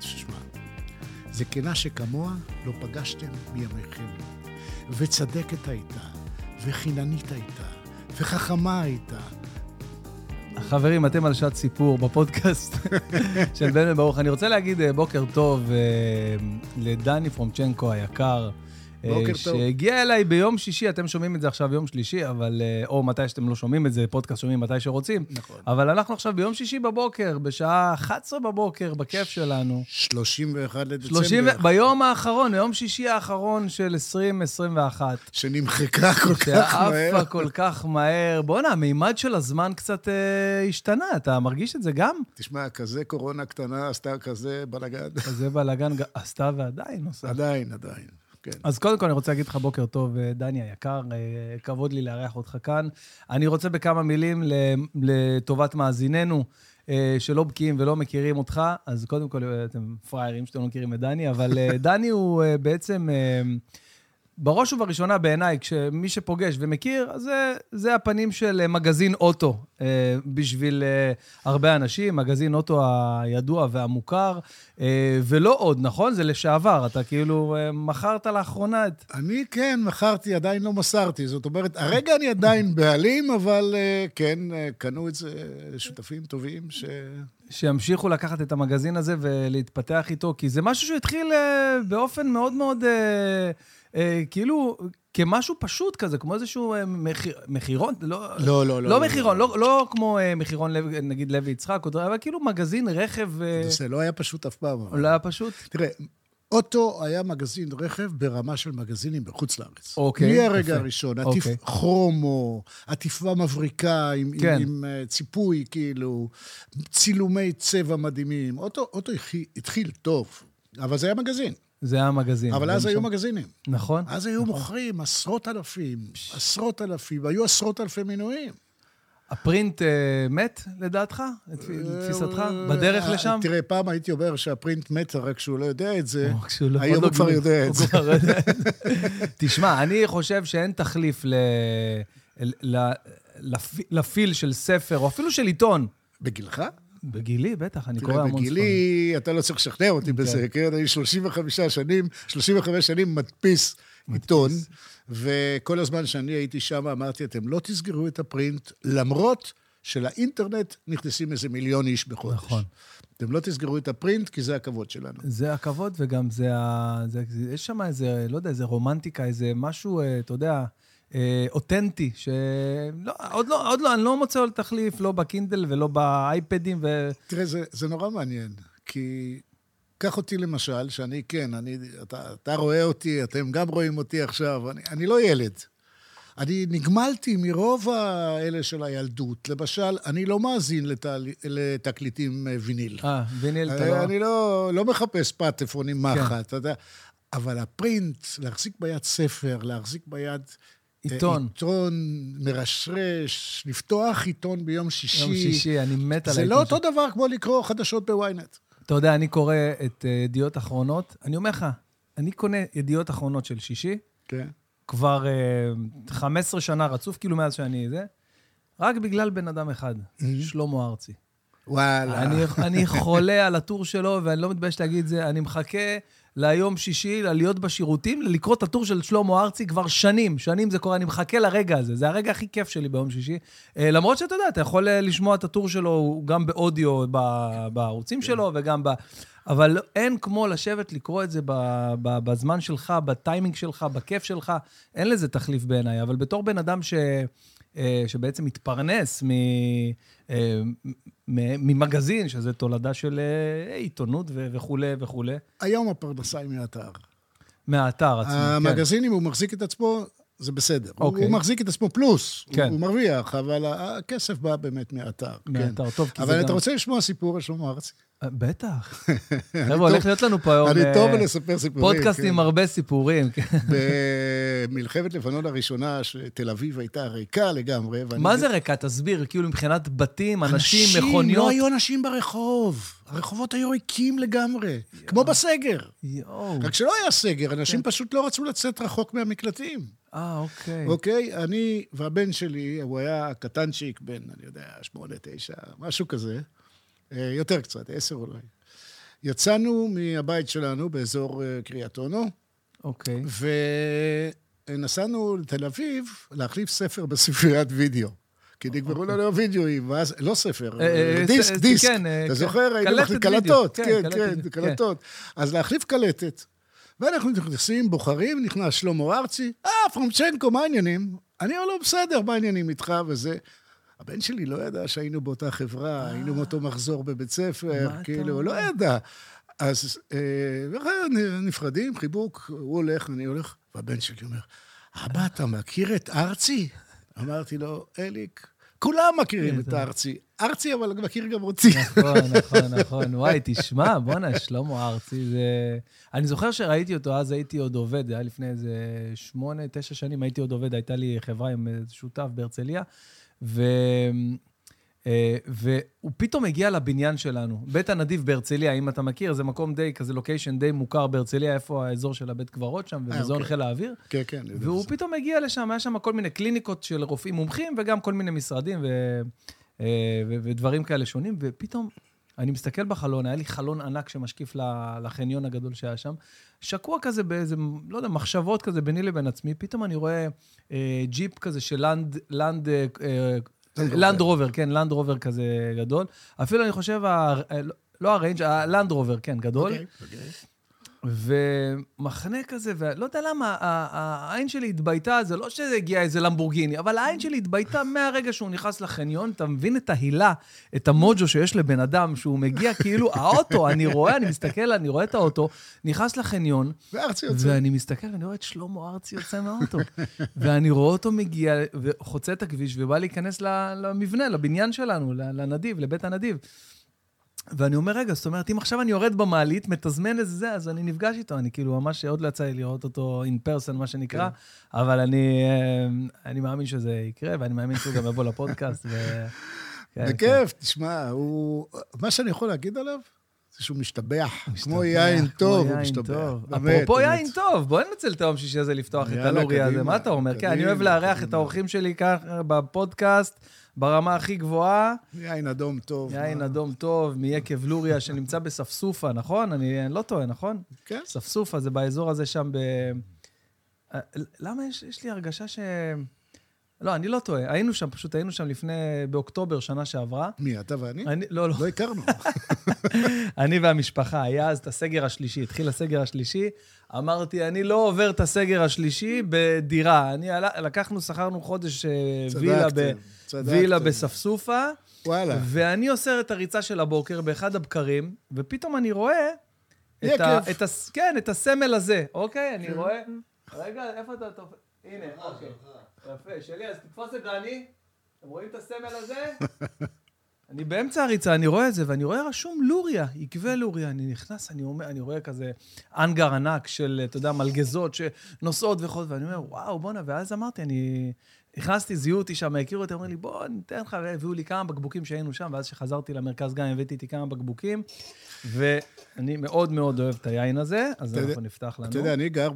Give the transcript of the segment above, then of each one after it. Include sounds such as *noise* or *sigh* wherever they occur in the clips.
שמע, זקנה שכמוה לא פגשתם מימיכם. וצדקת הייתה, וחיננית הייתה, וחכמה הייתה. חברים, אתם על שעת סיפור *laughs* בפודקאסט של בן בן ברוך. אני רוצה להגיד אה, בוקר טוב אה, לדני פרומצ'נקו היקר. אה, בוקר טוב. שהגיע אליי ביום שישי, אתם שומעים את זה עכשיו יום שלישי, אבל... אה, או מתי שאתם לא שומעים את זה, פודקאסט שומעים מתי שרוצים. נכון. אבל אנחנו עכשיו ביום שישי בבוקר, בשעה 11 בבוקר, בכיף שלנו. 31 לדצמבר, 30, ו- ביום האחרון, ביום שישי האחרון של 2021. שנמחקה כל כך מהר. שעפה כל כך מהר. בואנה, המימד של הזמן קצת אה, השתנה, אתה מרגיש את זה גם? תשמע, כזה קורונה קטנה עשתה כזה בלאגן. זה בלאגן ג- עשתה ועדיין עושה. עדיין, עדיין, כן. אז קודם כל אני רוצה להגיד לך בוקר טוב, אה, דני היקר, אה, כבוד לי לארח אותך כאן. אני רוצה בכמה מילים ל- לטובת מאזיננו. אה, שלא בקיאים ולא מכירים אותך, אז קודם כל, אה, אתם פראיירים שאתם לא מכירים את דני, אבל אה, דני הוא אה, בעצם, אה, בראש ובראשונה בעיניי, כשמי שפוגש ומכיר, אז זה, זה הפנים של אה, מגזין אוטו אה, בשביל אה, הרבה אנשים, מגזין אוטו הידוע והמוכר, אה, ולא עוד, נכון? זה לשעבר, אתה כאילו אה, מכרת לאחרונה את... אני כן מכרתי, עדיין לא מסרתי. זאת אומרת, הרגע אני עדיין בעלים, אבל אה, כן, אה, קנו את זה אה, שותפים טובים ש... שימשיכו לקחת את המגזין הזה ולהתפתח איתו, כי זה משהו שהתחיל אה, באופן מאוד מאוד, אה, אה, כאילו, כמשהו פשוט כזה, כמו איזשהו אה, מחיר- מחירון, לא... לא, לא, לא מחירון, לא, לא כמו אה, מחירון, לב, נגיד, לוי יצחק, או דברים, אבל כאילו מגזין רכב אה, זה לא היה פשוט אף פעם. אבל- לא היה פשוט. תראה, אוטו היה מגזין רכב ברמה של מגזינים בחוץ לארץ. אוקיי, מהרגע יפה. הראשון, עטיף אוקיי. כרומו, עטיפה מבריקה עם, כן. עם, עם אה, ציפוי, כאילו, צילומי צבע מדהימים. אוטו, אוטו הכי- התחיל טוב, אבל זה היה מגזין. זה היה מגזין. אבל אז כן, זה היו אה. משם. מגזינים. נכון. אז היו מוכרים עשרות אלפים, עשרות אלפים, היו עשרות אלפי מינויים. הפרינט אה, מת, לדעתך? לפי- לתפיסתך? אה, בדרך אה, לשם? תראה, פעם הייתי אומר שהפרינט מת, רק שהוא לא יודע את זה. או, כשהוא לא- עוד היום לא הוא כבר גילו- יודע את הוא זה. כבר יודע. *laughs* תשמע, אני חושב שאין תחליף ל... ל- ל- לפ- לפיל של ספר, או אפילו של עיתון. בגילך? בגילי, בטח, אני קורא תראה, המון ספרים. בגילי, אתה לא צריך לשכנע אותי בזה, כן? אני 35 שנים, 35 שנים מדפיס עיתון, וכל הזמן שאני הייתי שם אמרתי, אתם לא תסגרו את הפרינט, למרות שלאינטרנט נכנסים איזה מיליון איש בחודש. נכון. אתם לא תסגרו את הפרינט, כי זה הכבוד שלנו. זה הכבוד, וגם זה ה... זה... זה- יש שם איזה, לא יודע, איזה רומנטיקה, איזה משהו, אה, אתה יודע, אה, אותנטי, שלא, עוד לא, עוד לא, אני לא מוצא לו תחליף, לא בקינדל ולא באייפדים, ו... תראה, זה, זה נורא מעניין, כי קח אותי למשל, שאני כן, אני, אתה, אתה רואה אותי, אתם גם רואים אותי עכשיו, אני, אני לא ילד. אני נגמלתי מרוב האלה של הילדות. למשל, אני לא מאזין לתעל... לתקליטים אה, ויניל. אה, ויניל, אתה אני לא... לא, כן. לא מחפש פטפון עם מחט, אתה יודע. אבל הפרינט, להחזיק ביד ספר, להחזיק ביד... אה, עיתון. עיתון מרשרש, לפתוח עיתון ביום שישי. יום שישי, אני מת על זה העיתון לא שלי. אותו דבר כמו לקרוא חדשות בוויינט. אתה יודע, אני קורא את אה, ידיעות אחרונות, אני אומר לך, אני קונה ידיעות אחרונות של שישי, כן. כבר אה, 15 שנה רצוף, כאילו מאז שאני זה, רק בגלל בן אדם אחד, שלמה ארצי. וואלה. אני, אני חולה על הטור שלו, ואני לא מתבייש להגיד זה. אני מחכה ליום שישי, להיות בשירותים, לקרוא את הטור של שלמה ארצי כבר שנים. שנים זה קורה, אני מחכה לרגע הזה. זה הרגע הכי כיף שלי ביום שישי. אה, למרות שאתה יודע, אתה יכול אה, לשמוע את הטור שלו הוא גם באודיו ב- בערוצים שלו וגם ב... אבל אין כמו לשבת לקרוא את זה ב- ב- בזמן שלך, בטיימינג שלך, בכיף שלך. אין לזה תחליף בעיניי, אבל בתור בן אדם ש... אה, שבעצם מתפרנס מ, אה, מ- ממגזין, שזה תולדה של אה, עיתונות ו- וכולי וכולי, היום הפרנסה היא מהאתר. מהאתר עצמו. כן. המגזינים, הוא מחזיק את עצמו, זה בסדר. הוא- אוקיי. הוא מחזיק את עצמו פלוס. הוא- כן. הוא מרוויח, אבל ה- הכסף בא באמת מהאתר. כן. מהאתר, טוב, כי זה אבל אתה גם- רוצה לשמוע סיפור על שלמה *laughs* ארצי? אה, *laughs* בטח. חבר'ה, הולך להיות לנו פה היום... אני אה, טוב בלספר סיפורים. פודקאסט כן. עם הרבה סיפורים. כן. במלחמת לבנון הראשונה, שתל אביב הייתה ריקה לגמרי. ואני- *laughs* מה זה ריקה? תסביר, כאילו מבחינת בתים, אנשים, לא מכוניות. היו אנשים ברחוב. הרחובות היו ריקים לגמרי. אה. כמו בסגר. יואו. רק שלא היה סגר, אנשים פשוט לא רצו לצאת רחוק מהמקלטים. אה, אוקיי. אוקיי? אני והבן שלי, הוא היה קטנצ'יק, בן, אני יודע, שמונה, תשע, משהו כזה. אה, יותר קצת, עשר אולי. יצאנו מהבית שלנו באזור אה, קריית אונו, אוקיי. ונסענו לתל אביב להחליף ספר בספריית וידאו. כי נגמרו לנו הווידאוים, ואז, לא ספר, אה, אה, דיסק, אה, דיסק. כן, אה, אתה כן. זוכר? היינו קלטת מחליפים וידאו, קלטות, כן, כן, קלטת כן, וידאו, קלטות. אז להחליף קלטת. ואנחנו נכנסים, בוחרים, נכנס שלמה ארצי, אה, פרומצ'נקו, מה העניינים? אני אומר לו, בסדר, מה העניינים איתך וזה. הבן שלי לא ידע שהיינו באותה חברה, היינו מאותו מחזור בבית ספר, אה. מה אתה כאילו, הוא אומר? לא ידע. אז אה, ואחר כך נפרדים, חיבוק, הוא הולך, אני הולך, והבן שלי אומר, אבא, אתה מכיר את ארצי? אמרתי לו, אליק, כולם כן, מכירים את ארצי. ארצי, אבל מכיר גם אותי. נכון, נכון, נכון. וואי, תשמע, בואנה, שלמה ארצי זה... אני זוכר שראיתי אותו, אז הייתי עוד עובד, זה היה לפני איזה שמונה, תשע שנים, הייתי עוד עובד, הייתה לי חברה עם איזה שותף בהרצליה, ו... אה, והוא פתאום הגיע לבניין שלנו, בית הנדיב בהרצליה, אם אתה מכיר, זה מקום די, כזה לוקיישן די מוכר בהרצליה, איפה האזור של הבית קברות שם, ומוזיאון אוקיי. חיל האוויר. כן, כן, אני יודע. והוא פתאום הגיע לשם, היה שם כל מיני קליניקות של רופאים מומחים, וגם כל מיני משרדים ו... אה, ו... ודברים כאלה שונים, ופתאום אני מסתכל בחלון, היה לי חלון ענק שמשקיף ל- לחניון הגדול שהיה שם, שקוע כזה באיזה, לא יודע, מחשבות כזה ביני לבין עצמי, פתאום אני רואה אה, ג'יפ כזה של לנד, לנד, אה, אה, לנד לנד רובר, כן, לנד רובר כזה גדול. אפילו אני חושב, ה... אה, לא- לא הריינג', הלנד רובר, כן, גדול. אוקיי, אוקיי. ומחנה כזה, ולא יודע למה, ה- ה- העין שלי התבייתה, זה לא שזה הגיע איזה למבורגיני, אבל העין שלי התבייתה מהרגע שהוא נכנס לחניון, אתה מבין את ההילה, את המוג'ו שיש לבן אדם, שהוא מגיע כאילו, האוטו, אני רואה, אני מסתכל, אני רואה את האוטו, נכנס לחניון, וארצי יוצא. ואני מסתכל, ואני רואה את שלמה ארצי יוצא מהאוטו. *laughs* ואני רואה אותו מגיע, וחוצה את הכביש, ובא להיכנס ל- למבנה, לבניין שלנו, ל- לנדיב, לבית הנדיב. ואני אומר, רגע, זאת אומרת, אם עכשיו אני יורד במעלית, מתזמן איזה זה, אז אני נפגש איתו. אני כאילו, ממש עוד לא יצא לי לראות אותו in person, מה שנקרא, אבל אני, אה, אני מאמין שזה יקרה, ואני מאמין שהוא גם יבוא לפודקאסט. ו- כן, זה כן. כיף, תשמע, הוא... מה שאני יכול להגיד עליו, זה שהוא משתבח, כמו משתבח, יין כמו טוב, הוא יין משתבח. טוב. באמת, אפרופו באמת. יין טוב, בוא ננצל את היום שישי הזה לפתוח את יאללה, הלורי הזה. קדימה, מה אתה אומר? כן, אני קדימה, אוהב לארח את קדימה. האורחים שלי ככה בפודקאסט, ברמה הכי גבוהה. יין אדום טוב. יין מה? אדום טוב מיקב לוריה, שנמצא בספסופה, נכון? אני אני לא טועה, נכון? כן. ספסופה זה באזור הזה שם ב... אה, למה יש, יש לי הרגשה ש... לא, אני לא טועה. היינו שם, פשוט היינו שם לפני... באוקטובר שנה שעברה. מי, אתה ואני? אני, לא, לא. לא *laughs* הכרנו. אני והמשפחה, היה אז את הסגר השלישי, התחיל הסגר השלישי, אמרתי, אני לא עובר את הסגר השלישי בדירה. אני, הל- לקחנו, שכרנו חודש אה, וילה, ב, צדקתם, צדקתם. וילה בספסופה, וואלה. ואני עושה את הריצה של הבוקר באחד הבקרים, ופתאום אני רואה את, ה, יקב. את, הס, כן, את הסמל הזה, אוקיי? אני רואה... רגע, איפה אתה תופס? הנה, אוקיי. יפה, שלי, אז תתפוס את דני. אתם רואים את הסמל הזה? אני באמצע הריצה, אני רואה את זה, ואני רואה רשום לוריה, יקבה לוריה. אני נכנס, אני, אומר, אני רואה כזה אנגר ענק של, אתה יודע, מלגזות שנוסעות וכל, ואני אומר, וואו, בואנה, ואז אמרתי, אני... נכנסתי, זיהו אותי שם, הכירו אותי, אמרו לי, בוא, ניתן לך, והביאו לי כמה בקבוקים שהיינו שם, ואז כשחזרתי למרכז גם הבאתי איתי כמה בקבוקים, ואני מאוד מאוד אוהב את היין הזה, אז יודע- אנחנו נפתח לנו. אתה יודע, אני גר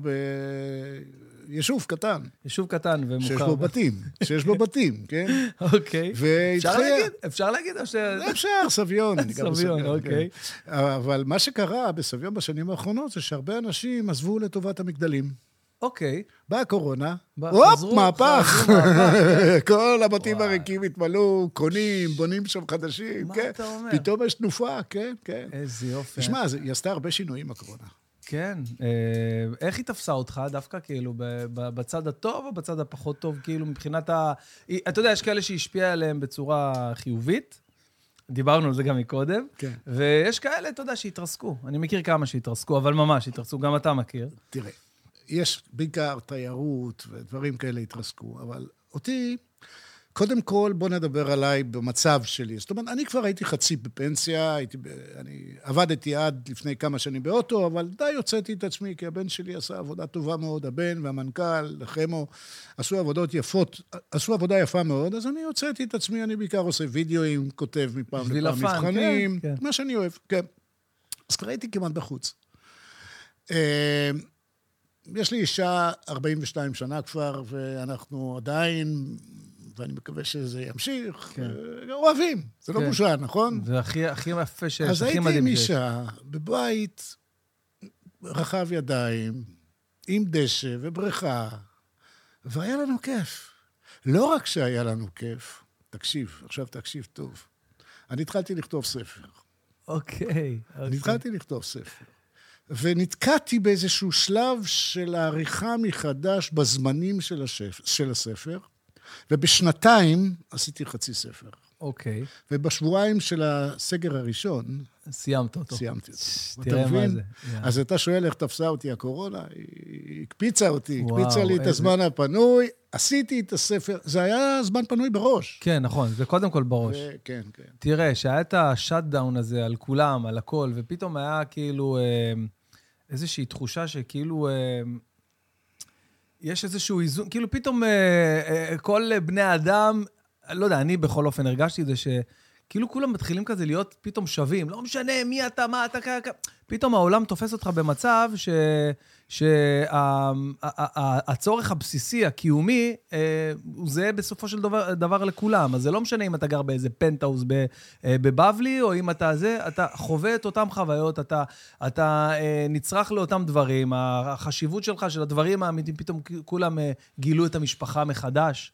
ביישוב קטן, יישוב קטן ומוכר. שיש בו בתים, שיש בו בתים, *laughs* כן? אוקיי. אפשר והתחיל- להגיד, אפשר להגיד, או ש... אפשר, סביון. אני גר סביון, בסביון, אוקיי. כן. אבל מה שקרה בסביון בשנים האחרונות זה שהרבה אנשים עזבו לטובת המגדלים. אוקיי. באה הקורונה, בא- הופ, חזרו- מהפך. חזרו מהפך, *laughs* כל הבתים וואי. הריקים התמלאו, קונים, בונים שם חדשים, מה כן. אתה אומר? פתאום יש תנופה, כן, כן. איזה יופי. תשמע, זה- היא עשתה הרבה שינויים, הקורונה. כן. אה, איך היא תפסה אותך דווקא, כאילו, ב- ב- בצד הטוב או בצד הפחות טוב, כאילו, מבחינת ה... היא- אתה יודע, יש כאלה שהשפיע עליהם בצורה חיובית, דיברנו על זה גם מקודם, כן. ויש כאלה, אתה יודע, שהתרסקו. אני מכיר כמה שהתרסקו, אבל ממש התרסקו, גם אתה מכיר. תראה, יש בעיקר תיירות ודברים כאלה התרסקו, אבל אותי, קודם כל, בוא נדבר עליי במצב שלי. זאת אומרת, אני כבר הייתי חצי בפנסיה, הייתי, ב- אני עבדתי עד לפני כמה שנים באוטו, אבל די הוצאתי את עצמי, כי הבן שלי עשה עבודה טובה מאוד, הבן והמנכ"ל, חמו, עשו עבודות יפות, עשו עבודה יפה מאוד, אז אני הוצאתי את עצמי, אני בעיקר עושה וידאוים, כותב מפעם בשביל לפעם הפאן, כן, מבחנים, כן. מה שאני אוהב, כן. אז כבר הייתי כמעט בחוץ. אה, יש לי אישה 42 שנה כבר, ואנחנו עדיין ואני מקווה שזה ימשיך. אה, אוהבים, זה לא כן. בושה, נכון? זה הכי הכי יפה אז שיש, הכי מדהים שיש. הייתי עם אישה בבית רחב ידיים, עם דשא ובריכה, והיה לנו כיף. לא רק שהיה לנו כיף, תקשיב, עכשיו תקשיב טוב. אני התחלתי לכתוב ספר. אוקיי. אני התחלתי לכתוב ספר. ונתקעתי באיזשהו שלב של העריכה מחדש בזמנים של, השפ... של הספר, ובשנתיים עשיתי חצי ספר. אוקיי, ובשבועיים של הסגר הראשון, סיימת אותו. סיימתי אותו. ש- אתה תראה מה מבין? זה. יאללה. אז אתה שואל איך תפסה אותי הקורונה? היא הקפיצה אותי, וואו, הקפיצה לי את איזה- הזמן הפנוי, עשיתי את הספר, זה היה זמן פנוי בראש. כן, נכון, זה קודם כל בראש. ו- כן, כן. תראה, שהיה את השאט-דאון הזה על כולם, על הכל, ופתאום היה כאילו אה, איזושהי תחושה שכאילו... אה, יש איזשהו איזון, כאילו פתאום אה, אה, כל בני האדם, לא יודע, אני בכל אופן הרגשתי את זה שכאילו כולם מתחילים כזה להיות פתאום שווים, לא משנה מי אתה, מה אתה, כ- כ- פתאום העולם תופס אותך במצב ש... שהצורך הבסיסי, הקיומי, אה, הוא זהה בסופו של דבר, דבר לכולם. אז זה לא משנה אם אתה גר באיזה פנטהאוז ב- אה, בבבלי, או אם אתה זה, אתה חווה את אותן חוויות, אתה, אתה אה, נצרך לאותם דברים. החשיבות שלך, של הדברים האמיתיים, פתאום כ- כולם אה, גילו את המשפחה מחדש.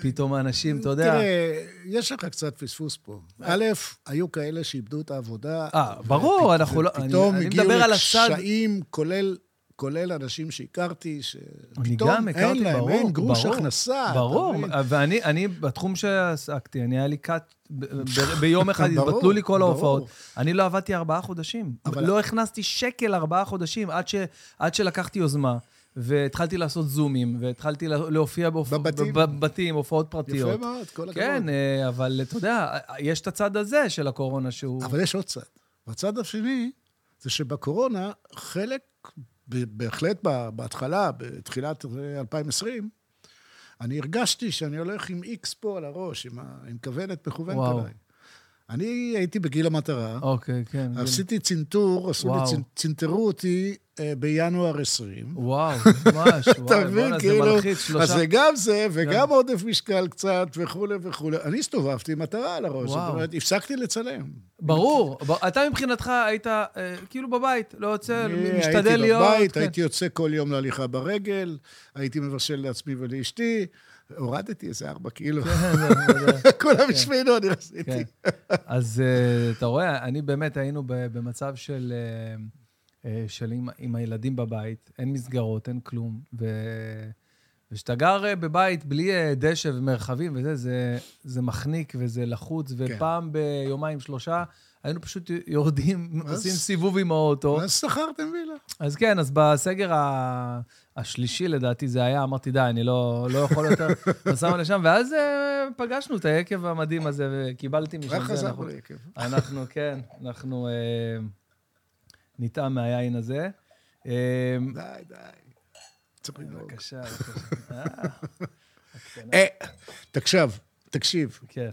פתאום האנשים, אתה יודע... כן. תראה, יש לך קצת פספוס פה. א', היו כאלה שאיבדו את העבודה. אה, ברור, ופת- אנחנו לא- אני- ופתאום אני הגיעו מדבר על הצד- לקשיים, כולל... כולל אנשים שהכרתי, אני שפתאום גם אין הכרתי, להם, ברור, אין גרוש ברור, הכנסה. אתה ברור, מבין? ואני אני, בתחום שעסקתי, אני היה לי קאט, ב- ב- *laughs* ביום אחד ברור, התבטלו לי כל ברור. ההופעות. אני לא עבדתי ארבעה חודשים. אבל- לא הכנסתי שקל ארבעה חודשים עד ש- עד שלקחתי יוזמה. והתחלתי לעשות זומים, והתחלתי לה- להופיע בהופ- בבתים. בבתים, הופעות פרטיות. יפה מאוד, כל הכבוד. כן, אה, אבל אתה יודע, יש את הצד הזה של הקורונה שהוא... אבל יש עוד צד. והצד השני, זה שבקורונה, חלק, ב- בהחלט ב- בהתחלה, בתחילת אה, 2020, אני הרגשתי שאני הולך עם איקס פה על הראש, עם, ה... עם כוונת מכוונת וואו. עליי. אני הייתי בגיל המטרה, אוקיי, כן. כן. עשיתי צנתור, עשו לי, וואו. צנ... צנתרו אותי אה, בינואר 20. וואו, *laughs* ממש, אתה וואי, מבין, וואלה, זה כאילו, מלחיץ, אז שלושה כן. זה גם זה, וגם עודף משקל קצת, וכולי וכולי. אני הסתובבתי עם מטרה על הראש, זאת וואו. אומרת, הפסקתי לצלם. ברור, ב- אתה מבחינתך היית אה, כאילו בבית, לא יוצא, אני משתדל להיות. אה, הייתי בבית, כן. הייתי יוצא כל יום להליכה ברגל, הייתי מבשל לעצמי ולאשתי, הורדתי איזה ארבע קילו. *laughs* כולם השמינו, אני כן. עשיתי. אז אה, אתה רואה, אני באמת היינו ב- במצב של, אה, אה, של עם, עם הילדים בבית, אין מסגרות, אין כלום. ו... וכשאתה גר אה, בבית בלי אה, דשא ומרחבים וזה, זה, זה מחניק וזה לחוץ, כן. ופעם ביומיים שלושה היינו פשוט יורדים, אז- עושים סיבוב עם האוטו. אז שכרתם וילה. אז כן, אז בסגר ה... השלישי לדעתי זה היה, אמרתי, די, אני לא, לא יכול יותר, נסענו לשם, ואז אה, פגשנו את היקב המדהים הזה, וקיבלתי משם. רק זה, חזר אנחנו- ליקב. אנחנו, כן, אנחנו אה, נטעם מהיין הזה. אה, די, די. צריך לנהוג. בבקשה, בבקשה. אה, אה, תקשיב, תקשיב, כן.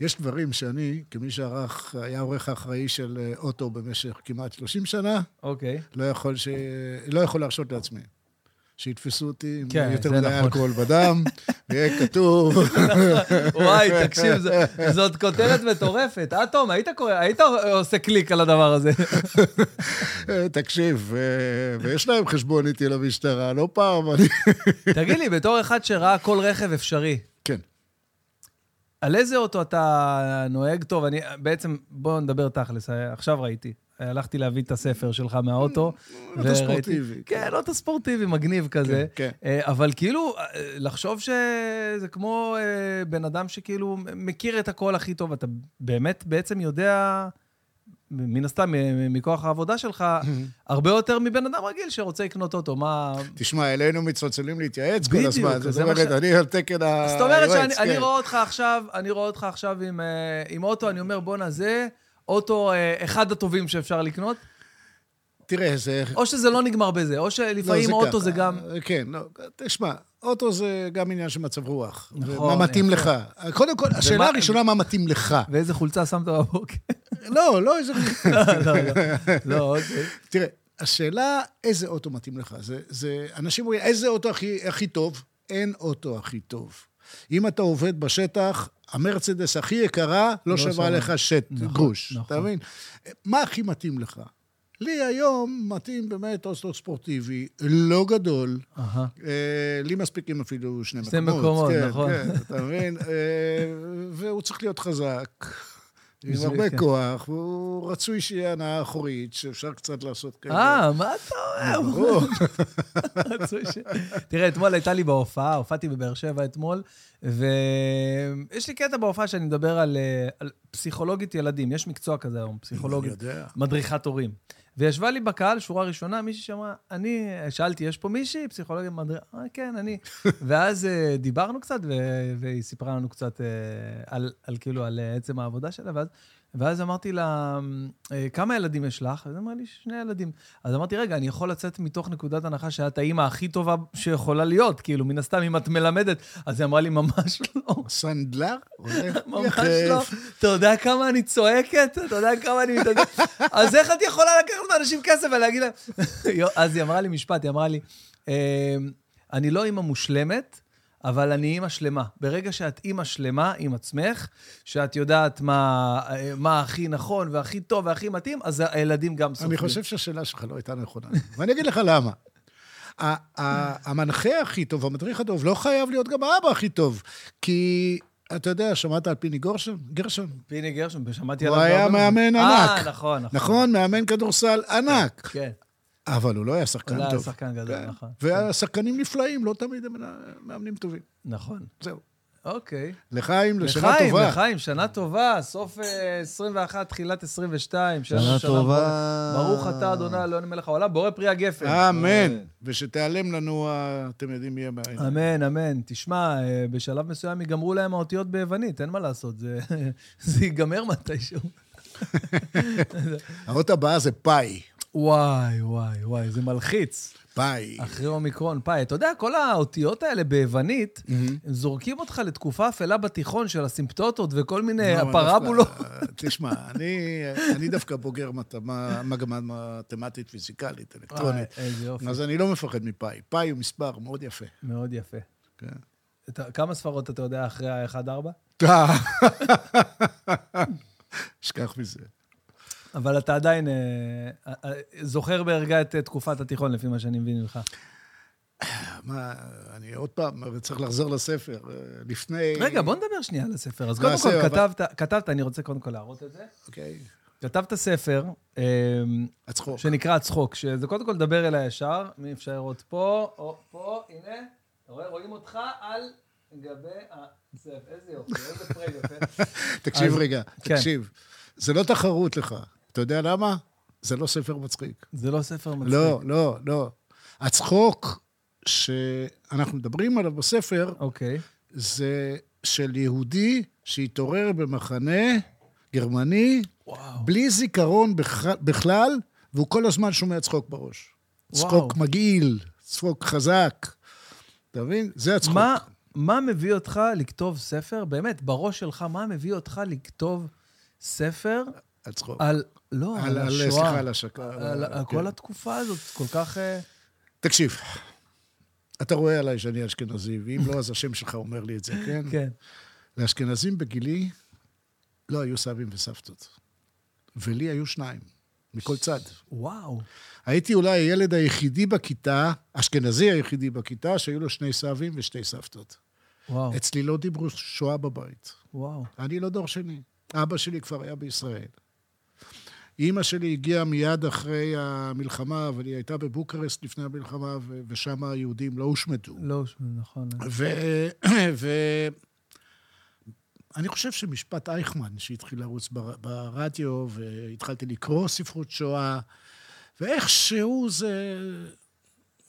יש דברים שאני, כמי שערך, היה העורך האחראי של אה, אוטו במשך כמעט 30 שנה, אוקיי. לא יכול, ש... לא יכול להרשות לעצמי. שיתפסו אותי עם כן, יותר זה מדי נכון. אלכוהול בדם, *laughs* ויהיה כתוב, וואי, תקשיב, ז- זאת כותרת מטורפת. אטום, היית קורא, היית עושה קליק על הדבר הזה. אה, תקשיב, אה, ויש להם חשבון איתי למשטרה, לא פעם, אני... *laughs* תגיד לי, בתור אחד שראה כל רכב אפשרי, כן. על איזה אוטו אתה נוהג? טוב, אני בעצם, בוא נדבר תכלס, אה, עכשיו ראיתי. הלכתי להביא את הספר שלך מהאוטו. וראיתי- לא, ספורטיבי, כן, אוטו ספורטיבי, מגניב כזה. כן, אה, אבל כאילו, אה, לחשוב שזה כמו אה, בן אדם שכאילו מכיר את הכל הכי טוב, אתה באמת בעצם יודע, מן הסתם, אה, מכוח *laughs* העבודה שלך, הרבה יותר מבן אדם רגיל שרוצה לקנות אוטו. מה... תשמע, אלינו מצלצלים להתייעץ כל בדיוק, הזמן, זה זאת מה אומרת, ש- אני על תקן היועץ, זאת אומרת שאני כן. אני רואה אותך עכשיו, אני רואה אותך עכשיו עם, אה, עם אוטו, אני אומר, בואנה, זה אוטו אה, אחד הטובים שאפשר לקנות, תראה, זה... או שזה לא נגמר בזה, או לא, שלפעמים אוטו ככה. זה אה. גם... כן, לא, תשמע, אוטו זה גם עניין של מצב רוח. נכון, מה מתאים לך. יפה. קודם כל, השאלה ומה- הראשונה, מה מתאים *laughs* לך? ואיזה חולצה שמת בבוקר. לא, לא, איזה... *laughs* לא, לא, לא, אוקיי. תראה, השאלה איזה אוטו מתאים לך. זה, זה, אנשים אומרים, איזה אוטו הכי, הכי טוב? אין אוטו הכי טוב. אם אתה עובד בשטח, המרצדס הכי יקרה לא שווה שווה. לך שט, נכון, גרוש, אתה נכון. מבין? מה הכי מתאים לך? לי היום מתאים באמת אוסטרו ספורטיבי, לא גדול, אהה. אה, לי מספיקים אפילו שני שני מקומות. מקומות, כן, נכון. כן, אתה מבין? אה, והוא צריך להיות *laughs* חזק, עם בשביל- הרבה כן. כוח, והוא רצוי שיהיה הנאה אחורית, שאפשר קצת לעשות כאלה. אה, מה אתה אוהב? ברור. רצוי ש... תראה, אתמול הייתה לי בהופעה, הופעתי בבאר שבע אתמול, ויש לי קטע בהופעה שאני מדבר על, אה, על פסיכולוגית ילדים. יש מקצוע כזה היום, *laughs* פסיכולוגית. אני יודע. מדריכת הורים. וישבה לי בקהל, שורה ראשונה, מישהי שאמרה, אני, שאלתי, יש פה מישהי? פסיכולוגיה מדריכת, אה, כן, אני. ואז אה, דיברנו קצת, ו- והיא סיפרה לנו קצת אה, על, על כאילו, על אה, עצם העבודה שלה, ואז, ואז אמרתי לה, אה, כמה ילדים יש לך? אז היא אמרה לי, שני ילדים. אז אמרתי, רגע, אני יכול לצאת מתוך נקודת הנחה שאת האימא הכי טובה שיכולה להיות, כאילו, מן הסתם, אם את מלמדת. אז היא אמרה לי, ממש לא. סנדלר? הולך *laughs* ממש יחף. לא. אתה יודע כמה אני צועקת? אתה יודע כמה אני מתנגדת? אז איך את יכולה לקחת מאנשים כסף ולהגיד להם... *laughs* יו, אז היא אמרה לי משפט, היא אמרה לי, "אמ, אני לא אימא מושלמת, אבל אני אימא שלמה. ברגע שאת אימא שלמה עם עצמך, שאת יודעת מה אה, מה הכי נכון והכי טוב והכי מתאים, אז הילדים גם סופרים. אני חושב שהשאלה שלך לא הייתה נכונה. ואני אגיד לך למה. ה- ה- המנחה הכי טוב, המדריך הטוב, לא חייב להיות גם האבא הכי טוב. כי, אתה יודע, שמעת על פיני גורשן? גרשון? פיני גרשון, שמעתי הוא עליו... היה הרבה מאוד. מאמן ענק. אה, נכון, נכון. נכון, מאמן כדורסל ענק. כן, אבל הוא לא היה הוא שחקן לא היה טוב. שחקן גדול, כן. נכון. והשחקנים נפלאים, לא תמיד הם מאמנים טובים. נכון. זהו. אוקיי. לחיים, לשנה לחיים, טובה. לחיים, שנה טובה, סוף אה, 21, תחילת 22. שנה טובה. ברוך אתה, אדוני אלוהינו מלך העולם, בורא פרי הגפן. אמן. ושתיעלם לנו, ה- אתם יודעים מי הבעיה. אמן, אמן. תשמע, אה, בשלב מסוים ייגמרו להם האותיות ביוונית, אין מה לעשות, זה- *laughs* זה ייגמר מתישהו. האות הבאה זה פאי. וואי, וואי, וואי, זה מלחיץ. פאי. לא, אחרי אומיקרון, פאי. אתה יודע, כל האותיות האלה ביוונית, הם זורקים אותך לתקופה אפלה בתיכון של הסימפטוטות וכל מיני לא, אבל אה, הפרבולות. דווקא- *laughs* תשמע, אני, אני דווקא בוגר מתמ- מגמה מתמטית, פיזיקלית, אלקטרונית, וואי, איזה יופי. אז אני לא מפחד מפאי. פאי הוא מספר מאוד יפה. מאוד יפה. כן. אתה- כמה ספרות אתה יודע אחרי ה-1-4? *laughs* שכח מזה. אבל אתה עדיין אה, אה, אה, זוכר בערגה את אה, תקופת התיכון, לפי מה שאני מבין ממך. אה, מה, אני עוד פעם צריך לחזור לספר. אה, לפני... רגע, בוא נדבר שנייה על הספר. אז קודם נעשה, כל, אבל- כתבת, כתבת, אני רוצה קודם כל להראות את זה. אוקיי. כתבת ספר אה, הצחוק. שנקרא צחוק, שזה קודם כל לדבר אל הישר, מי אפשר לראות פה, או פה, הנה, אתה רואה, רואים אותך על גבי הספר. איזה יופי, איזה פרי *laughs* לא. יפה. תקשיב אז- רגע, כן. תקשיב. זה לא תחרות לך. אתה יודע למה? זה לא ספר מצחיק. זה לא ספר מצחיק. לא, לא, לא. הצחוק שאנחנו מדברים עליו בספר, אוקיי. זה של יהודי שהתעורר במחנה גרמני, וואו. בלי זיכרון בכ- בכלל, והוא כל הזמן שומע צחוק בראש. וואו. צחוק מגעיל, צחוק חזק. אתה מבין? זה הצחוק. מה, מה מביא אותך לכתוב ספר? באמת, בראש שלך, מה מביא אותך לכתוב ספר הצחוק. על... לא, על, על- על- השואה. סליחה, על השקה. על, על כן. כל התקופה הזאת, כל *laughs* כך... אה, תקשיב, אתה רואה עליי שאני אשכנזי, ואם לא, אז השם שלך אומר לי את זה, כן? כן. לאשכנזים בגילי לא היו סבים וסבתות. ולי היו שניים, מכל צד. וואו. הייתי אולי הילד היחידי בכיתה, אשכנזי היחידי בכיתה, שהיו לו שני סבים ושתי סבתות. וואו. אצלי לא דיברו שואה בבית. וואו. אני לא דור שני. אבא שלי כבר היה בישראל. אימא שלי הגיעה מיד אחרי המלחמה, אבל היא הייתה בבוקרשט לפני המלחמה, ו- ושם היהודים לא הושמדו. לא, ש- נכון. אה, ו... ו... אני חושב שמשפט אייכמן, שהתחיל לרוץ בר- ברדיו, והתחלתי לקרוא ספרות שואה, ואיכשהו זה...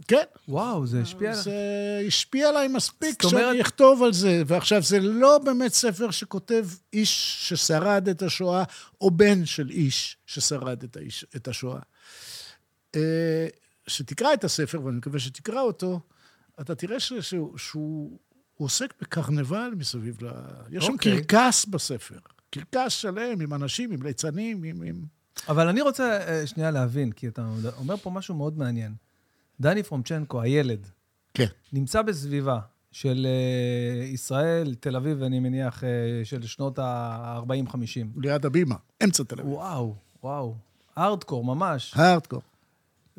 כן, וואו, זה השפיע עליך. אה, זה השפיע עליי מספיק זאת אומרת- שאני אכתוב על זה. ועכשיו, זה לא באמת ספר שכותב איש ששרד את השואה, או בן של איש ששרד את, האיש, את השואה. אה, שתקרא את הספר, ואני מקווה שתקרא אותו, אתה תראה ש, שהוא, שהוא הוא עוסק בקרנבל מסביב ל... יש שם אוקיי. קרקס בספר. קרקס שלם עם אנשים, עם ליצנים, עם... עם... אבל אני רוצה אה, שנייה להבין, כי אתה אומר פה משהו מאוד מעניין. דני פרומצ'נקו, הילד, כן. נמצא בסביבה של אה, ישראל, תל אביב, אני מניח, אה, של שנות ה-40-50. ליד הבימה, אמצע תל אביב. וואו, וואו. הארדקור, ממש. הארדקור.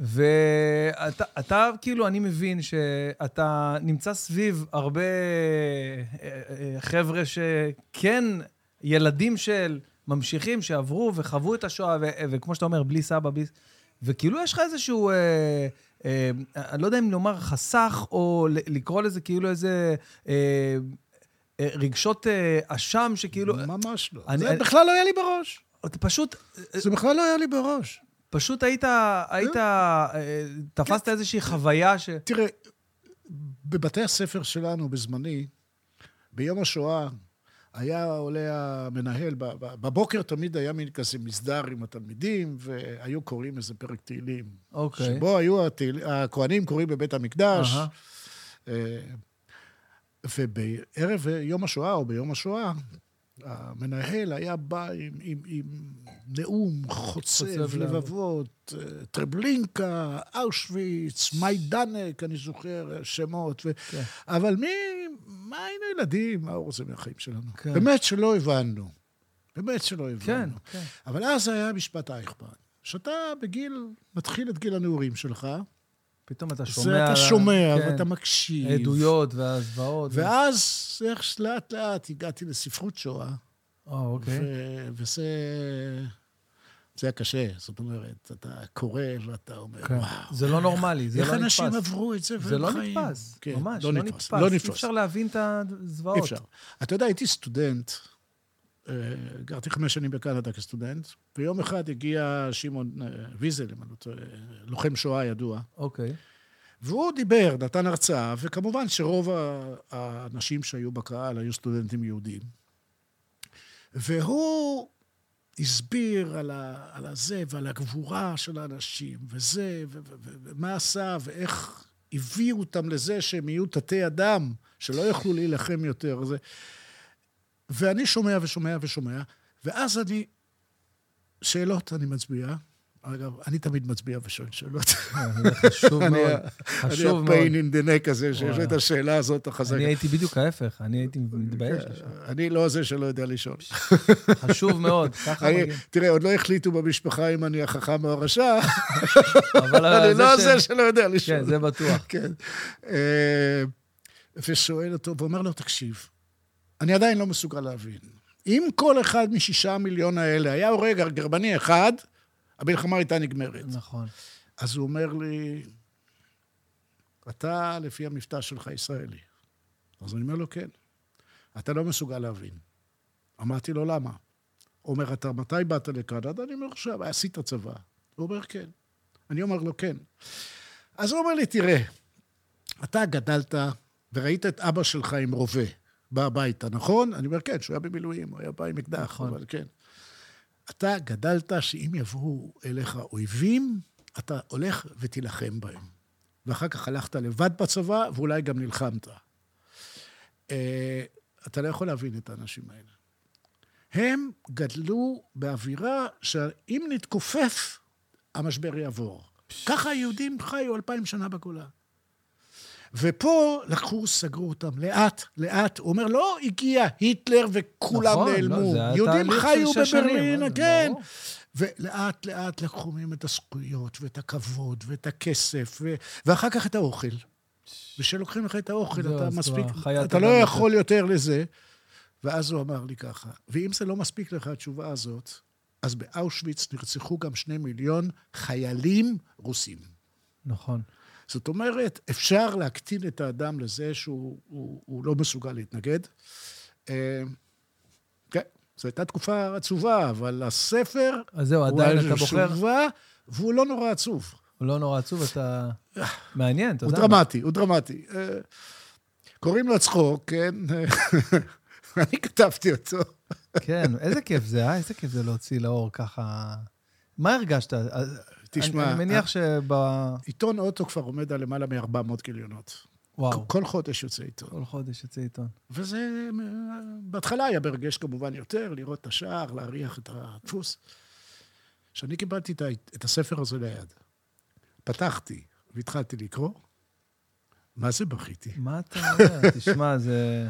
ואתה אתה, כאילו, אני מבין שאתה נמצא סביב הרבה אה, אה, חבר'ה שכן, ילדים של ממשיכים שעברו וחוו את השואה, ו, אה, וכמו שאתה אומר, בלי סבא, בלי... וכאילו יש לך איזשהו, אה, אה, אני לא יודע אם לומר חסך, או ל- לקרוא לזה כאילו איזה אה, אה, רגשות אה, אשם, שכאילו... ממש לא. אני- זה אני- בכלל לא היה לי בראש. אתה פשוט, זה בכלל לא היה לי בראש. פשוט היית, היית, כן. אה, תפסת איזושהי חוויה ש... תראה, בבתי הספר שלנו בזמני, ביום השואה, היה עולה המנהל, ב- ב- בבוקר תמיד היה מין כזה מסדר עם התלמידים, והיו קוראים איזה פרק תהילים. אוקיי. שבו היו התהיל... הכוהנים קוראים בבית המקדש. אהה. אה, ובערב אה, יום השואה, או ביום השואה, המנהל היה בא עם, עם, עם נאום חוצב חוצב להבות. לבבות, אה, טרבלינקה, אושוויץ, מיידנק, אני זוכר אה, שמות. ו... כן. אבל מי, מה היינו ילדים, מה הוא רוצה מהחיים שלנו? כן. באמת שלא הבנו. באמת שלא הבנו. כן, כן. אבל אז היה משפט אייכמן, שאתה בגיל, מתחיל את גיל הנעורים שלך, פתאום אתה שומע... זה אתה שומע כן, ואתה מקשיב. עדויות והזוועות. ו... ואז איך לאט לאט הגעתי לספרות שואה, או, אוקיי. ו- וזה... זה היה קשה, זאת אומרת, אתה קורא ואתה אומר, כן. וואו, זה לא נורמלי, זה לא איך נתפס. אנשים עברו את זה זה והם לא חיים?" נתפס, כן, ממש, לא נתפס. לא אי נתפס, אפשר להבין את הזוועות. אי אפשר. אתה יודע, הייתי סטודנט, אה, גרתי חמש שנים בקנדה כסטודנט, ויום אחד הגיע שמעון אה, ויזל, אם אני לא טועה, לוחם שואה ידוע, אוקיי. והוא דיבר, נתן הרצאה, וכמובן שרוב ה- האנשים שהיו בקהל היו סטודנטים יהודים. והוא הסביר על, ה, על הזה ועל הגבורה של האנשים, וזה, ו- ו- ו- ומה עשה, ואיך הביאו אותם לזה שהם יהיו תתי אדם, שלא יוכלו להילחם יותר. זה. ואני שומע ושומע ושומע, ואז אני... שאלות אני מצביע. אגב, אני תמיד מצביע ושואל שאלות. כן, זה *laughs* חשוב אני מאוד, ה- אני חשוב מאוד. הפיין אין דה נק הזה, שיש לו את וואלה. השאלה הזאת החזקה. אני הייתי בדיוק ההפך, אני הייתי *laughs* מתבייש. אני לא זה שלא יודע לשאול. חשוב מאוד, ככה אני- מגיעים. תראה, עוד לא החליטו במשפחה אם אני החכם או הרשע, אבל אה, אני לא, זה לא ש- זה שלא יודע כן, לשאול. זה בטוח. *laughs* כן. אה, ושואל אותו, ואומר לו, תקשיב, אני עדיין לא מסוגל להבין. אם כל אחד משישה מיליון האלה היה הורג גרמני אחד, המלחמה הייתה נגמרת. נכון. אז הוא אומר לי, אתה, לפי המבטא שלך, ישראלי. אז אני אומר לו, כן. אתה לא מסוגל להבין. אמרתי לו, למה? הוא אומר, אתה מתי באת לקנדה? אני אומר, עכשיו, עשית צבא. הוא אומר, כן. אני אומר לו, כן. אז הוא אומר לי, תראה, אתה גדלת וראית את אבא שלך עם רובה, בא הביתה, נכון? אני אומר, כן, שהוא היה במילואים, הוא היה בא עם אקדח, נכון. אבל כן. אתה גדלת שאם יבואו אליך אויבים, אתה הולך ותילחם בהם. ואחר כך הלכת לבד בצבא, ואולי גם נלחמת. אה, אתה לא יכול להבין את האנשים האלה. הם גדלו באווירה שאם נתכופף, המשבר יעבור. ככה היהודים חיו אלפיים שנה בגולה. ופה לקחו, סגרו אותם לאט, לאט. הוא אומר, לא הגיע היטלר וכולם נכון, לא, נעלמו. זה היה יהודים תהליך של חיו שש שנים, בברלין, אה, כן. ברור. ולאט לאט לקחו מהם את הזכויות, ואת הכבוד, ואת הכסף, ו... ואחר כך את האוכל. וכשלוקחים לך את האוכל, זהו, אתה אז מספיק, כבר חיית אתה לא אדם יכול יותר לזה. ואז הוא אמר לי ככה, ואם זה לא מספיק לך, התשובה הזאת, אז באושוויץ נרצחו גם שני מיליון חיילים רוסים. נכון. זאת אומרת, אפשר להקטין את האדם לזה שהוא הוא, הוא לא מסוגל להתנגד. אה, כן, זו הייתה תקופה עצובה, אבל הספר... אז זהו, הוא עדיין היה אתה בוחר, שובה, והוא לא נורא עצוב. הוא לא נורא עצוב, *sighs* אתה... מעניין, אתה הוא יודע. דרמטי, הוא דרמטי. אה, קוראים לו צחוק, כן? *laughs* אני כתבתי אותו. כן, איזה כיף זה, אה? איזה כיף זה להוציא לאור ככה... מה הרגשת? אז- תשמע, אה, אני, אני מניח שב... עיתון אוטו כבר עומד על למעלה מ-400 גיליונות. וואו, כל חודש יוצא עיתון. כל חודש יוצא עיתון. וזה, אה, בהתחלה היה ברגש כמובן יותר, לראות את השער, להריח את הדפוס. כשאני קיבלתי את, ה- את הספר הזה ליד, פתחתי והתחלתי לקרוא, מה זה בכיתי? מה אתה אומר? *laughs* תשמע, זה,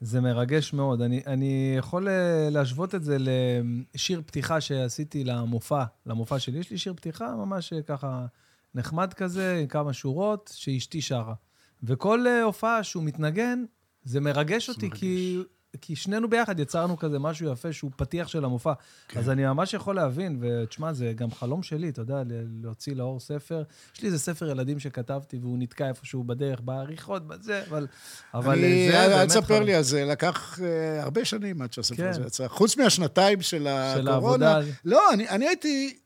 זה מרגש מאוד. אני, אני יכול אה, להשוות את זה לשיר פתיחה שעשיתי למופע, למופע שלי. יש לי שיר פתיחה ממש אה, ככה נחמד כזה, עם כמה שורות, שאשתי שרה. וכל אה, הופעה שהוא מתנגן, זה מרגש אותי, כי, כי שנינו ביחד יצרנו כזה משהו יפה שהוא פתיח של המופע. כן. אז אני ממש יכול להבין, ותשמע, זה גם חלום שלי, אתה יודע, ל- להוציא לאור ספר. יש לי איזה ספר ילדים שכתבתי, והוא נתקע איפשהו בדרך, בעריכות, בזה, אבל... אבל אני- אה, זה אל באמת תספר חלום. לי על זה, לקח אה, הרבה שנים עד שהספר כן. הזה יצא. חוץ מהשנתיים של הקורונה. העבודה. לא, אני- אני הייתי...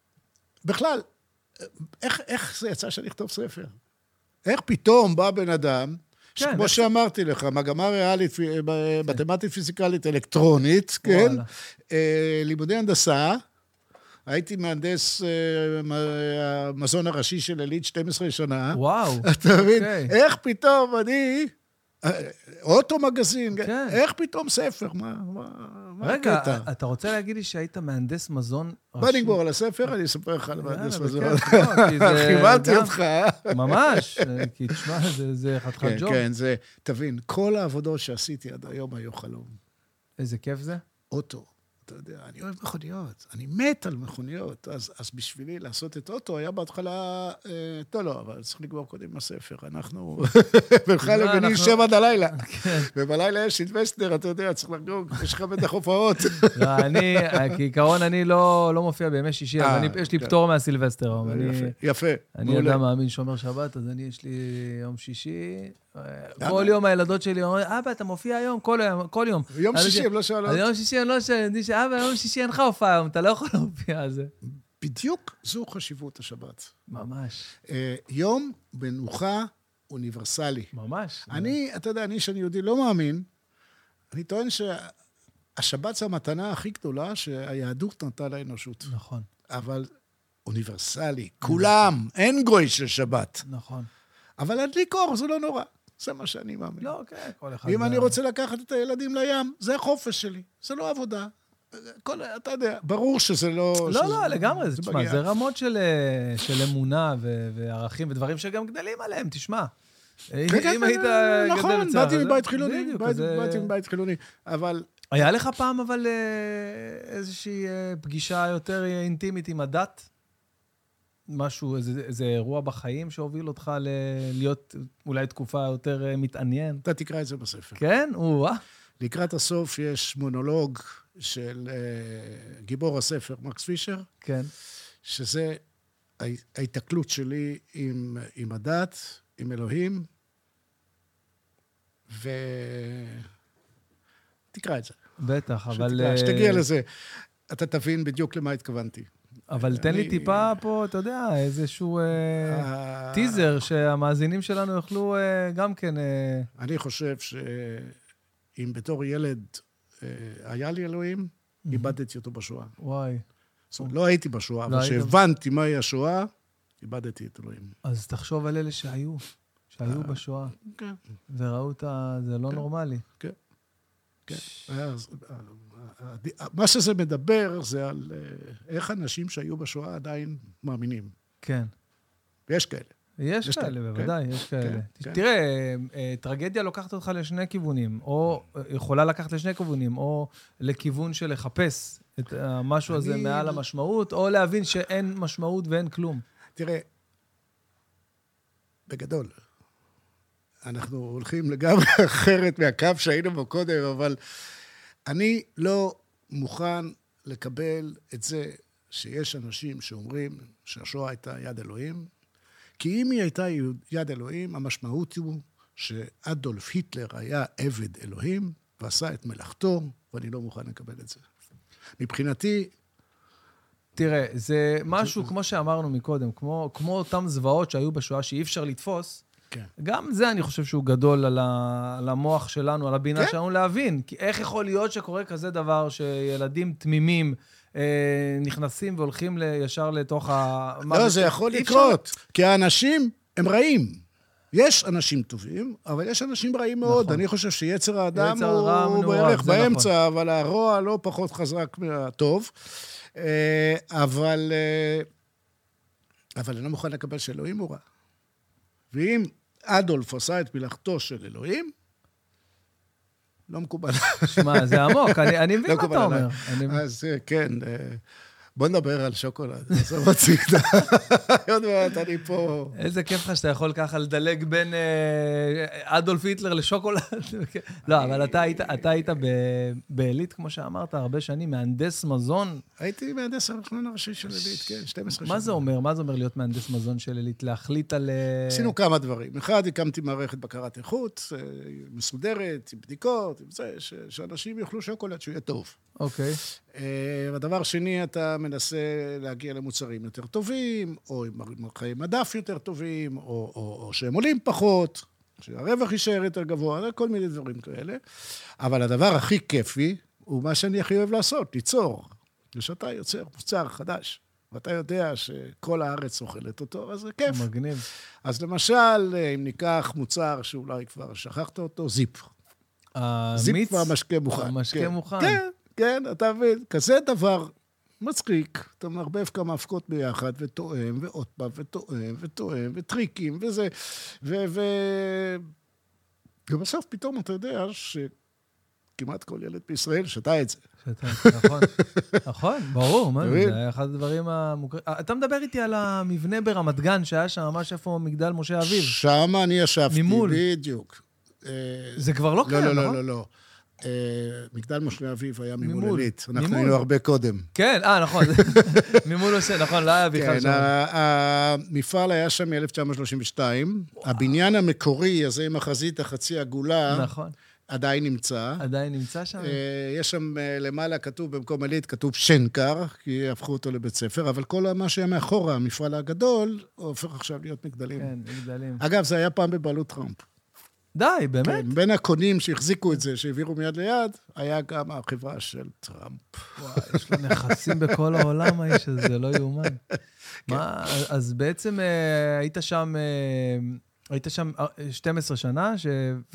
בכלל, איך- איך זה יצא שאני אכתוב ספר? איך פתאום בא בן אדם, כן, שכמו איך- כן. שאמרתי לך, מגמה ריאלית, פי- אה, ב- מתמטית, פיזיקלית, אלקטרונית, כן? וואלה. אה, לימודי הנדסה. הייתי מהנדס אה, מ- המזון הראשי של עילית 12 שנה. *laughs* וואו. אתה מבין? אוקיי. איך פתאום אני... אה, אוטו מגזין, כן. איך פתאום ספר? מה מה- מה רגע, אה, הקטע? אתה רוצה להגיד לי שהיית מהנדס מזון ראשי? בוא נגמור על הספר, אני אספר לך על מהנדס יאללה, מזון. בכיף, לא, *laughs* כי זה כיוונתי גם- אותך. אה? ממש, כי תשמע, זה- זה חתיכת כן, ג'וב. כן, זה... תבין, כל העבודות שעשיתי עד היום היו חלום. איזה כיף זה. אוטו. אתה יודע, אני אוהב מכוניות, אני מת על מכוניות. אז, אז בשבילי לעשות את אוטו היה בהתחלה... אה, לא, לא, אבל צריך לגמור קודם עם הספר. אנחנו... *laughs* בינך לא, לביני אנחנו- שבע עד הלילה. *laughs* כן. ובלילה יש סילבסטר, אתה יודע, צריך *laughs* לחגוג, יש לך בטח הופעות. לא, אני, כעיקרון, אני לא לא מופיע בימי שישי, אה, אבל אני- יש לי כן. פטור מהסילבסטר. אבל אני- *laughs* יפה, יפה. אני מעולה. אדם מאמין שומר שבת, אז אני, יש לי יום שישי. אה, למה? כל יום הילדות שלי אומרות, אבא, אתה מופיע היום? כל יום, כל יום. יום אז שישי, יש- הם לא שאלו. אז יום שישי אני לא שואלים, אבא, יום שישי אין לך הופעה היום, אתה לא יכול להופיע על זה. בדיוק זו חשיבות השבת. ממש, אה, יום מנוחה אוניברסלי. ממש. אני, אתה יודע, אני, שאני יהודי, לא מאמין. אני טוען שהשבת זו המתנה הכי גדולה שהיהדות נתנה לאנושות. נכון, אבל אוניברסלי, כולם, אין גוי של שבת. נכון. אבל להדליק אור זה לא נורא. זה מה שאני מאמין. לא, כן, כל אחד... אם זה- אני רוצה לקחת את הילדים לים, זה החופש שלי, זה לא עבודה. כל, אתה יודע, ברור שזה לא... לא, שזה- לא, לגמרי, זה- תשמע, מגיע. זה רמות של, אה, של אמונה ו- וערכים ודברים שגם גדלים עליהם, תשמע. אם כן, כן, אם כן, היית גדל נכון, צער, באתי אז- מבית חילוני, בדיוק, בית- אז, אה, באתי מבית חילוני, אבל היה לך פעם אבל אה, איזושהי אה, פגישה יותר אה, אינטימית עם הדת? משהו, איזה, איזה אירוע בחיים שהוביל אותך ל... להיות אולי תקופה יותר אה, מתעניין? אתה תקרא את זה בספר. כן? או-אה. לקראת הסוף יש מונולוג של אה, גיבור הספר, מקס פישר, כן. שזה הה- ההיתקלות שלי עם, עם הדת, עם אלוהים, ו... תקרא את זה. בטח, אבל... שתקרא, אה, שתגיע לזה. אתה תבין בדיוק למה התכוונתי. אבל תן אני- לי טיפה פה, אתה יודע, איזשהו... אה, אה, טיזר שהמאזינים שלנו יוכלו אה, גם כן... אה, אני חושב שאם בתור ילד אה, היה לי אלוהים, איבדתי אותו בשואה. וואי. זאת אומרת, לא הייתי בשואה, אבל היית. כשהבנתי מהי השואה, איבדתי את אלוהים. אז תחשוב על אלה שהיו, שהיו בשואה, כן. וראו את ה... זה לא נורמלי. כן. כן. אז, אה, אה, מה שזה מדבר זה על אה, איך אנשים שהיו בשואה עדיין מאמינים. כן. ויש כאלה. יש יש כאלה, כאלה, בוודאי, יש כאלה. ת- כן. תראה, אה, טרגדיה לוקחת אותך לשני כיוונים, או אה, יכולה לקחת לשני כיוונים, או לכיוון של לחפש את המשהו הזה אני- לא- מעל המשמעות, או להבין שאין משמעות ואין כלום. תראה, בגדול, אנחנו הולכים לגמרי *laughs* אחרת מהקו שהיינו בו קודם, אבל אני לא מוכן לקבל את זה שיש אנשים שאומרים שהשואה הייתה יד אלוהים, כי אם היא הייתה יד אלוהים, המשמעות היא שאדולף היטלר היה עבד אלוהים ועשה את מלאכתו, ואני לא מוכן לקבל את זה. מבחינתי, תראה, זה משהו, כמו שאמרנו מקודם, כמו, כמו אותם זוועות שהיו בשואה שאי אפשר לתפוס, כן. גם זה אני חושב שהוא גדול על, ה... על המוח שלנו, על הבינה כן. כן? שלנו להבין. כי איך יכול להיות שקורה כזה דבר שילדים תמימים אה, נכנסים והולכים ל... ישר לתוך ה... לא, זה יכול אי אפשר- לקרות, כי האנשים הם רעים. יש אנשים טובים, אבל יש אנשים רעים מאוד. נכון. אני חושב שיצר האדם יצר הרע הוא מנוהל, בערך זה נכון. באמצע, אבל הרוע לא פחות חזק מהטוב. אה, אבל אה, אבל אני לא מוכן לקבל שאלוהים הוא רע. ואם אדולף עשה את מלאכתו של אלוהים, לא מקובל. שמע, זה עמוק, אני, אני לא מבין מה מקובל אתה אומר. עליי. אני... אז אה, כן, אה, בוא נדבר על שוקולד. *laughs* עזוב הצידה. עוד מעט אני פה... איזה כיף לך שאתה יכול ככה לדלג בין אה, אדולף היטלר לשוקולד. *laughs* לא, אבל אתה היית, אתה היית ב, בעילית, כמו שאמרת, הרבה שנים, מהנדס מזון. הייתי מהנדס המכנון הראשי של עילית, כן, 12 שנה. מה זה אומר? מה זה אומר להיות מהנדס מזון של עילית? להחליט על... אה, עשינו כמה דברים. אחד, הקמתי מערכת בקרת איכות, אה, מסודרת, עם בדיקות, עם זה, ש- שאנשים יאכלו שוקולד, שהוא יהיה טוב. אוקיי. אה, והדבר שני, אתה מנסה להגיע למוצרים יותר טובים, או עם מרחי מדף יותר טובים, או, או, או שהם עולים פחות, שהרווח יישאר יותר גבוה, לא, כל מיני דברים כאלה. אבל הדבר הכי כיפי, הוא מה שאני הכי אוהב לעשות, ליצור. כשאתה יוצר מוצר חדש, ואתה יודע שכל הארץ אוכלת אותו, אז זה כיף. מגניב. אז למשל, אה, אם ניקח מוצר שאולי כבר שכחת אותו, זיפ. זיפ המיץ? כבר משקה מוכן. המשקה כן. מוכן. כן, כן, אתה מבין, כזה דבר מצחיק. אתה מערבב כמה אבקות ביחד, וטועם, ועוד פעם, וטועם, וטועם, וטריקים, וזה. ו... ו... ובסוף פתאום אתה יודע שכמעט כל ילד בישראל שתה את זה. שאתה- נכון, נכון, ברור, מה זה, מבין? זה היה אחד הדברים המוכרים. אה, אתה מדבר איתי על המבנה ברמת גן, שהיה שם ממש איפה מגדל משה אביב. שם אני ישבתי, ממול. בדיוק. אה, זה כבר לא קיים, לא, נכון? לא, לא, לא. אה, מגדל משה אביב היה ממול ממול. עילית. אנחנו ממול. היינו הרבה קודם. כן, אה, *laughs* נכון. ממול עושה, נכון, לא היה בכלל כן, שם. ה- המפעל היה שם מ-1932. הבניין המקורי הזה עם החזית החצי עגולה נכון, עדיין נמצא. עדיין נמצא שם. אה, יש שם אה, למעלה כתוב, במקום עילית כתוב שנקר, כי הפכו אותו לבית ספר, אבל כל מה שהיה מאחורה, המפעל הגדול, הופך עכשיו להיות מגדלים. כן, מגדלים. אגב, זה היה פעם בבעלות טראמפ. די, באמת? כן, בין הקונים שהחזיקו את זה, שהעבירו מיד ליד, היה גם החברה של טראמפ. וואי, יש לו נכסים בכל העולם, האיש הזה, זה לא יאומן. מה, אז בעצם אה, היית שם... אה, היית שם אה, 12 שנה, ש...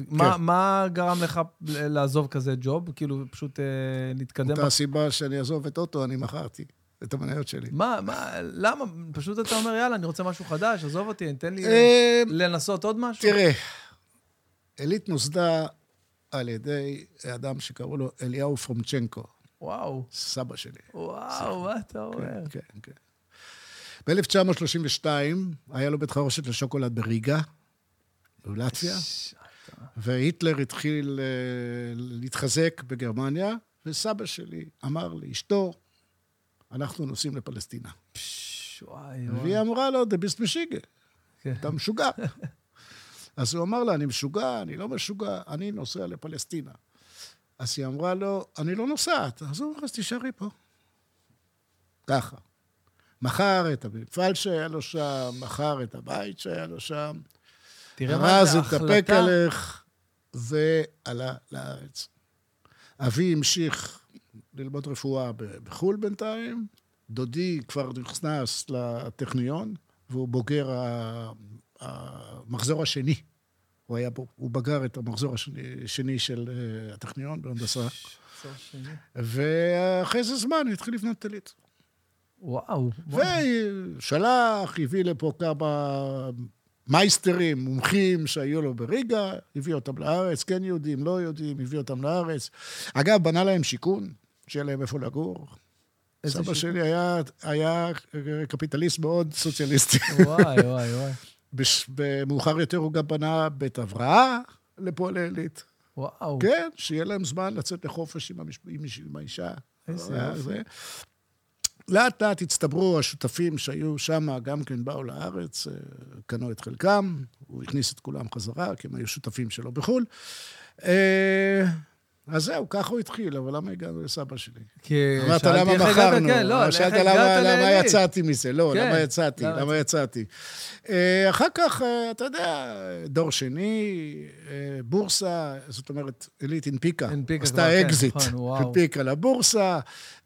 מה, מה גרם לך ל- לעזוב כזה ג'וב? כאילו, פשוט אה, להתקדם? אותה הסיבה שאני אעזוב את אוטו, אני מכרתי את המניות שלי. מה, מה, למה? פשוט אתה אומר, יאללה, אני רוצה משהו חדש, עזוב אותי, תן לי אה, לנסות עוד משהו? תראה, עילית נוסדה על ידי אדם שקראו לו אליהו פרומצ'נקו, וואו, סבא שלי. וואו, מה אתה אומר? כן, כן. ב-1932 היה לו בית חרושת לשוקולד בריגה, בלטביה, ש- והיטלר התחיל אה, להתחזק בגרמניה, וסבא שלי אמר לאשתו, אנחנו נוסעים לפלסטינה. פש, וואי, וואי. והיא אמרה לו, דה ביסט משיגה. כן. אתה משוגע. אז הוא אמר לה, אני משוגע, אני לא משוגע, אני נוסע לפלסטינה. אז היא אמרה לו, אני לא נוסעת. אז הוא אמר, אז תישארי פה. ככה. מכר את המפעל שהיה לו שם, מכר את הבית שהיה לו שם, תראה מה ארז זה, התדפק החלטה. עליך ועלה לארץ. אבי המשיך ללמוד רפואה ב- בחו"ל בינתיים, דודי כבר נכנס לטכניון, והוא בוגר ה- המחזור השני. הוא היה פה, הוא בגר את המחזור השני השני של אה, הטכניון בהנדסה, צור שני. ואחרי איזה זמן הוא התחיל לבנות טלית. וואו, וואו. ושלח, הביא לפה כמה מייסטרים, מומחים שהיו לו בריגה, הביא אותם לארץ, כן יהודים, לא יהודים, הביא אותם לארץ. אגב, בנה להם שיכון, שיהיה להם איפה לגור. איזה סבא שיכון? שלי היה, היה קפיטליסט מאוד סוציאליסטי. *laughs* וואי, וואי, וואי. בש- במאוחר יותר הוא גם בנה בית הבראה לפועלי עילית. וואו. כן, שיהיה להם זמן לצאת לחופש עם, המש... עם, איש- עם האישה. איזה אה, יופי. זה. לאט לאט הצטברו השותפים שהיו שם, גם כן באו לארץ, אה, קנו את חלקם, הוא הכניס את כולם חזרה, כי הם היו שותפים שלו בחו"ל. אה, אז זהו, ככה הוא התחיל, אבל למה הגענו לסבא שלי? כי אמרת שאלתי למה איך הגעת- מכרנו, כן, לא, אבל איך שאלת הגעת למה למה לעילית? יצאתי מזה, לא, כן, למה יצאתי, למה למה יצאתי. אה, אחר כך, אה, אתה יודע, דור שני, אה, בורסה, זאת אומרת, עילית הנפיקה, הנפיקה כבר, עשתה כן, אקזיט, *laughs* נכון, וואו. הנפיקה לבורסה,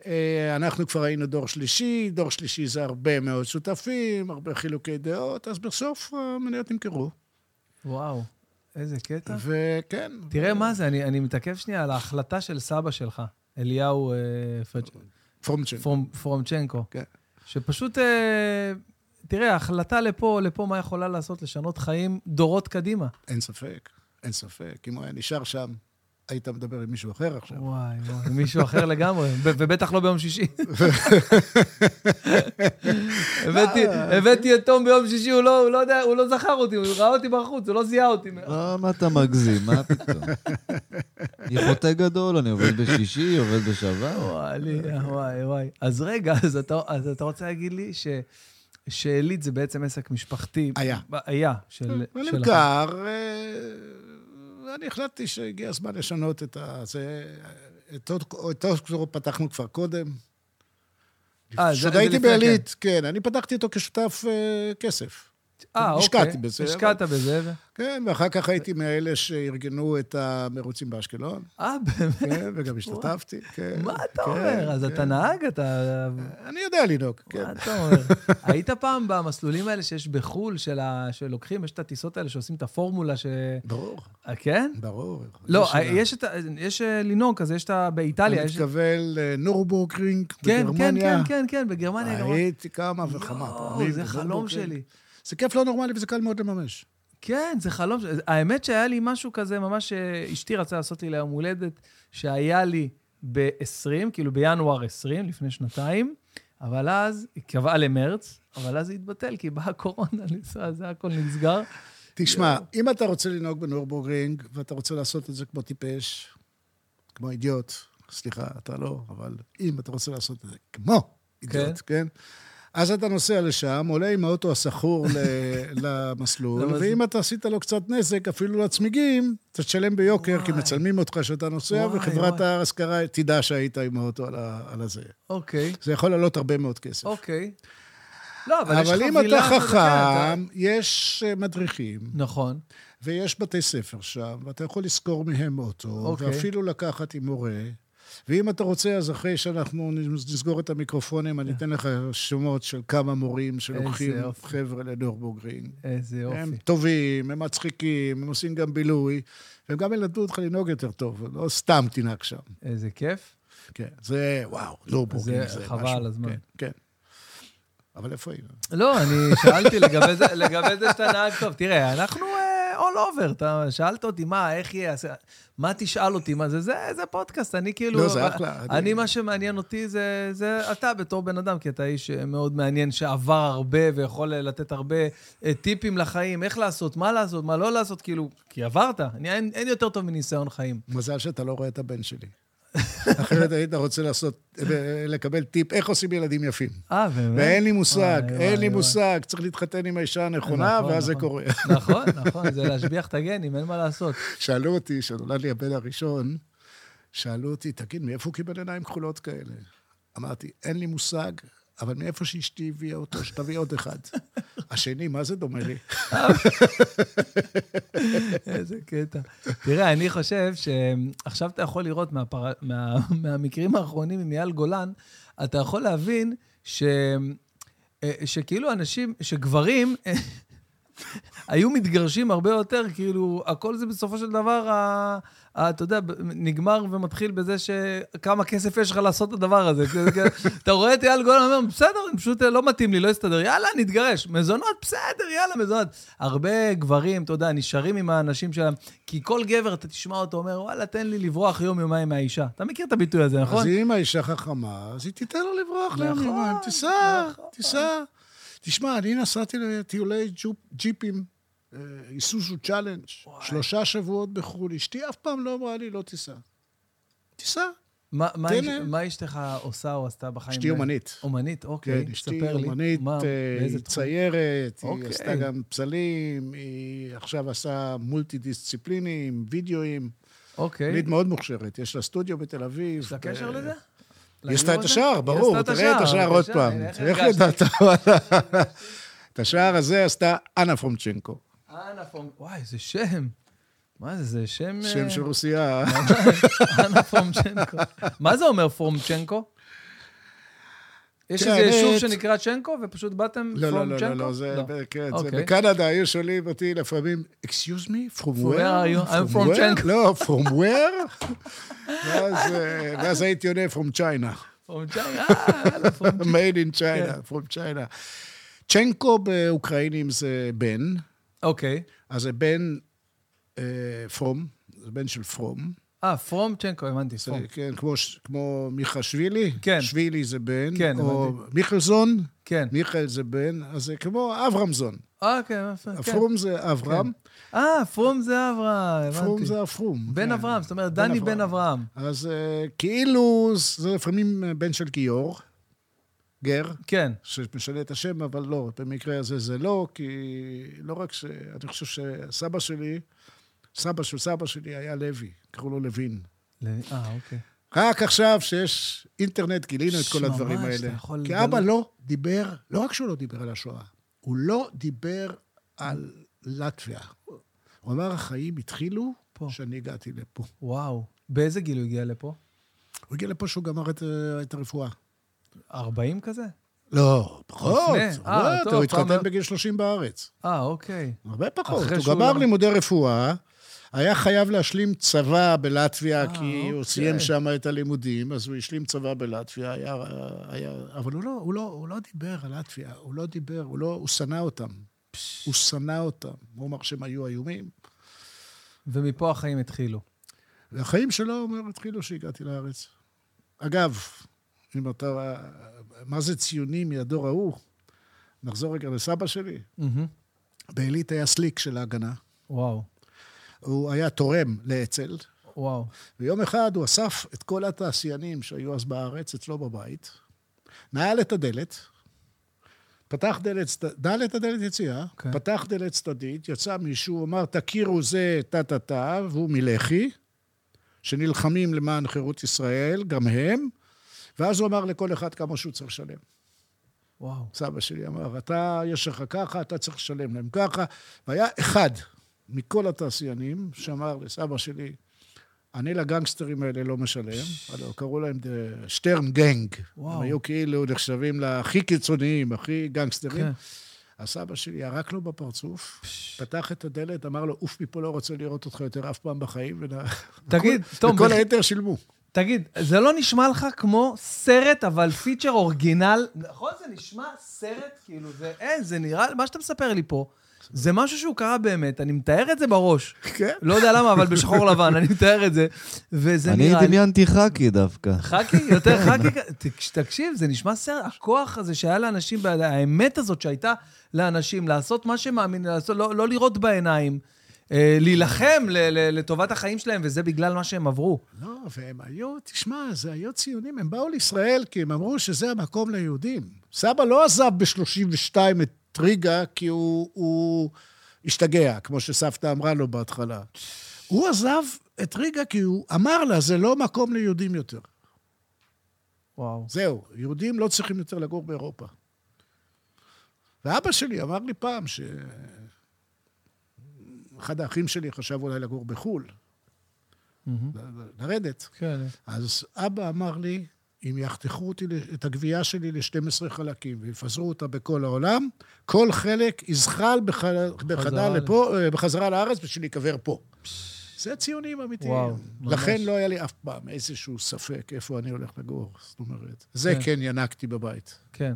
אה, אנחנו כבר היינו דור שלישי, דור שלישי זה הרבה מאוד שותפים, הרבה חילוקי דעות, אז בסוף המניות נמכרו, וואו, איזה קטע. וכן. כן. תראה מה זה, אני אני מתעכב שנייה על ההחלטה של סבא שלך, אליהו אה, פרצ'- פרומצ'ן. פרום- פרומצ'נקו, כן. שפשוט אה, תראה, ההחלטה לפה, לפה, מה יכולה לעשות? לשנות חיים דורות קדימה. אין ספק, אין ספק. אם הוא היה נשאר שם, היית מדבר עם מישהו אחר עכשיו. וואי, וואי, מישהו אחר לגמרי, ו- ובטח לא ביום *laughs* שישי. הבאתי- הבאתי את תום ביום שישי, הוא לא- הוא לא יודע- הוא לא זכר אותי, הוא ראה אותי בחוץ, הוא לא זיהה אותי. לא, מה אתה מגזים? מה פתאום? אני חוטא גדול, אני עובד בשישי, עובד בשבת. וואי, *laughs* לי- וואי, וואי. אז רגע, אז אתה- אז אתה רוצה להגיד לי ש... שעילית זה בעצם עסק משפחתי. היה. ב- היה, של... הוא של- נמכר, אה, אני החלטתי שהגיע הזמן לשנות את ה... זה- את אוטקו- את אוטקו פתחנו כבר קודם. אה, זה- כשעוד זה הייתי לפני, בעילית, כן, אני פתחתי אותו כשותף אה, כסף. אה, אוקיי. השקעתי בזה, אבל- השקעת בזה. ו- כן, ואחר כך הייתי מאלה שארגנו את המרוצים באשקלון, אה, באמת? *laughs* כן, וגם השתתפתי, כן. מה אתה כן, אומר? אז אתה נהג, אתה... אני יודע לנהוג, כן. מה אתה אומר? *laughs* היית פעם במסלולים האלה שיש בחו"ל, של ה- שלוקחים, יש את הטיסות האלה שעושים את הפורמולה ש... ברור, אה, כן? ברור. לא, יש- יש את ה... יש אה, לינוק כזה, יש את ה... באיטליה, אני יש... מתכוון לנורבורגרינג כן, כן, בגרמניה. כן, כן, כן, בגרמניה. גם- הייתי כמה וכמה פעמים. יואו, לא, זה חלום בנורבורגרינג. שלי. זה כיף לא נורמלי וזה קל מאוד לממש. כן, זה חלום. ש- האמת שהיה לי משהו כזה, ממש אה, אשתי רצה לעשות לי ליום הולדת, שהיה לי ב-20, כאילו בינואר 20, לפני שנתיים, אבל אז, היא קבעה למרץ, אבל אז היא התבטל, כי באה הקורונה, *laughs* ניסה, זה הכל נסגר. תשמע, אם אתה רוצה לנהוג בנורבורגרינג, ואתה רוצה לעשות את זה כמו טיפש, כמו אידיוט, סליחה, אתה לא, אבל אם אתה רוצה לעשות את זה כמו אידיוט, כן? אז אתה נוסע לשם, עולה עם האוטו הסחור ל- *laughs* למסלול, למסלול. ואם אתה עשית לו קצת נזק, אפילו לצמיגים, אתה תשלם ביוקר, כי וואי. מצלמים אותך שאתה נוסע, וואי, וחברת וואי. ההשכרה תדע שהיית עם האוטו על ה- על הזה. אוקיי, זה יכול לעלות הרבה מאוד כסף. אוקיי. לא, אבל יש אבל אם חבילה... אתה אתה יודע, אתה- חכם, יש אה, מדריכים, נכון. ויש בתי ספר שם, ואתה יכול לשכור מהם אוטו, okay. אוקיי. ואפילו לקחת עם מורה. ואם אתה רוצה, אז אחרי שאנחנו נסגור את המיקרופונים, אני אתן לך שמות של כמה מורים שלוקחים כן. איזה יופי. חבר'ה לנורבורגרין. איזה הם יופי. טובים, הם מצחיקים, הם עושים גם בילוי, והם גם ילמדו אותך לנהוג יותר טוב, לא סתם תנהג שם. איזה כיף. כן, זה וואו, נורבורגרין זה זה חבל משהו. על הזמן. כן, כן. אבל איפה היינו? לא, אני שאלתי *laughs* לגבי זה, לגבי זה שאתה נהג טוב. תראה, אנחנו אה, all over. אתה שאלת אותי, מה, איך יהיה, אז- מה תשאל אותי, מה זה, זה, זה פודקאסט, אני כאילו... לא, זה אחלה, אני, אני- מה שמעניין אותי זה, זה אתה בתור בן אדם, כי אתה איש אה, מאוד מעניין שעבר הרבה ויכול אה, לתת הרבה אה, טיפים לחיים, איך לעשות, מה לעשות, מה לא לעשות, כאילו, כי עברת. אני, אין, אין יותר טוב מניסיון חיים. מזל שאתה לא רואה את הבן שלי. אחרת היית רוצה לעשות, לקבל טיפ איך עושים ילדים יפים. אה, באמת? ואין לי מושג, וואי, וואי, אין לי וואי. מושג, צריך להתחתן עם האישה הנכונה, נכון, ואז זה נכון. קורה. *laughs* נכון, נכון, זה להשביח את הגנים, אין מה לעשות. שאלו אותי, כשנולד לי הבן הראשון, שאלו אותי, תגיד, מאיפה הוא קיבל עיניים כחולות כאלה? אמרתי, אין לי מושג, אבל מאיפה שאשתי הביאה אותו, שתביא עוד *laughs* אחד. השני, מה זה דומה לי? איזה קטע. תראה, אני חושב שעכשיו אתה יכול לראות מהפר... מה... מהמקרים האחרונים עם אייל גולן, אתה יכול להבין ש... אה, שכאילו אנשים, שגברים אה, היו מתגרשים הרבה יותר, כאילו, הכל זה בסופו של דבר, ה... ה... אתה יודע, ב- נגמר ומתחיל בזה שכמה כסף יש לך לעשות את הדבר הזה. כאילו, כאילו, אתה רואה את אייל גולן, אומר, בסדר, פשוט אה, לא מתאים לי, לא הסתדר, יאללה, נתגרש. מזונות, בסדר, יאללה, מזונות. הרבה גברים, אתה יודע, נשארים עם האנשים שלהם, כי כל גבר, אתה תשמע אותו אומר, וואלה, תן לי לברוח יום-יומיים מהאישה. אתה מכיר את הביטוי הזה, נכון? אז אם האישה חכמה, אז היא תיתן לו לברוח נכון, לימים, תיסע, נכון. תיסע. תשמע, אני נסעתי לטיולי ג'ופ- ג'יפים, אה, איסוסו צ'אלנג', שלושה שבועות בחו"ל. אשתי אף פעם לא אמרה לי, לא תיסע. תיסע. מה- מה תן איש- להם. מה אשתך עושה או עשתה בחיים? כן, אה? אשתי אומנית. אומנית, אוקיי. כן, אשתי ספר לי. אומנית, מה, אה, באיזה היא תחום? ציירת, היא אוקיי. עשתה גם פסלים, היא עכשיו עשה מולטי דיסציפלינים, וידאוים. אוקיי. תמיד מאוד מוכשרת, יש לה סטודיו בתל אביב. יש לה קשר אה, לזה? היא עשתה לעניין את הזה? השער, היא ברור, עשתה תראה את השער עוד בבקשה, פעם. הנה, איך אה, הרגשתי? ידעת? את השער הזה עשתה אנה פרומצ'נקו, אנה פום... וואי, איזה שם. מה זה, זה שם... שם אה, של רוסייה. *laughs* אנה פרומצ'נקו. מה זה אומר פרומצ'נקו? יש תראה, איזה יישוב האמת- שנקרא צ'נקו, ופשוט באתם לא, לא, לא, פרומצ'נקו? לא, לא, זה, כן, זה, אוקיי. בקנדה היו שואלים אותי לפעמים, Excuse me, from where are where? you? From I'm from where?" Chengdu. לא, from where? ואז, אה, ואז הייתי עונה, From China. פרומצ'נקו, אה, יאללה, פרומצ'נקו. made in China, from China. צ'נקו באוקראינים זה בן, אוקיי. אז זה בן אה, פרום, זה בן של פרום. אה, פרום צ'נקו, הבנתי, זה, פרום. כן, כמו, ש- כמו מיכה שבילי. כן. שבילי זה בן. כן, או מיכלזון, כן. מיכאל זה בן, אז זה כמו אברמזון. אה, כן, יפה, כן. הפרום זה אברהם, אה, פרום זה אברהם, הבנתי. פרום זה הפרום. בן כן. אברהם, זאת אומרת, דני בן אברהם. אז אה, כאילו, זה לפעמים אה, בן של גיור, גר, כן. שמשנה את השם, אבל לא, במקרה הזה זה לא, כי לא רק ש... אני חושב שסבא שלי, סבא של סבא שלי היה לוי, קראו לו לוין. ל- אה, אוקיי. רק עכשיו שיש אינטרנט גילינו את כל ממש, הדברים אתה האלה. יכול כי לגלות. אבא לא דיבר, לא רק שהוא לא דיבר על השואה, הוא לא דיבר על לטביה. הוא אמר, החיים התחילו פה. כשאני הגעתי לפה. וואו. באיזה גיל הוא הגיע לפה? הוא הגיע לפה שהוא גמר את, אה, את הרפואה. 40 כזה? לא, פחות. לפני. אה, הרבה טוב, יותר, הוא פעם- התחתן בגיל 30 בארץ. אה, אוקיי. הרבה פחות. אחרי הוא שהוא גמר לא- לימודי רפואה, היה חייב להשלים צבא בלטביה, אה, כי אוקיי. הוא סיים שם את הלימודים, אז הוא השלים צבא בלטביה, היה... היה... אבל הוא לא, הוא, לא, הוא לא דיבר על לטביה, הוא לא דיבר, הוא לא... הוא שנא אותם. הוא שנא אותם. הוא אמר שהם היו איומים. ומפה החיים התחילו. והחיים שלו, הוא אומר, התחילו כשהגעתי לארץ. אגב, אם אתה... מה זה ציונים מהדור ההוא? נחזור רגע לסבא שלי. מהמם. בעילית היה סליק של ההגנה. וואו, הוא היה תורם לאצ"ל, וואו. ויום אחד הוא אסף את כל התעשיינים שהיו אז בארץ, אצלו בבית, נעל את הדלת, פתח דלת, צד- נעל את הדלת יציאה, כן. okay. פתח דלת צדדית, יצא מישהו, אמר, תכירו זה טה-טה-טה, והוא מלח"י, שנלחמים למען חירות ישראל, גם הם, ואז הוא אמר לכל אחד כמה שהוא צריך לשלם. וואו. סבא שלי אמר, אתה, יש לך ככה, אתה צריך לשלם להם ככה. והיה אחד מכל התעשיינים שאמר לסבא שלי, אני לגנגסטרים האלה לא משלם, הלוא קראו להם the שטרן גנג. וואו. הם היו כאילו נחשבים להכי קיצוניים, הכי גנגסטרים. כן. הסבא שלי ירק לו בפרצוף, פתח את הדלת, אמר לו, עוף מפה, לא רוצה לראות אותך יותר אף פעם בחיים. ונ- תגיד, תום, וכל בכ- היתר שילמו. תגיד, זה לא נשמע לך כמו סרט, אבל פיצ'ר אורגינל? נכון, זה נשמע סרט? כאילו, זה... אין, זה נראה... מה שאתה מספר לי פה, זה משהו שהוא קרה באמת, אני מתאר את זה בראש. כן. לא יודע למה, אבל בשחור לבן, אני מתאר את זה. וזה אני נראה... לי- דמיינתי חאקי דווקא. חכי, *laughs* יותר חכי, תק- תקשיב, זה נשמע סרט, הכוח הזה שהיה לאנשים, ב- האמת הזאת שהייתה לאנשים, לעשות מה שמאמין, לעשות, לא, לא לראות בעיניים, אה, להילחם ל, ל, לטובת החיים שלהם, וזה בגלל מה שהם עברו. לא, והם היו, תשמע, זה היו ציונים, הם באו לישראל כי הם אמרו שזה המקום ליהודים. סבא לא עזב ב-32 את ריגה כי הוא, הוא השתגע, כמו שסבתא אמרה לו בהתחלה. הוא עזב את ריגה כי הוא אמר לה, זה לא מקום ליהודים יותר. וואו. זהו, יהודים לא צריכים יותר לגור באירופה. ואבא שלי אמר לי פעם ש... אחד האחים שלי חשב אולי לגור בחו"ל, ל- ל- לרדת. כן. אז אבא אמר לי, אם יחתכו אותי, ל- את הגבייה שלי ל-12 חלקים ויפזרו אותה בכל העולם, כל חלק יזחל בחל- בחדר ל- לפה, אה, בחזרה לארץ בשביל להיקבר פה. זה ציונים אמיתיים. וואו, ממש. לכן לא היה לי אף פעם איזשהו ספק איפה אני הולך לגור, זאת אומרת. זה כן. כן ינקתי בבית. כן.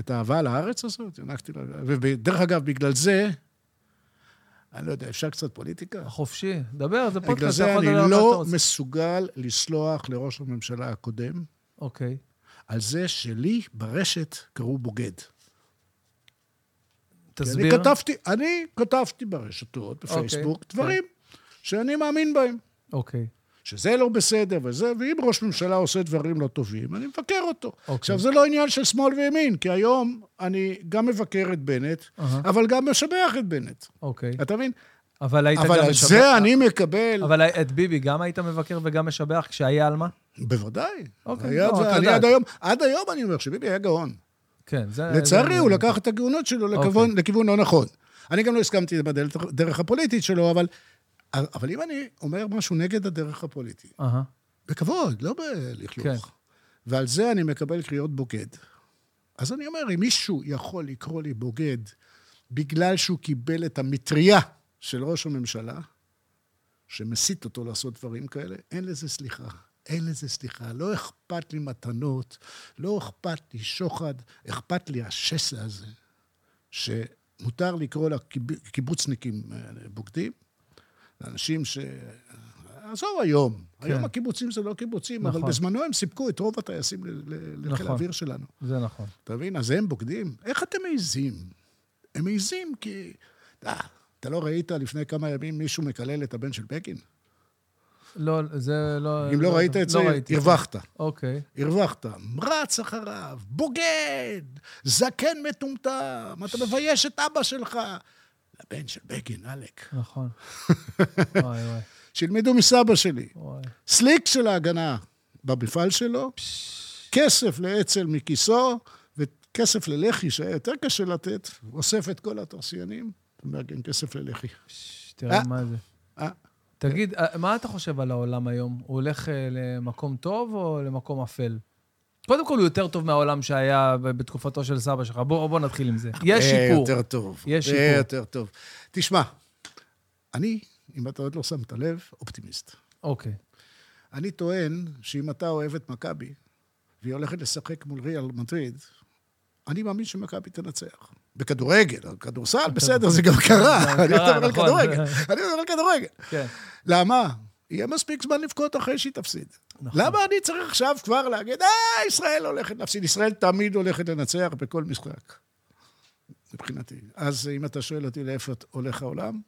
את האהבה לארץ הזאת, ינקתי לה... ודרך אגב, בגלל זה, אני לא יודע, אפשר קצת פוליטיקה? חופשי, דבר, זה בגלל פודקאסט, זה נכון, אתה יכול אני לדבר על מה אתה לא רוצה. מסוגל לסלוח לראש הממשלה הקודם אוקיי. על זה שלי ברשת קראו בוגד. כי תסביר. אני כתבתי, אני כתבתי ברשתות, בפייסבוק, אוקיי, דברים שאני מאמין בהם. אוקיי. שזה לא בסדר וזה, ואם ראש ממשלה עושה דברים לא טובים, אני מבקר אותו. אוקיי. עכשיו, זה לא עניין של שמאל וימין, כי היום אני גם מבקר את בנט, אהה. אבל גם משבח את בנט. אוקיי. אתה מבין? אבל היית אבל גם על משבח... זה אני מקבל... אבל את ביבי גם היית מבקר וגם משבח כשהיה על מה? בוודאי. אוקיי, היה- לא, רק אני לדעת. עד היום, עד היום אני אומר שביבי היה גאון. כן, זה... לצערי, זה- הוא לקח את הגאונות שלו לכיוון, לכיוון לא נכון. אני גם לא הסכמתי בדרך הפוליטית שלו, אבל, אבל אם אני אומר משהו נגד הדרך הפוליטית, אהה. בכבוד, לא בלכלוך, כן. כן. ועל זה אני מקבל קריאות בוגד. אז אני אומר, אם מישהו יכול לקרוא לי בוגד בגלל שהוא קיבל את המטריה של ראש הממשלה, שמסית אותו לעשות דברים כאלה, אין לזה סליחה. אין לזה סליחה. לא אכפת לי מתנות, לא אכפת לי שוחד, אכפת לי השסע הזה. שמותר לקרוא לה קיב- קיבוצניקים אה, בוגדים, אנשים ש... עזוב היום, כן. היום הקיבוצים זה לא קיבוצים, נכון. נכון. אבל בזמנו הם סיפקו את רוב הטייסים ל- ל- לחיל נכון. האוויר שלנו. זה נכון. אתה מבין? אז הם בוגדים. איך אתם מעיזים? הם מעיזים כי... אה, אתה לא ראית לפני כמה ימים מישהו מקלל את הבן של בגין? לא, זה לא... אם לא ראית את זה, לא ראיתי. הרווחת. אוקיי. הרווחת. רץ אחריו, בוגד, זקן מטומטם, אתה מבייש את אבא שלך. לבן של בגין, עלק. *laughs* נכון. וואי, וואי, שילמדו מסבא שלי. וואי. סליק של ההגנה במפעל שלו, כסף לאצ"ל מכיסו, וכסף ללח"י, שהיה יותר קשה לתת, אוסף את כל התעשיינים, ומארגן כסף ללח"י. ש- תראה אה. מה זה. אה, תגיד, אה, מה אתה חושב על העולם היום? הוא הולך אה, למקום טוב או למקום אפל? קודם כל, הוא יותר טוב מהעולם שהיה ב- בתקופתו של סבא שלך. בוא בוא נתחיל עם זה. יש אה, שיפור. יותר טוב. יש אה, שיפור. יותר טוב. תשמע, אני, אם אתה עוד לא שמת לב, אופטימיסט. אוקיי. אני טוען שאם אתה אוהב את מכבי, והיא הולכת לשחק מול ריאל מדריד, אני מאמין שמכבי תנצח. בכדורגל, על כדורסל, בסדר, זה גם קרה. אני קרה, מדבר על נכון. כדורגל. אני מדבר על כדורגל. כן. למה? יהיה מספיק זמן לבכות אחרי שהיא תפסיד. נכון. למה אני צריך עכשיו כבר להגיד, אה, ישראל הולכת להפסיד? ישראל תמיד הולכת לנצח בכל משחק, מבחינתי. אז אם אתה שואל אותי לאיפה הולך העולם,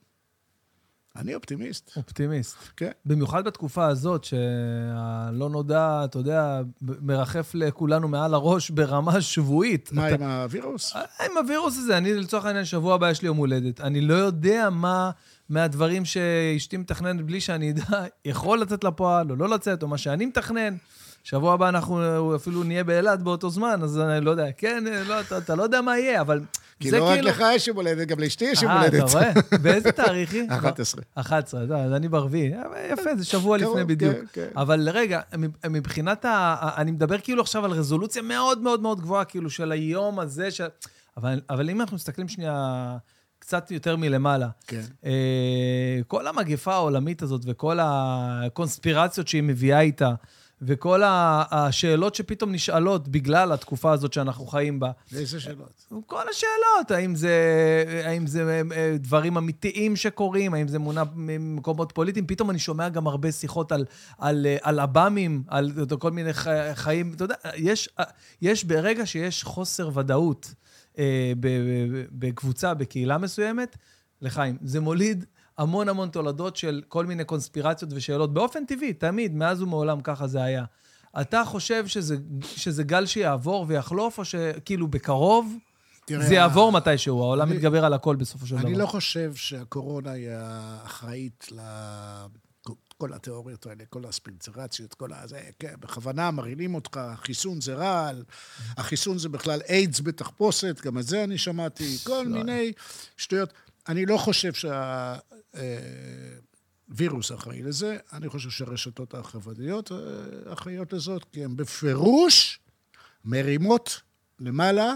אני אופטימיסט, אופטימיסט. כן. במיוחד בתקופה הזאת, שהלא נודע, אתה יודע, ב- מרחף לכולנו מעל הראש ברמה שבועית. מה אתה- עם הווירוס? אה, עם הווירוס הזה, אני לצורך העניין, שבוע הבא יש לי יום הולדת. אני לא יודע מה מהדברים שאשתי מתכננת בלי שאני אדע, *laughs* יכול לצאת לפועל או לא לצאת, או מה שאני מתכנן. שבוע הבא אנחנו אפילו נהיה באילת באותו זמן, אז אני לא יודע, כן, לא, אתה, אתה לא יודע מה יהיה, אבל כי זה לא רק כאילו... לך יש יום הולדת, גם לאשתי יש יום אה, אתה הולדת. *laughs* רואה? באיזה תאריך היא? 11. 11, לא, אז אני ברביעי. אבל יפה, זה שבוע קרוב, לפני כן, בדיוק. כן. אבל רגע, מבחינת ה... ה- אני מדבר כאילו עכשיו על רזולוציה מאוד מאוד מאוד גבוהה, כאילו של היום הזה, של... אבל, אבל אם אנחנו מסתכלים שנייה קצת יותר מלמעלה, כן. אה, כל המגפה העולמית הזאת וכל הקונספירציות שהיא מביאה איתה, וכל ה- השאלות שפתאום נשאלות בגלל התקופה הזאת שאנחנו חיים בה, איזה שאלות. כל השאלות, האם זה, האם זה אה, אה, דברים אמיתיים שקורים, האם זה מונע ממקומות פוליטיים, פתאום אני שומע גם הרבה שיחות על, על, אה, על עב"מים, על אה, כל מיני ח- חיים, אתה יודע, יש, אה, יש ברגע שיש חוסר ודאות אה, ב- ב- בקבוצה, בקהילה מסוימת, לחיים, זה מוליד המון המון תולדות של כל מיני קונספירציות ושאלות, באופן טבעי, תמיד, מאז ומעולם ככה זה היה. אתה חושב שזה, שזה גל שיעבור ויחלוף, או שכאילו בקרוב? תראה, אה, זה יעבור מתישהו, העולם אני- מתגבר על הכל בסופו של דבר. אני לא חושב שהקורונה היא האחראית ל... כל התיאוריות האלה, כל הספיצרציות, כל הזה, כן, בכוונה מרעילים אותך, חיסון זה רעל, החיסון זה בכלל איידס בתחפושת, גם את זה אני שמעתי, כל מיני שטויות. אני לא חושב שהווירוס אחראי לזה, אני חושב שהרשתות החברתיות אה, אחראיות לזאת, כי הן בפירוש מרימות למעלה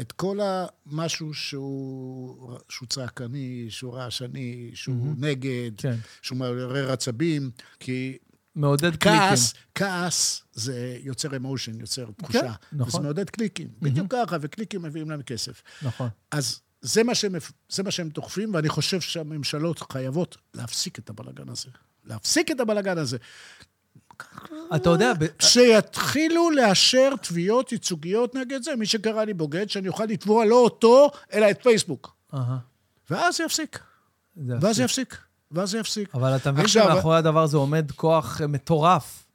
את כל המשהו שהוא, שהוא צעקני, שהוא רעשני, שהוא נגד, כן. שהוא מעורר עצבים, כי מעודד כעס, קליקים. כעס זה יוצר אמושן, יוצר תחושה. נכון. וזה מעודד קליקים, בדיוק ככה, וקליקים מביאים להם כסף. נכון. אז זה מה, שהם, זה מה שהם דוחפים, ואני חושב שהממשלות חייבות להפסיק את הבלגן הזה. להפסיק את הבלגן הזה. אתה יודע, ב- שיתחילו לאשר תביעות ייצוגיות נגד זה, מי שקרא לי בוגד, שאני אוכל לתבוע לא אותו, אלא את פייסבוק. אהה, ואז זה יפסיק. זה ואז יפה. זה יפסיק. ואז זה יפסיק. אבל אתה מבין עכשיו- שמאחורי הדבר הזה עומד כוח אה, מטורף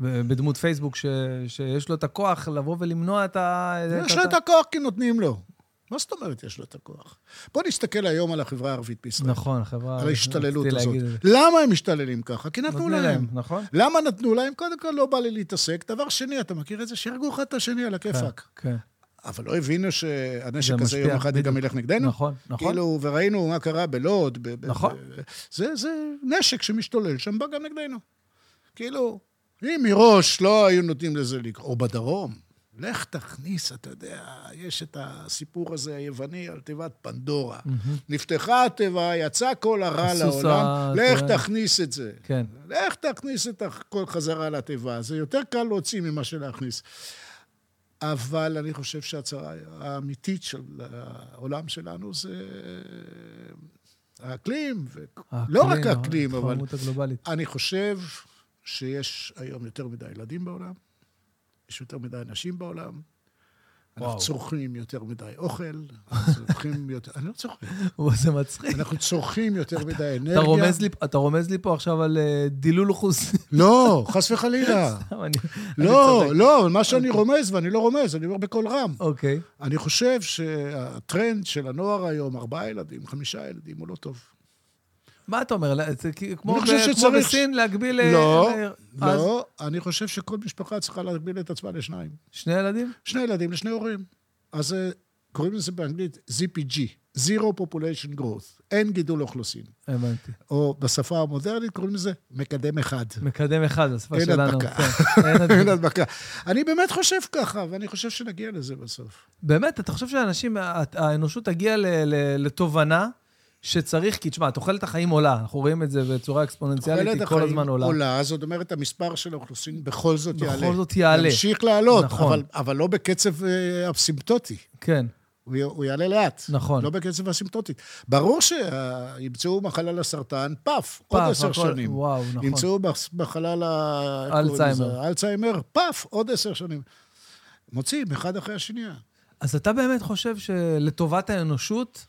ב- בדמות פייסבוק, ש- שיש לו את הכוח לבוא ולמנוע את ה... יש לו את הכוח כי נותנים לו. מה זאת אומרת יש לו את הכוח? בוא נסתכל היום על החברה הערבית בישראל. נכון, החברה... על ההשתוללות רציתי הזאת. להגיד את זה. למה הם משתוללים ככה? כי נתנו נותנים להם. להם, נכון? למה נתנו להם? קודם כל לא בא לי להתעסק. דבר שני, אתה מכיר את זה? שהרגו אחד את השני על הכיפאק. כן, אבל לא הבינו שהנשק זה הזה יום משפיע, אחד גם בדיוק. ילך נגדנו. נכון, נכון. כאילו, וראינו מה קרה בלוד. ב- ב- נכון. ב- זה, זה נשק שמשתולל שם, בא גם נגדנו. כאילו, אם מראש לא היו נותנים לזה לקרות, או בדרום, לך תכניס, אתה יודע, יש את הסיפור הזה היווני על תיבת פנדורה. נפתחה התיבה, יצא כל הרע הסוס ה- לעולם, לך כן. תכניס את זה. כן. לך תכניס את הכל חזרה לתיבה, זה יותר קל להוציא ממה שלהכניס. אבל אני חושב שהצרה האמיתית של העולם שלנו זה האקלים, ולא לא רק האקלים, אבל ההתחממות הגלובלית. *laughs* אני חושב שיש היום יותר מדי ילדים בעולם, יש יותר מדי אנשים בעולם. וואו. אנחנו צורכים יותר מדי אוכל, אנחנו צורכים יותר... אני לא צורכים. וואו, זה מצחיק. אנחנו צורכים יותר מדי אנרגיה. אתה רומז לי- אתה רומז לי פה עכשיו על אה, דילול אוכלוס. לא, חס וחלילה. סתם, *laughs* אני- אני אוקיי. לא, צוחק. לא, אבל מה שאני רומז, ואני לא רומז, אני אומר בקול רם. אוקיי. אני חושב שהטרנד של הנוער היום, ארבעה ילדים, חמישה ילדים, הוא לא טוב. מה אתה אומר? לא, זה כאילו- כמו אני חושב ב- כמו שצריך- בסין, להגביל... אה, לא, אה, אז לא, אני חושב שכל משפחה צריכה להגביל את עצמה לשניים. שני ילדים? שני ילדים לשני הורים. אז אה, קוראים לזה באנגלית ZPG, Zero Population Growth, אין גידול אוכלוסין. הבנתי. או בשפה המודרנית קוראים לזה מקדם אחד. מקדם אחד, השפה אין *laughs* שלנו. הדבקה. כן, אין הדבקה. אין הדבקה. *laughs* אני באמת חושב ככה, ואני חושב שנגיע לזה בסוף. באמת, אתה חושב שאנשים, אה, האנושות תגיע ל- ל- לתובנה שצריך, כי תשמע, תוחלת החיים עולה, אנחנו רואים את זה בצורה אקספוננציאלית, תוחלת היא כל החיים הזמן עולה. עולה, זאת אומרת, המספר של האוכלוסין בכל זאת בכל יעלה. זאת יעלה. ימשיך לעלות, נכון. אבל- אבל לא בקצב אה, אסימפטוטי. כן, הוא י- הוא יעלה לאט. נכון. לא בקצב אסימפטוטי. ברור שימצאו מחלה לסרטן, פאף, עוד פאף, עשר הכל- שנים. וואו, נכון. ימצאו מח- מחלה ל... איך קוראים אלצהיימר. לזה? אלצהיימר, פאף, עוד עשר שנים. מוצאים, אחד אחרי השנייה. אז אתה באמת חושב שלטובת האנושות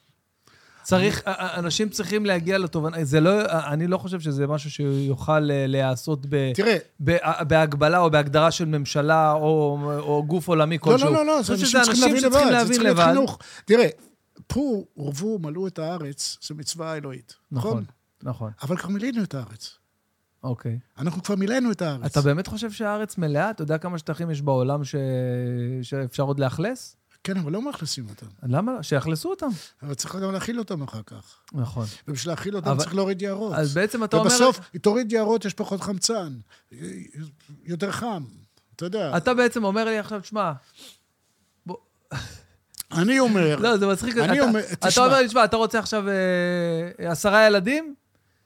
צריך, א- א- אנשים צריכים להגיע לתובנה, זה לא, אני לא חושב שזה משהו שיוכל אה, להיעשות ב... תראה, ב- אה, בהגבלה או בהגדרה של ממשלה או, או גוף עולמי לא, כלשהו. לא, לא, לא, זה אני חושב אנשים שזה שצריכים אנשים להבין לבד. זה להבין צריך להיות לבד. חינוך. תראה, פור, ורבו, מלאו את הארץ, זו מצווה אלוהית. נכון, נכון, אבל כבר מילאנו את הארץ. אוקיי. אנחנו כבר מילאנו את הארץ. אתה באמת חושב שהארץ מלאה? אתה יודע כמה שטחים יש בעולם ש... שאפשר עוד לאכלס? כן, אבל לא מאכלסים אותם. למה? לא? שיאכלסו אותם. אבל צריך גם להכיל אותם אחר כך. נכון. ובשביל להכיל אותם אבל- צריך להוריד יערות. אז בעצם אתה אומר... ובסוף, תוריד יערות, יש פחות חמצן. יותר חם, אתה יודע. אתה בעצם אומר לי עכשיו, תשמע... בוא- אני אומר, לא, זה מצחיק. אני אתה- אומר, אתה תשמע. אומר לי, תשמע, אתה רוצה עכשיו אה, עשרה ילדים?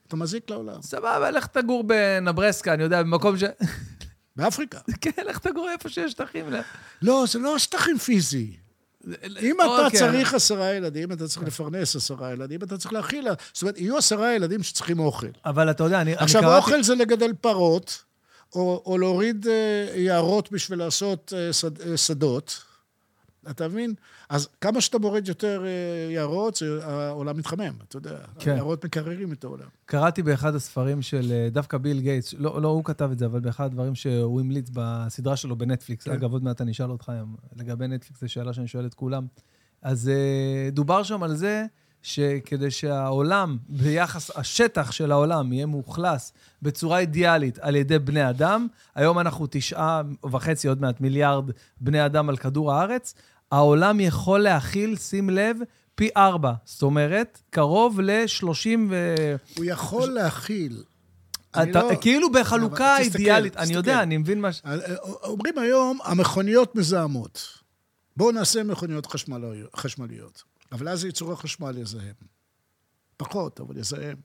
אתה מזיק לעולם. סבבה, לך תגור בנברסקה, אני יודע, במקום ש... *laughs* באפריקה. כן, לך תגור איפה שיש שטחים. ל- לא, זה לא שטחים פיזי. אם אתה אוקיי. צריך עשרה ילדים, אתה צריך לפרנס עשרה ילדים, אתה צריך להאכיל... זאת אומרת, יהיו עשרה ילדים שצריכים אוכל. אבל אתה יודע, אני, אני עכשיו, קראתי... אוכל זה לגדל פרות, או, או להוריד אה, יערות בשביל לעשות אה, שד, אה, שדות. אתה מבין? אז כמה שאתה מוריד יותר אה, יערות, זה- העולם מתחמם, אתה יודע. כן. היערות מקררים את העולם. קראתי באחד הספרים של אה, דווקא ביל גייטס, לא, לא הוא כתב את זה, אבל באחד הדברים שהוא המליץ בסדרה שלו בנטפליקס, כן. אגב, עוד מעט אני אשאל אותך היום, לגבי נטפליקס, זו שאלה שאני שואל את כולם. אז אה, דובר שם על זה שכדי שהעולם, ביחס, השטח של העולם יהיה מאוכלס בצורה אידיאלית על ידי בני אדם, היום אנחנו תשעה וחצי, עוד מעט מיליארד בני אדם על כדור הארץ, העולם יכול להכיל, שים לב, פי ארבע. זאת אומרת, קרוב ל-30 ו... הוא יכול להכיל. אני אתה, לא- כאילו בחלוקה אבל תסתכל, אידיאלית, אני תסתכל. יודע, אני מבין מה ש... אומרים היום, המכוניות מזהמות. בואו נעשה מכוניות חשמלו- חשמליות. אבל אז ייצור החשמל יזהם. פחות, אבל יזהם.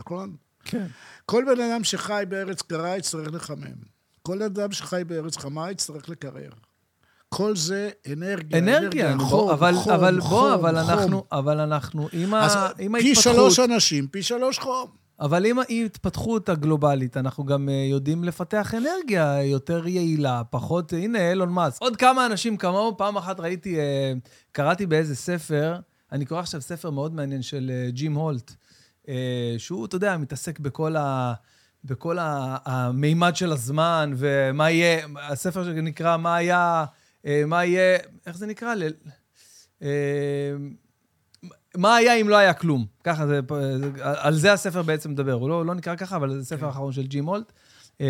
נכון? כן. כל בן אדם שחי בארץ קרה יצטרך לחמם. כל אדם שחי בארץ חמה יצטרך לקרר. כל זה אנרגיה, אנרגיה, נו, כן, חום, אבל, חום, אבל חום, בוא, אבל חום. אנחנו, אבל אנחנו, עם, אז ה, עם פי ההתפתחות, שלוש אנשים, פי שלוש חום. אבל עם ההתפתחות הגלובלית, אנחנו גם אה, יודעים לפתח אנרגיה יותר יעילה, פחות, הנה, אילון מאסק. עוד כמה אנשים כמוהו, פעם אחת ראיתי, אה, קראתי באיזה ספר, אני קורא עכשיו ספר מאוד מעניין של אה, ג'ים הולט, אה, שהוא, אתה יודע, מתעסק בכל ה... בכל ה- המימד של הזמן, ומה יהיה, הספר שנקרא מה היה, אה, מה יהיה, איך זה נקרא? ל- אה, מה היה אם לא היה כלום? ככה זה, זה- על זה הספר בעצם מדבר. הוא לא, הוא לא נקרא ככה, אבל זה ספר האחרון של ג'ים הולט. אמ,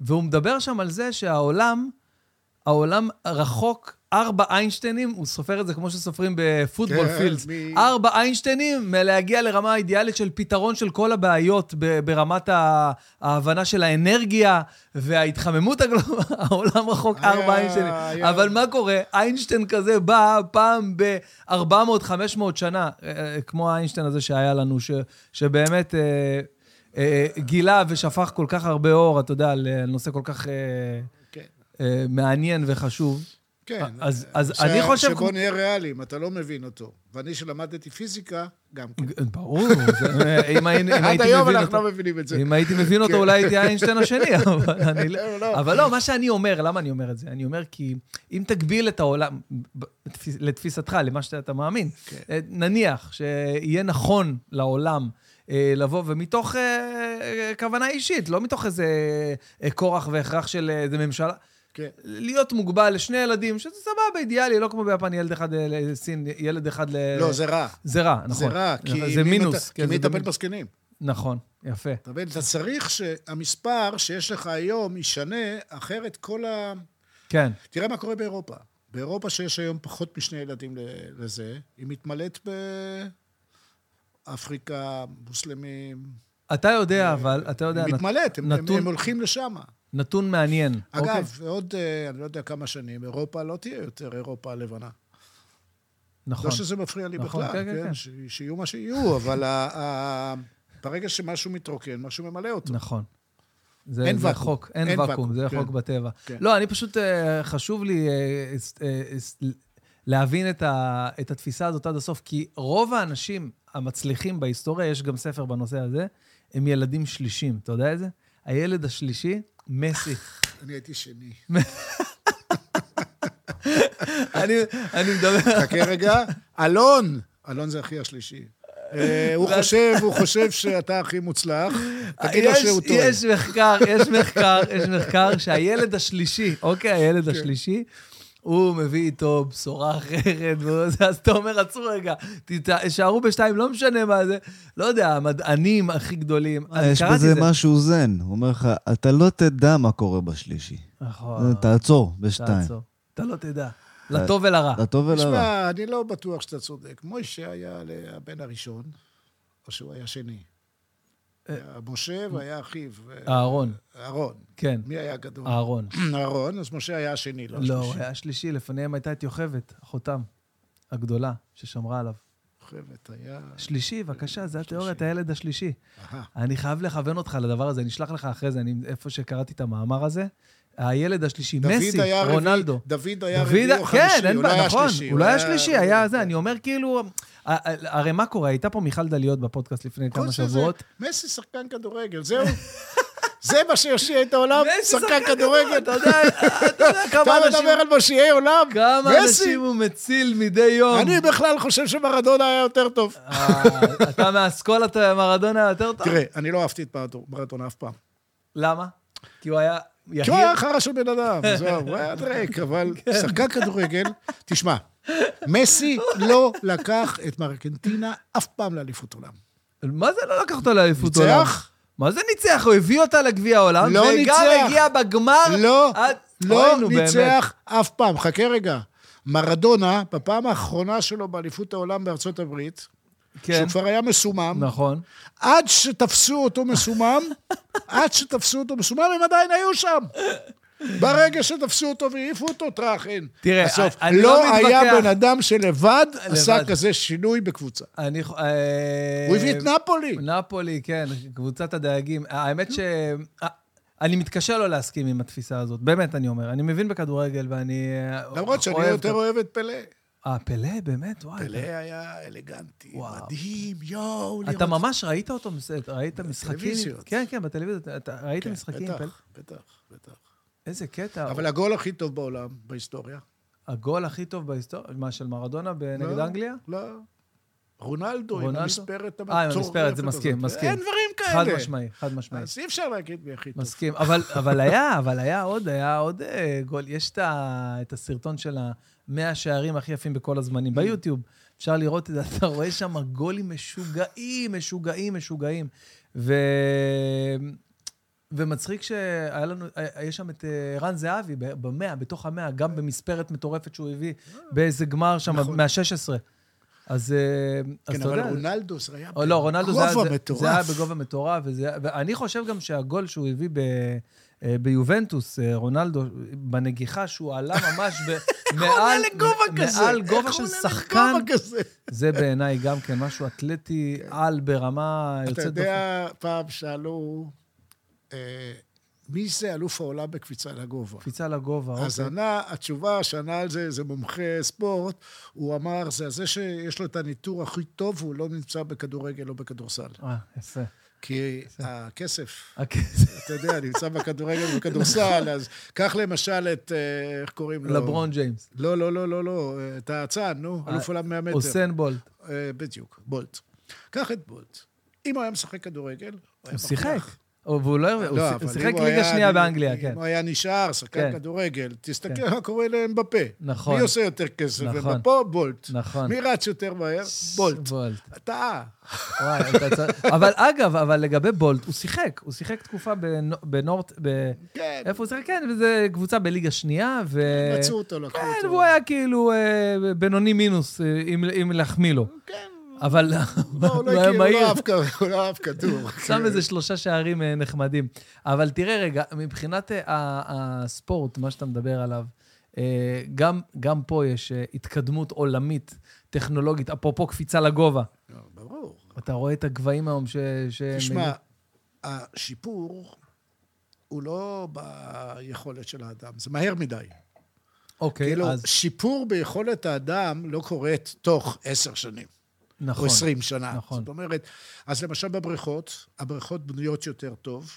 והוא מדבר שם על זה שהעולם, העולם רחוק, ארבע איינשטיינים, הוא סופר את זה כמו שסופרים בפוטבול כן, פילדס, מ- ארבע איינשטיינים מלהגיע לרמה אידיאלית של פתרון של כל הבעיות ב- ברמת ה- ההבנה של האנרגיה וההתחממות הגלובלית, *laughs* העולם רחוק היה- ארבע איינשטיינים. היה- אבל מה קורה? איינשטיין כזה בא פעם ב-400-500 שנה, אה, אה, כמו האיינשטיין הזה שהיה לנו, ש- שבאמת אה, אה, גילה ושפך כל כך הרבה אור, אתה יודע, על אה, נושא כל כך... אה, כן. אה, מעניין וחשוב. כן. אה, אז- אז שה- אני חושב- שבוא נהיה ריאליים, אתה לא מבין אותו. ואני שלמדתי פיזיקה, גם כן. ברור, זה- אם היינו- *laughs* אם עד הייתי היום מבין אנחנו אותו... לא מבינים את זה. אם הייתי מבין אותו, כן. אולי הייתי *laughs* איינשטיין השני, אבל אני לא... לא, לא. אבל לא, מה שאני אומר, למה אני אומר את זה? אני אומר כי אם תגביל את העולם, ב- לתפיס- לתפיסתך, למה שאתה מאמין, כן. אה, נניח שיהיה נכון לעולם אה, לבוא, ומתוך אה, אה, כוונה אישית, לא מתוך איזה אה, כורח והכרח של אה, איזה ממשלה, כן. להיות מוגבל לשני ילדים, שזה סבבה, אידיאלי, לא כמו ביפן, ילד אחד אה, לסין, ילד אחד ל... לא, זה רע. זה רע, זה נכון. רע, כי זה מי מת- מינוס. כי כן, מי זה יטפל במינוס. בזקנים? נכון, יפה. אתה מבין? אתה צריך שהמספר שיש לך היום יישנה, אחרת כל ה... כן. תראה מה קורה באירופה. באירופה שיש היום פחות משני ילדים ל- לזה, היא מתמלאת באפריקה, מוסלמים. אתה יודע, אבל, אתה לא יודע, היא נת- מתמלאת, הם, הם, נתון- הם הולכים לשם. נתון מעניין. אוקיי? אגב, עוד, אה, אני לא יודע כמה שנים, אירופה לא תהיה יותר אירופה הלבנה. נכון. לא שזה מפריע לי נכון, בכלל, כן, כן, כן. כן? ש- שיהיו מה שיהיו, אבל ה- ה- ברגע שמשהו מתרוקן, משהו ממלא אותו. נכון. זה, אין זה ואקום. חוק, אין, אין ואקום, ואקום, זה כן. חוק בטבע. כן. לא, אני פשוט, אה, חשוב לי אה, ס- אה, ס- להבין את, ה, את התפיסה הזאת עד הסוף, כי רוב האנשים המצליחים בהיסטוריה, יש גם ספר בנושא הזה, הם ילדים שלישים, אתה יודע את זה? הילד השלישי, *laughs* מסי. אני הייתי שני. אני, אני מדבר... חכה רגע, אלון, אלון זה אחי השלישי. אה, *laughs* הוא חושב, הוא חושב שאתה הכי מוצלח, תגיד לו יש- שהוא טועה. יש מחקר, יש מחקר, יש מחקר שהילד השלישי, אוקיי, הילד כן. השלישי, הוא מביא איתו בשורה אחרת, והוא זה, אז אתה אומר, עצרו רגע, תישארו בשתיים, לא משנה מה זה, לא יודע, המדענים הכי גדולים. אה, אני יש קראתי בזה את זה. משהו זן. הוא אומר לך, אתה לא תדע מה קורה בשלישי. נכון, אה, תעצור בשתיים. תעצור. אתה לא תדע, לטוב ולרע. לטוב ולרע. תשמע, אני לא בטוח שאתה צודק. מוישה היה הבן הראשון, או שהוא היה שני. אה. היה משה והיה אחיו, אה, אהרון, אהרון. כן, מי היה גדול? אהרון. *clears throat* אהרון, אז משה היה השני, לא לא, הוא השלישי. היה השלישי, לפניהם הייתה את יוכבד, אחותם הגדולה, ששמרה עליו. חבט היה... שלישי, בבקשה, זה התיאוריית שלישי. הילד השלישי. אהה. אני חייב לכוון אותך לדבר הזה, אני אשלח לך אחרי זה, אני, איפה שקראתי את המאמר הזה. הילד השלישי, מסי, דוד היה רביעי- רונלדו. דוד היה דוד- רביעי או כן, חמישי, אין הוא בעיה, לא היה כן. נכון, שלישי, הוא לא היה שלישי, היה זה, אני אומר כאילו... ה- ה- הרי מה קורה? הייתה פה מיכל דליות בפודקאסט לפני כל כמה שזה- שבועות. מסי שחקן כדורגל, זהו. זה מה שיושיע את העולם, מסי אה, שחקן כדורגל. אתה יודע, אתה יודע אתה כמה אנשים... מדבר על מושיעי עולם? כמה מסי. אנשים הוא מציל מדי יום. אני בכלל חושב שמרדונה היה יותר טוב. אה, אתה מאסכולת מרדונה יותר טוב? תראה, אני לא אהבתי את מרדו- מרדונה אף פעם. למה? כי הוא היה כי הוא היה יהיר. חרא של בן אדם, עזוב, הוא היה דרק, אבל כן. שחקן כדורגל, תשמע, מסי לא לקח את מארגנטינה אף פעם לאליפות עולם. מה זה לא לקח אותו לאליפות ניצח? עולם? מה זה ניצח? הוא הביא אותה לגביע העולם, לא וגם ניצח. הגיע בגמר. *laughs* לא, עד- לא אוי, נו, באמת. ניצח אף פעם. חכה רגע. מרדונה, בפעם האחרונה שלו באליפות העולם בארצות הברית, כן, שהוא כבר היה מסומם, נכון. עד שתפסו אותו *laughs* מסומם, עד שתפסו אותו מסומם, הם עדיין היו שם. ברגע שתפסו אותו והעיפו אותו, טראח, אין. תראה, בסוף, אני לא לא היה מתווכח. בן אדם שלבד עשה לבד. כזה שינוי בקבוצה. אני... ח- אה, הוא הביא את נפולי. נפולי, כן, קבוצת הדייגים. האמת ש... אה, אני מתקשה לא להסכים עם התפיסה הזאת, באמת, אני אומר. אני מבין בכדורגל ואני... אה, למרות שאני אוהב יותר אותו. אוהב את פלא. אה, פלא, באמת? וואי. פלא היה אלגנטי, וואו. מדהים, יואו. אתה לראות- ממש ראית אותו, מס- ראית משחקים? בטלוויזיות. כן, כן, בטלוויזיה. אתה ראית כן, משחקים? בטח, פלא? בטח, בטח. איזה קטע. אבל הגול הכי טוב בעולם, בהיסטוריה. הגול הכי טוב בהיסטוריה, מה, של מרדונה ב- נגד לא, אנגליה? לא. רונלדו, עם רונלדו? המספרת אה, עם המספרת, המטורפת זה מסכים, הזאת. מסכים. אין דברים כאלה. חד משמעי, חד משמעי. אז אי אפשר להגיד מי הכי טוב. מסכים. אבל, אבל היה, אבל היה עוד, היה עוד אה, גול. יש את, ה, את הסרטון של המאה השערים הכי יפים בכל הזמנים ביוטיוב. אפשר לראות את זה, אתה רואה שם גולים משוגעים, משוגעים, משוגעים. ו... ומצחיק שהיה לנו, אה, יש שם את אה, ערן זהבי ב- במאה, בתוך המאה, גם במספרת מטורפת שהוא הביא, באיזה גמר שם, אה, נכון. מה-16. אז, אה, אז כן, אתה אבל יודע... רונלדו זה היה או לא, רונלדו זה, היה- בגובה זה, מטורף. זה היה בגובה מטורף. וזה, ואני חושב גם שהגול שהוא הביא ב, אה, ביובנטוס, אה, רונלדו, בנגיחה שהוא עלה ממש *laughs* ב, איך הוא עולה מעל, לגובה כזה? מעל גובה איך של הוא עולה שחקן, לגובה כזה? זה בעיניי גם כן משהו אתלטי על ברמה אתה יוצאת דופן. יודע, פעם שאלו אה, מי זה אלוף העולם בקפיצה לגובה? קפיצה לגובה, אז אוקיי. ענה, התשובה שענה על זה, זה מומחה ספורט, הוא אמר, זה זה שיש לו את הניטור הכי טוב, הוא לא נמצא בכדורגל או בכדורסל. אה, יפה. לא. אוקיי, כי הכסף, הכסף. אתה יודע, *laughs* נמצא בכדורגל ובכדורסל, אז קח למשל את, אה, איך קוראים לו? לברון ג'יימס. לא, לא, לא, לא, לא, אה, את האצן, נו, אלוף עולם 100 מטר. אוסן בולט. אה, בדיוק, בולט. קח את בולט. אם הוא היה משחק כדורגל, הוא היה הוא שיחק. מרוויח. או- והוא לא... הוא לא, ש- אבל הוא אם שיחק הוא ליגה היה- שנייה באנגליה, כן. אם הוא היה נשאר, שחקן כן. כדורגל, תסתכל כן. מה קורה לאמבפה. נכון. מי עושה יותר כסף? נכון. אמבפה, בולט. נכון. מי רץ יותר מהר? בולט. בולט. טעה. וואי, אתה צ- אבל אגב, אבל לגבי בולט, הוא שיחק. הוא שיחק תקופה בנו- בנורט... ב- כן. איפה הוא שיחק? כן, וזו קבוצה בליגה שנייה, ו... מצאו אותו, לקחו כן, אותו. והוא היה כאילו אה, בינוני מינוס, אה, אם- אם להחמיא לו. כן. אבל לא, הוא לא הוא היה הכיר, הוא מהיר. לא אהב כ- הוא לא אהב כדור. *laughs* כן. שם איזה שלושה שערים אה, נחמדים. אבל תראה רגע, מבחינת אה, ה- הספורט, מה שאתה מדבר עליו, אה, גם, גם פה יש אה, התקדמות עולמית, טכנולוגית, אפרופו קפיצה לגובה. לא, ברור. אתה רואה את הגבהים היום ש... ש... תשמע, השיפור הוא לא ביכולת של האדם, זה מהר מדי. אוקיי, כאילו, אז... שיפור ביכולת האדם לא קורה תוך עשר שנים. נכון. או 20 שנה. נכון. זאת אומרת, אז למשל בבריכות, הבריכות בנויות יותר טוב.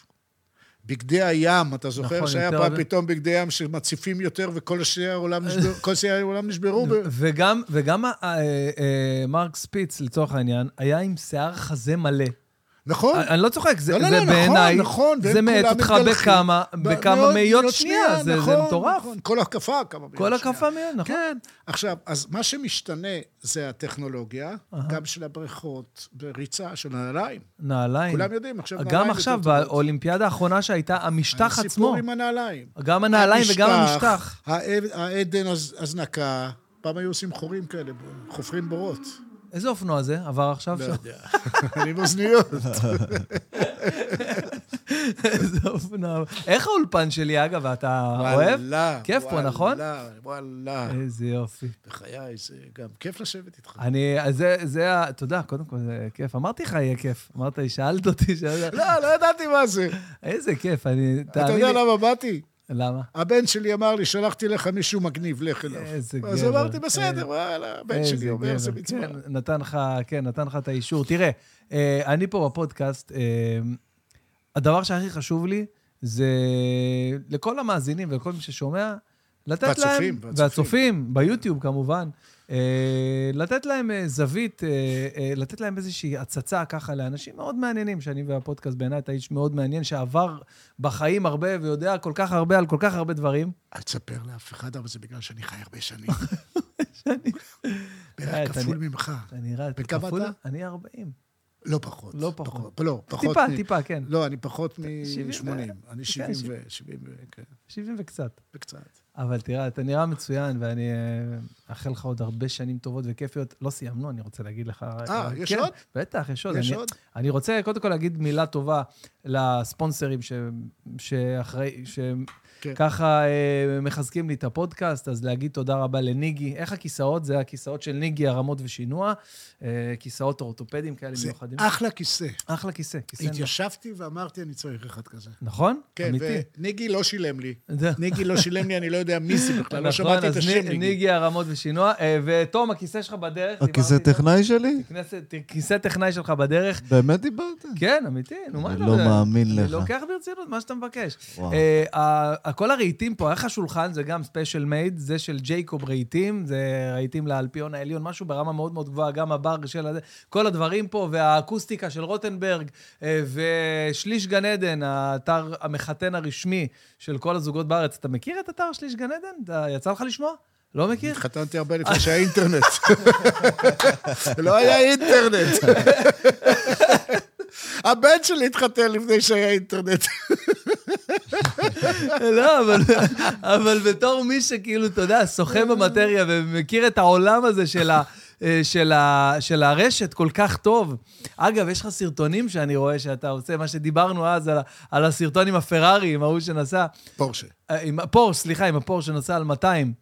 בגדי הים, אתה זוכר נכון, נכון, שהיה יותר- פעם פתאום בגדי ים שמציפים יותר וכל שיאי *laughs* העולם, נשבר, כל שיאי העולם נשברו? ב... וגם, וגם אה, אה, אה, מרק ספיץ, לצורך העניין, היה עם שיער חזה מלא. נכון. אני אני לא צוחק, זה, לא, לא, זה לא, נכון, בעיניי, נכון, והם זה מאט כולם אותך מתגלחים. בכמה, ב- בכמה מאוד- מאיות מאוד שנייה, זה, זה נכון, מטורף. נכון. כל הקפה כמה מאיות כל שנייה. הקפה מאיות, נכון. כן. עכשיו, אז מה שמשתנה זה הטכנולוגיה, גם של הבריכות, בריצה, של הנעליים. נעליים. כולם יודעים, עכשיו גם נעליים עכשיו, יותר טובות. באולימפיאדה האחרונה שהייתה, המשטח עצמו, הסיפור עם הנעליים. גם הנעליים וגם המשטח, המשטח. העד- העדן הז- הזנקה, פעם היו עושים חורים כאלה, חופרים בורות. איזה אופנוע זה עבר עכשיו? לא שם? *laughs* יודע. אני *laughs* עם *laughs* אוזניות. איזה אופנוע. איך האולפן שלי, אגב, אתה אוהב? וואלה, כיף פה, וואלה, נכון? וואלה, איזה יופי. בחיי, זה גם כיף לשבת איתך. אני, אז זה, זה, ה- תודה, קודם כל, זה כיף. אמרתי לך, יהיה כיף. אמרת לי, שאלת אותי, שאלת... לא, לא ידעתי מה זה. איזה כיף, אני, אתה תאמין יודע לי. למה באתי? למה? הבן שלי אמר לי, שלחתי לך מישהו מגניב, לך אליו. איזה אז גבר. אמרתי, איזה- בסדר, וואלה, הבן איזה שלי אומר, גבר. זה מצווה. כן, נתן לך, כן, נתן לך את האישור. תראה, אה, אני פה בפודקאסט, אה, הדבר שהכי חשוב לי זה לכל המאזינים ולכל מי ששומע, לתת והצופים, להם... והצופים. והצופים, ביוטיוב כמובן, אה, לתת להם אה, זווית, אה, אה, לתת להם איזושהי הצצה ככה לאנשים מאוד מעניינים, שאני והפודקאסט בעיניי אתה איש מאוד מעניין, שעבר בחיים הרבה ויודע כל כך הרבה על כל כך הרבה דברים. אל תספר לאף אחד, אבל זה בגלל שאני חי הרבה *laughs* שנים. אה, בערך אתה כפול נ- ממך. אתה נראה... וכמה כפול- אתה? אני 40. לא פחות. לא פחות. לא, פחות. טיפה, מ- טיפה, כן. לא, אני פחות שבעים כן. ו- מ-80. אני 70 שבעים. ו... 70 ו... כן, 70 וקצת. וקצת. אבל תראה, אתה נראה מצוין, ואני אה, אאחל לך עוד הרבה שנים טובות וכיפיות. לא סיימנו, אני רוצה להגיד לך... אה, יש כן, עוד? בטח, יש עוד. יש אני, עוד? אני רוצה קודם כל להגיד מילה טובה לספונסרים ש, שאחרי... ש... כן. ככה אה, מחזקים לי את הפודקאסט, אז להגיד תודה רבה לניגי. איך הכיסאות? זה הכיסאות של ניגי, הרמות ושינוע. אה, כיסאות אורתופדיים כאלה זה מיוחדים. אחלה כיסא. אחלה כיסא, כיסא. התיישבתי ואמרתי, אני צריך אחד כזה. נכון? כן, אמיתי. וניגי לא שילם לי. זה- ניגי לא שילם לי, אני לא יודע מי זה בכלל, לא שמעתי את נכון, אז השם ני- ניגי. ניגי הרמות ושינוע. אה, ותום, הכיסא שלך בדרך. הכיסא דיברתי איתו. טכנאי שלי? כנסת- כיסא טכנאי שלך בדרך. באמת דיברת? כן, אמיתי, נו מה אני אתה לא יודע? מאמין אני לך. לוקח ברצינות מה שאתה מבקש. וואו. אה, ה- כל הרהיטים פה, איך השולחן, זה גם ספיישל מייד, זה של ג'ייקוב רהיטים, זה רהיטים לאלפיון העליון, משהו ברמה מאוד מאוד גבוהה, גם הבר של הזה, כל הדברים פה, והאקוסטיקה של רוטנברג, אה, ושליש גן עדן, האתר המחתן הרשמי של כל הזוגות בארץ. אתה מכיר את אתר שליש גן עדן? אתה- יצא לך לשמוע? לא מכיר? התחתנתי הרבה לפני שהיה *laughs* אינטרנט. לא היה אינטרנט. הבן שלי התחתן לפני שהיה אינטרנט. לא, אבל, אבל בתור מי שכאילו, אתה יודע, שוחה במטריה ומכיר את העולם הזה של, ה, אה, של, ה, של הרשת כל כך טוב. אגב, יש לך סרטונים שאני רואה שאתה עושה, מה שדיברנו אז על, ה- על הסרטון עם הפרארי, עם ההוא שנסע, פורשה. אה, עם הפור, סליחה, עם הפור שנסע על 200.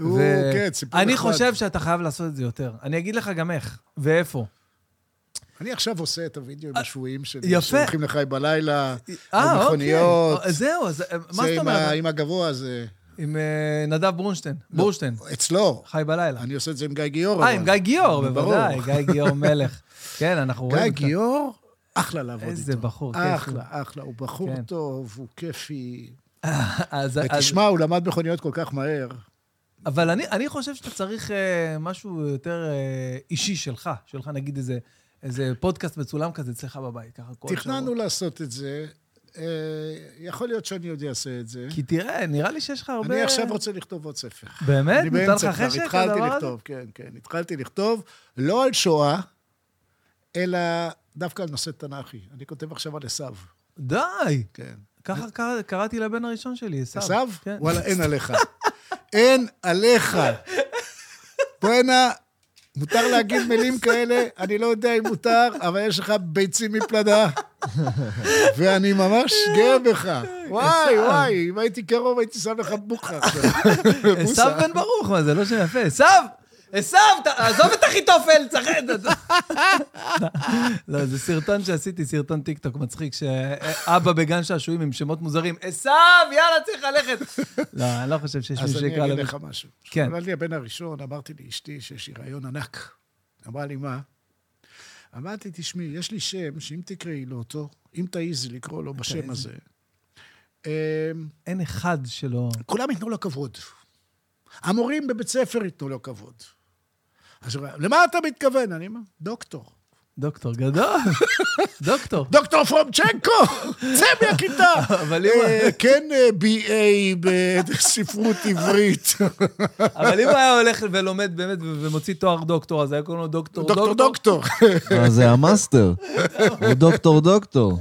הוא, כן, סיפור אני נחמד. חושב שאתה חייב לעשות את זה יותר. אני אגיד לך גם איך ואיפה. אני עכשיו עושה את הוידאו אה, השבועיים שלי, יפה. שהולכים לחי בלילה, אה, על אוקיי. לא, מכוניות. זהו, אז אה, מה זה זאת עם אומרת? ה- לא. עם הגבוה זה... עם אה, נדב ברונשטיין, בורשטיין, אצלו. חי בלילה. אני עושה את זה עם גיא גיאור. אה, אבל. עם גיא גיאור, ברור. בוודאי, גיא גיאור *laughs* מלך. כן, אנחנו רואים גיא אותך. גיאור, אחלה לעבוד איתו. איזה בחור, כיף. אחלה, אחלה. הוא בחור כן. טוב, הוא כיפי. *laughs* אז- אז- ותשמע, הוא למד מכוניות כל כך מהר. אבל אני, אני חושב שאתה צריך אה, משהו יותר אה, אישי שלך, שלך נגיד איזה, איזה פודקאסט מצולם כזה אצלך בבית, ככה כל תכננו לעשות את זה. אה, יכול להיות שאני עוד אעשה את זה. כי תראה, נראה לי שיש לך הרבה... אני עכשיו רוצה לכתוב עוד ספר. באמת? אני נותן באמצע לך כבר, חשק התחלתי הדבר הזה? לכתוב, כן, כן. התחלתי לכתוב לא על שואה, אלא דווקא על נושא תנ"כי. אני כותב עכשיו על עשו, די! כן. ככה קרא- קראתי לבן הראשון שלי, עשו. עשו? כן. וואלה, אין עליך. אין עליך. בואנה, מותר להגיד מילים כאלה, אני לא יודע אם מותר, אבל יש לך ביצים מפלדה. ואני ממש גאה בך. וואי, וואי, אם הייתי קרוב הייתי שם לך בוכה עכשיו. עשו בוסה. בן ברוך, מה זה לא שם יפה. עשו! עשו! ת- עזוב את אחיתופל, צחק. לא, זה סרטון שעשיתי, סרטון טיקטוק מצחיק, שאבא בגן שעשועים עם שמות מוזרים. עשו! יאללה, צריך ללכת. לא, אני לא חושב שיש אז מישהו אני שיקרא אגיד לזה. לך משהו. כן. אבל לי הבן הראשון, אמרתי לאשתי שיש לי רעיון ענק. אמרה לי, מה? אמרתי, תשמעי, יש לי שם שאם תקראי לו אותו, אם תעיזי לקרוא לו בשם הזה, אמ, אין אחד שלא... כולם ייתנו לו כבוד. המורים בבית ספר ייתנו לו כבוד. אז הוא אומר, למה אתה מתכוון? אני אומר, דוקטור. דוקטור גדול. דוקטור. דוקטור פרומצ'נקו, *laughs* צא מהכיתה. אבל אם- אה, כן אה, BA בספרות עברית. אבל אם הוא היה הולך ולומד באמת ו- ומוציא תואר דוקטור, אז היה קוראים לו דוקטור דוקטור דוקטור. אה, זה המאסטר. הוא דוקטור דוקטור.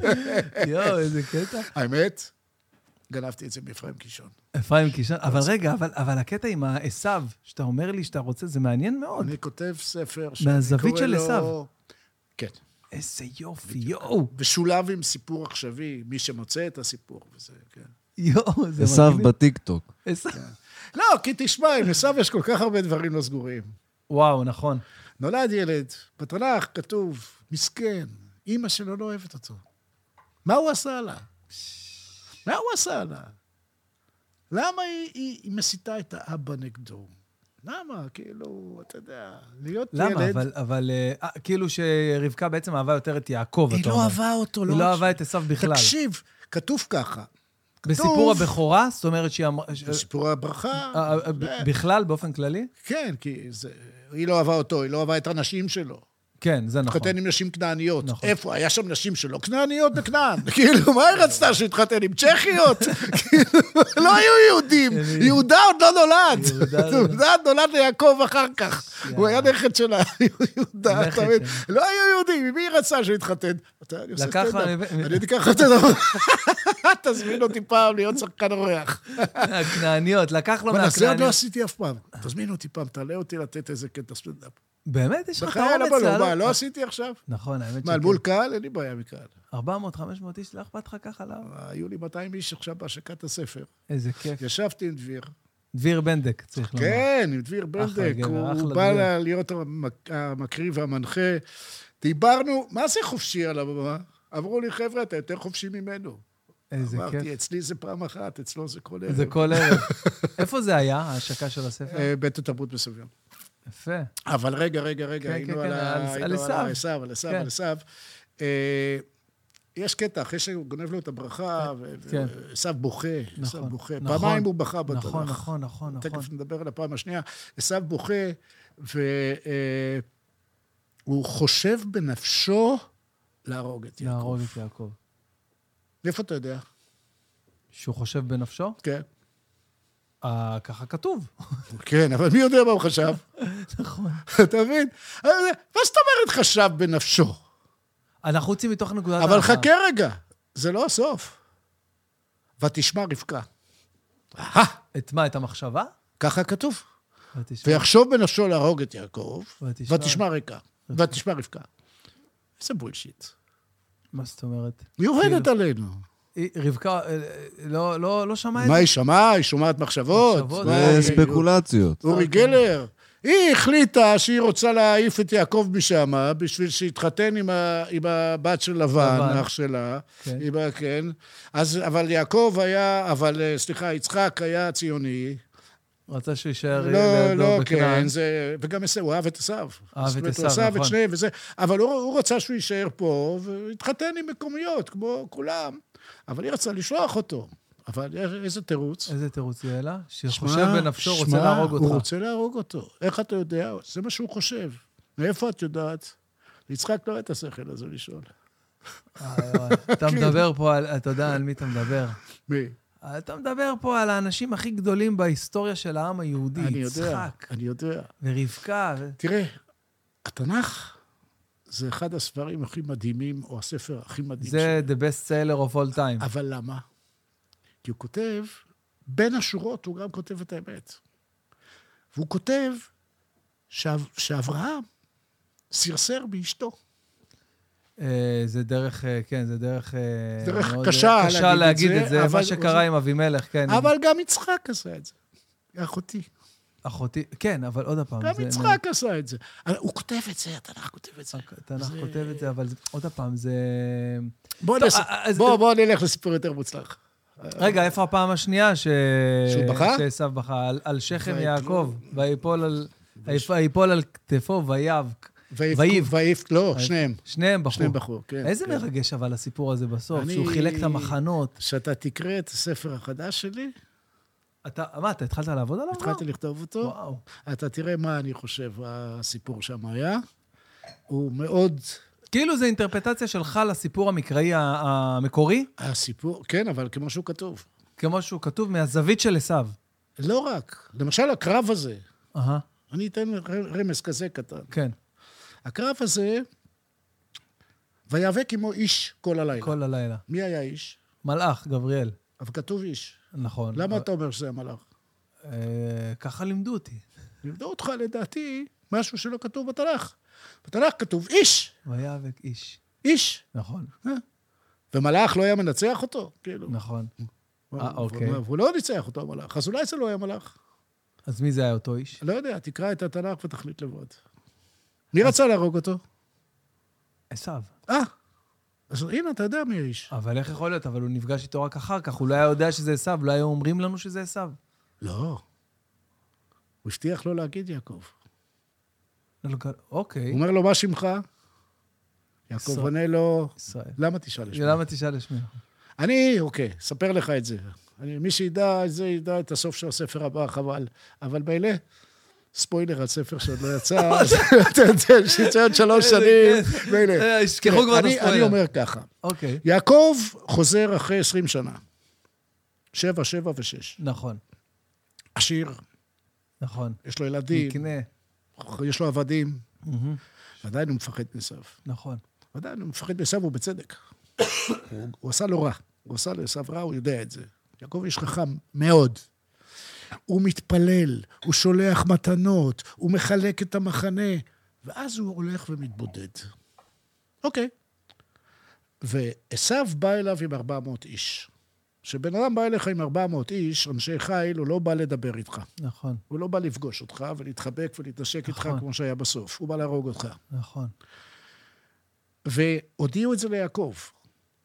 יואו, איזה קטע. האמת, גנבתי את זה מאפרים קישון. אפרים קישון, אבל רגע, אבל, אבל הקטע עם העשו, שאתה אומר לי שאתה רוצה, זה מעניין מאוד. אני כותב ספר מהזווית של עשיו. לו... כן. איזה יופי, יואו, משולב עם סיפור עכשווי, מי שמוצא את הסיפור וזה, כן. יואו, זה עשו מגניב. בטיקטוק. עשו לא, כי תשמע, עם עשיו יש כל כך הרבה דברים לא סגורים. וואו, נכון. כן, נולד ילד, בתנ"ך כתוב, מסכן, אימא שלו לא אוהבת אותו. מה הוא עשה לה? מה הוא עשה לה? למה היא, היא, היא מסיתה את האבא נגדו? למה? כאילו, אתה יודע, להיות למה? ילד... אבל, אבל אה, אה, כאילו שרבקה בעצם אהבה יותר את יעקב, אתה היא אומר. לא אהבה אותו, היא לא רק- אהבה את עשו בכלל. אה, תקשיב, כתוב ככה, בסיפור הבכורה, זאת אומרת שהיא אמרה... ש- בסיפור הברכה, אה, אה, ב- בכלל, באופן כללי? כן, כי זה, היא לא אהבה אותו, היא לא אהבה את הנשים שלו. כן, זה נכון. התחתן עם נשים כנעניות. נכון. איפה? היה שם נשים שלא כנעניות בכנען. *laughs* כאילו, מה היא רצתה? שיתחתן עם צ'כיות? *laughs* כאילו, לא היו יהודים. יהודה עוד לא נולד. *laughs* יהודה לא- יהודה נולד ליעקב אחר כך. יאללה. הוא היה נכד של *laughs* יהודה, נכד אתה מבין? שלה. לא היו יהודים, עם מי היא רצתה שיתחתן? אתה, אני עושה לקח סטנדאפ. לה- אני אקח את זה. *laughs* תזמין אותי פעם להיות שחקן אורח. *laughs* הכנעניות, לקח לו וואלה, זה עוד לא מהכנעניות. עשיתי אף פעם. תזמין אותי פעם, תעלה אותי לתת איזה קטע סטנדאפ. באמת, יש לך את בחיי, למה האומץ לא? מה, לעלות? לא עשיתי עכשיו? נכון, האמת מה, שכן. על מול קהל? אין לי בעיה מקהל. 400-500 איש, לא אכפת לך ככה לעלות? היו לי 200 איש עכשיו בהשקת הספר. איזה כיף. ישבתי עם דביר. דביר בנדק, צריך לומר. כן, עם דביר בנדק. גבר, הוא אחלה הוא בא דביר. לה- להיות המק- המקריא והמנחה. דיברנו, מה זה חופשי על הבמה? אמרו לי, חבר'ה, אתה יותר חופשי ממנו. איזה אמרתי, כיף. אצלי זה פעם אחת, אצלו זה כל זה ערב. כל ערב. *laughs* איפה זה היה, ההשקה של הספר? אה, בית התרבות בסביון. יפה. אבל רגע, רגע, רגע, כן, היינו כן, על כן, על- ה- על היינו על עשיו. העשיו, על עשיו, כן. על עשיו. אה, יש קטע, אחרי שהוא גונב לו את הברכה, כן. ועשיו בוכה, עשיו נכון, בוכה. נכון. פעמיים הוא בכה בתנ"ך. נכון, נכון, נכון, נכון. תכף נדבר על הפעם השנייה. עשיו בוכה, והוא חושב בנפשו להרוג את יעקב. להרוג את יעקב. מאיפה אתה יודע? שהוא חושב בנפשו? כן. אה, ככה כתוב. כן, אבל מי יודע מה הוא חשב? *laughs* נכון. אתה מבין? אז מה זאת אומרת חשב בנפשו? אנחנו יוצאים מתוך נקודת אבל חכה רגע, זה לא הסוף. ותשמע רבקה. אהה, את מה, את המחשבה? ככה כתוב. ותשמע. ויחשוב בנפשו להרוג את יעקב, ותשמע- ותשמע רבקה. ותשמע רבקה. איזה בולשיט. מה זאת אומרת? היא יורדת עלינו. היא- רבקה אה, אה, לא- לא לא שמעה את מה זה? היא שמעה? היא שומעת מחשבות? מחשבות, מה, אה, היא- זה ספקולציות. אורי גלר, היא החליטה שהיא רוצה להעיף את יעקב משם בשביל שיתחתן עם, ה, עם הבת של לבן, לבן. אח שלה. כן. כן. עם, ה- כן. אז, אבל יעקב היה, אבל אה, סליחה, יצחק היה ציוני. רצה שיישאר לא, לידו לא, בכנען. כן, זה... וגם עשו, הוא אהב את עשו. אהב זאת את אומרת, הוא עשו, אהב נכון. את שניהם וזה, אבל הוא, הוא רצה שהוא יישאר פה, והתחתן עם מקומיות, כמו כולם. אבל היא רצה לשלוח אותו. אבל איזה תירוץ. איזה תירוץ היא העלה? שחושב שמע, בנפשו, רוצה שמע, להרוג הוא אותך. רוצה להרוג אותו. איך אתה יודע? זה מה שהוא חושב. מאיפה את יודעת? ליצחק לא היה את השכל הזה לשאול. אה, וואי. *laughs* כן. אתה מדבר פה על, אתה יודע על מי אתה מדבר. מי? אתה מדבר פה על האנשים הכי גדולים בהיסטוריה של העם היהודי, אני יודע, יצחק אני יודע. ורבקה. ו- תראה, התנ"ך זה אחד הספרים הכי מדהימים, או הספר הכי מדהים זה the best seller of all time. אבל למה? כי הוא כותב, בין השורות הוא גם כותב את האמת. והוא כותב שאב, שאברהם סרסר באשתו. אה, זה דרך, אה, כן, זה דרך... אה, דרך מאוד, קשה אה, קשה להגיד להגיד את את זה, זה, אבל- מה שקרה עם אבימלך, כן. אבל גם יצחק עשה את זה. אחותי. אחותי, כן, אבל עוד פעם. גם זה- יצחק עשה את זה. אבל הוא כותב את זה, התנ"ך כותב את זה. התנ"ך זה- כותב את זה, אבל זה- עוד פעם, זה... בוא טוב, אה, נס- אז- בוא- בוא נלך לסיפור יותר מוצלח. רגע, איפה הפעם השנייה ש... שהוא בכה? שעשו בכה, על, על שכם ויפלו- יעקב, ויפול על, ויפול על כתפו ויאבק. ויב. ויבק, לא, שניהם. שניהם בחור. שניהם בחור, כן. איזה כן. מרגש אבל הסיפור הזה בסוף, אני- שהוא חילק את המחנות. כשאתה תקרא את הספר החדש שלי, אתה, מה, אתה התחלת לעבוד עליו? כבר? התחלתי לכתוב אותו, וואו. אתה תראה מה אני חושב הסיפור שם היה. הוא מאוד... כאילו זה אינטרפטציה שלך לסיפור המקראי ה- המקורי, הסיפור, כן, אבל כמו שהוא כתוב. כמו שהוא כתוב מהזווית של עשו. לא רק. למשל, הקרב הזה, אהה, אני אתן ר- רמז כזה קטן. כן, הקרב הזה, ויאבק עמו איש כל הלילה. כל הלילה. מי היה איש? מלאך, גבריאל. אבל כתוב איש. נכון. למה אתה אומר שזה המלאך? אה, ככה לימדו אותי. לימדו אותך, לדעתי, משהו שלא כתוב בתנ"ך. בתנ"ך כתוב איש, ויאבק איש. איש. נכון, אה. ומלאך לא היה מנצח אותו? כאילו. נכון. הוא- אה, אוקיי. הוא- והוא לא ניצח אותו המלאך, אז אולי זה לא היה מלאך. אז מי זה היה אותו איש? לא יודע, תקרא את התנ"ך ותחליט לבד. מי רצה להרוג אותו? עשו. אה, אז הנה, אתה יודע מי האיש. אבל איך יכול להיות? אבל הוא נפגש איתו רק אחר כך, הוא לא היה יודע שזה עשו, לא היו אומרים לנו שזה עשו. לא. הוא הבטיח לא להגיד יעקב. אוקיי, הוא אומר לו, מה שמך? יעקב ישראל. עונה לו, ישראל. למה תשאל לשמך? למה תשאל לשמי? אני, אוקיי, אספר לך את זה. אני, מי שידע את זה, ידע את הסוף של הספר הבא, חבל. אבל מילא, ספוילר על ספר שעוד לא *laughs* יצא, אז אתה יודע, שיצא עוד שלוש איזה *laughs* שנים, כיף. מילא. אה, ישכחו כבר את אני- הספוילר. אני אומר ככה, אוקיי, יעקב חוזר אחרי 20 שנה. שבע, שבע ושש. נכון, עשיר, נכון. יש לו ילדים, נקנה, יש לו עבדים, מהמם, ועדיין הוא מפחד מעשיו. נכון. עדיין הוא מפחד מעשיו, הוא בצדק. הוא, הוא עשה לו רע. הוא עשה לעשיו רע, הוא יודע את זה. יעקב איש חכם מאוד. הוא מתפלל, הוא שולח מתנות, הוא מחלק את המחנה, ואז הוא הולך ומתבודד. אוקיי. ועשו בא אליו עם 400 איש. כשבן אדם בא אליך עם 400 איש, אנשי חיל, הוא לא בא לדבר איתך. נכון, הוא לא בא לפגוש אותך ולהתחבק ולהתנשק איתך נכון. כמו שהיה בסוף. הוא בא להרוג אותך. נכון. והודיעו את זה ליעקב.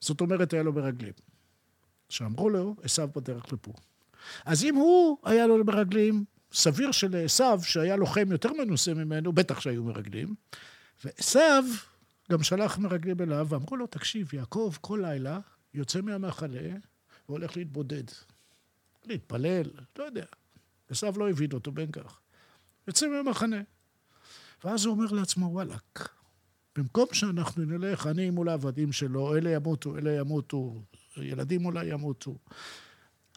זאת אומרת, היה לו מרגלים. שאמרו לו, עשו בדרך לפה. אז אם הוא היה לו מרגלים, סביר שלעשו, שהיה לוחם יותר מנוסה ממנו, בטח שהיו מרגלים, ועשו גם שלח מרגלים אליו, ואמרו לו, תקשיב, יעקב כל לילה יוצא מהמחנה והולך להתבודד. להתפלל, לא יודע. עשו לא הבין אותו בין כך. יוצא מהמחנה. ואז הוא אומר לעצמו, וואלכ, במקום שאנחנו נלך, אני מול העבדים שלו, אלה ימותו, אלה ימותו, ילדים אולי ימותו.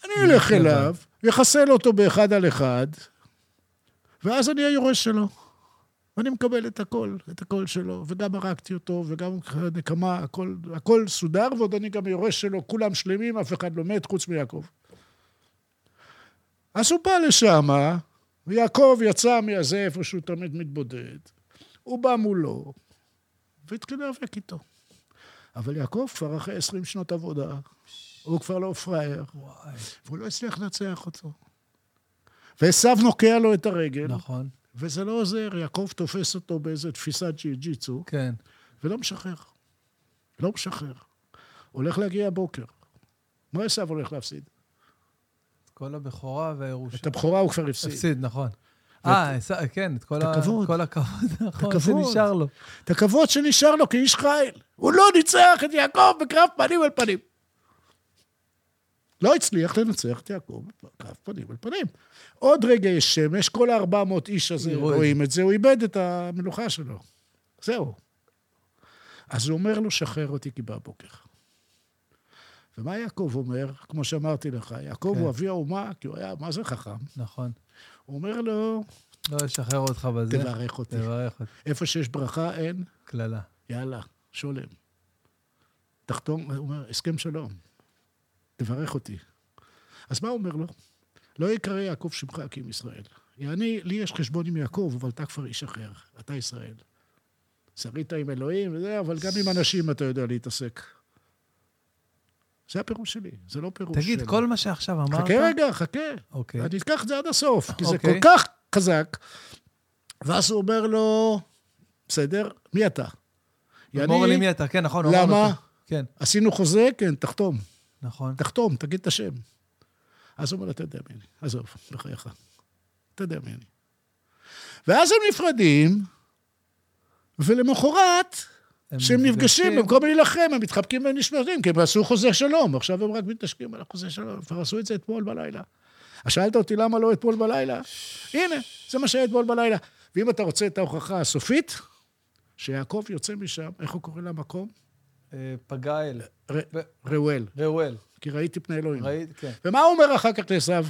אני אלך אליו, יחסל אותו באחד על אחד, ואז אני היורש שלו. ואני מקבל את הכל, את הכל שלו, וגם הרגתי אותו, וגם נקמה, הכל, הכל סודר, ועוד אני גם היורש שלו, כולם שלמים, אף אחד לא מת חוץ מיעקב. אז הוא בא לשם, ויעקב יצא מהזה איפה שהוא תמיד מתבודד. הוא בא מולו, והתחיל להיאבק איתו. אבל יעקב כבר אחרי 20 שנות עבודה, הוא כבר לא פראייר, וואי, והוא לא הצליח לנצח אותו. ועשו נוקע לו את הרגל, נכון. וזה לא עוזר, יעקב תופס אותו באיזו תפיסת ג'י-ג'יצו, כן. ולא משחרר. לא משחרר. הולך להגיע בוקר. מה עשיו הולך להפסיד? את כל הבכורה והירושה. את הבכורה הוא כבר הפסיד. הפסיד, נכון. אה, עשה- כן, את כל ה- הכבוד. כל הכבוד, נכון, זה הכבוד. נשאר לו. את הכבוד שנשאר לו כאיש חיל. הוא לא ניצח את יעקב בקרב פנים אל פנים. לא הצליח לנצח את יעקב בקרב פנים אל פנים. עוד רגע יש שמש, כל ה-400 איש הזה יראו את רואים את זה, הוא איבד את המלוכה שלו. זהו. אז הוא אומר לו, שחרר אותי כי בא בוקר. ומה יעקב אומר? כמו שאמרתי לך, יעקב כן. הוא אבי האומה, כי הוא היה, מה זה חכם? נכון. הוא אומר לו, לא אשחרר אותך בזה. תברך אותי. תברך אותי. איפה שיש ברכה, אין קללה. יאללה, שולם. תחתום, הוא אומר, הסכם שלום. תברך אותי. אז מה הוא אומר לו? לא יקרא יעקב שמך כי אם ישראל. יעני, לי יש חשבון עם יעקב, אבל אתה כבר איש אחר. אתה ישראל. שרית עם אלוהים וזה, אבל גם עם אנשים אתה יודע להתעסק. זה הפירוש שלי, זה לא פירוש תגיד, של- כל מה שעכשיו אמרת... חכה רגע, חכה. אוקיי. אני אקח את זה עד הסוף, כי זה אוקיי. כל כך חזק. ואז הוא אומר לו, בסדר, מי אתה? אמור לי יעני, מי אתה, כן, נכון, אמרנו למה? אותו. כן, עשינו חוזה? כן, תחתום. נכון. תחתום, תגיד את השם. אז הוא אומר, לו, אתה יודע מי אני. עזוב, בחייך. אתה יודע מי אני. ואז הם נפרדים, ולמחרת, הם כשהם נפגשים, במקום להילחם, הם מתחבקים ונשמרים, כי הם עשו חוזה שלום. עכשיו הם רק מתנשקים על החוזה שלום, כבר עשו את זה אתמול בלילה. אז שאלת אותי למה לא אתמול בלילה? הנה, זה מה שהיה אתמול בלילה. ואם אתה רוצה את ההוכחה הסופית, שיעקב יוצא משם, איך הוא קורא למקום? אה, פגאל, ר- ו- ראואל, ראואל, כי ראיתי פני אלוהים. ראית? כן. ומה הוא אומר אחר כך לעשו? ראית,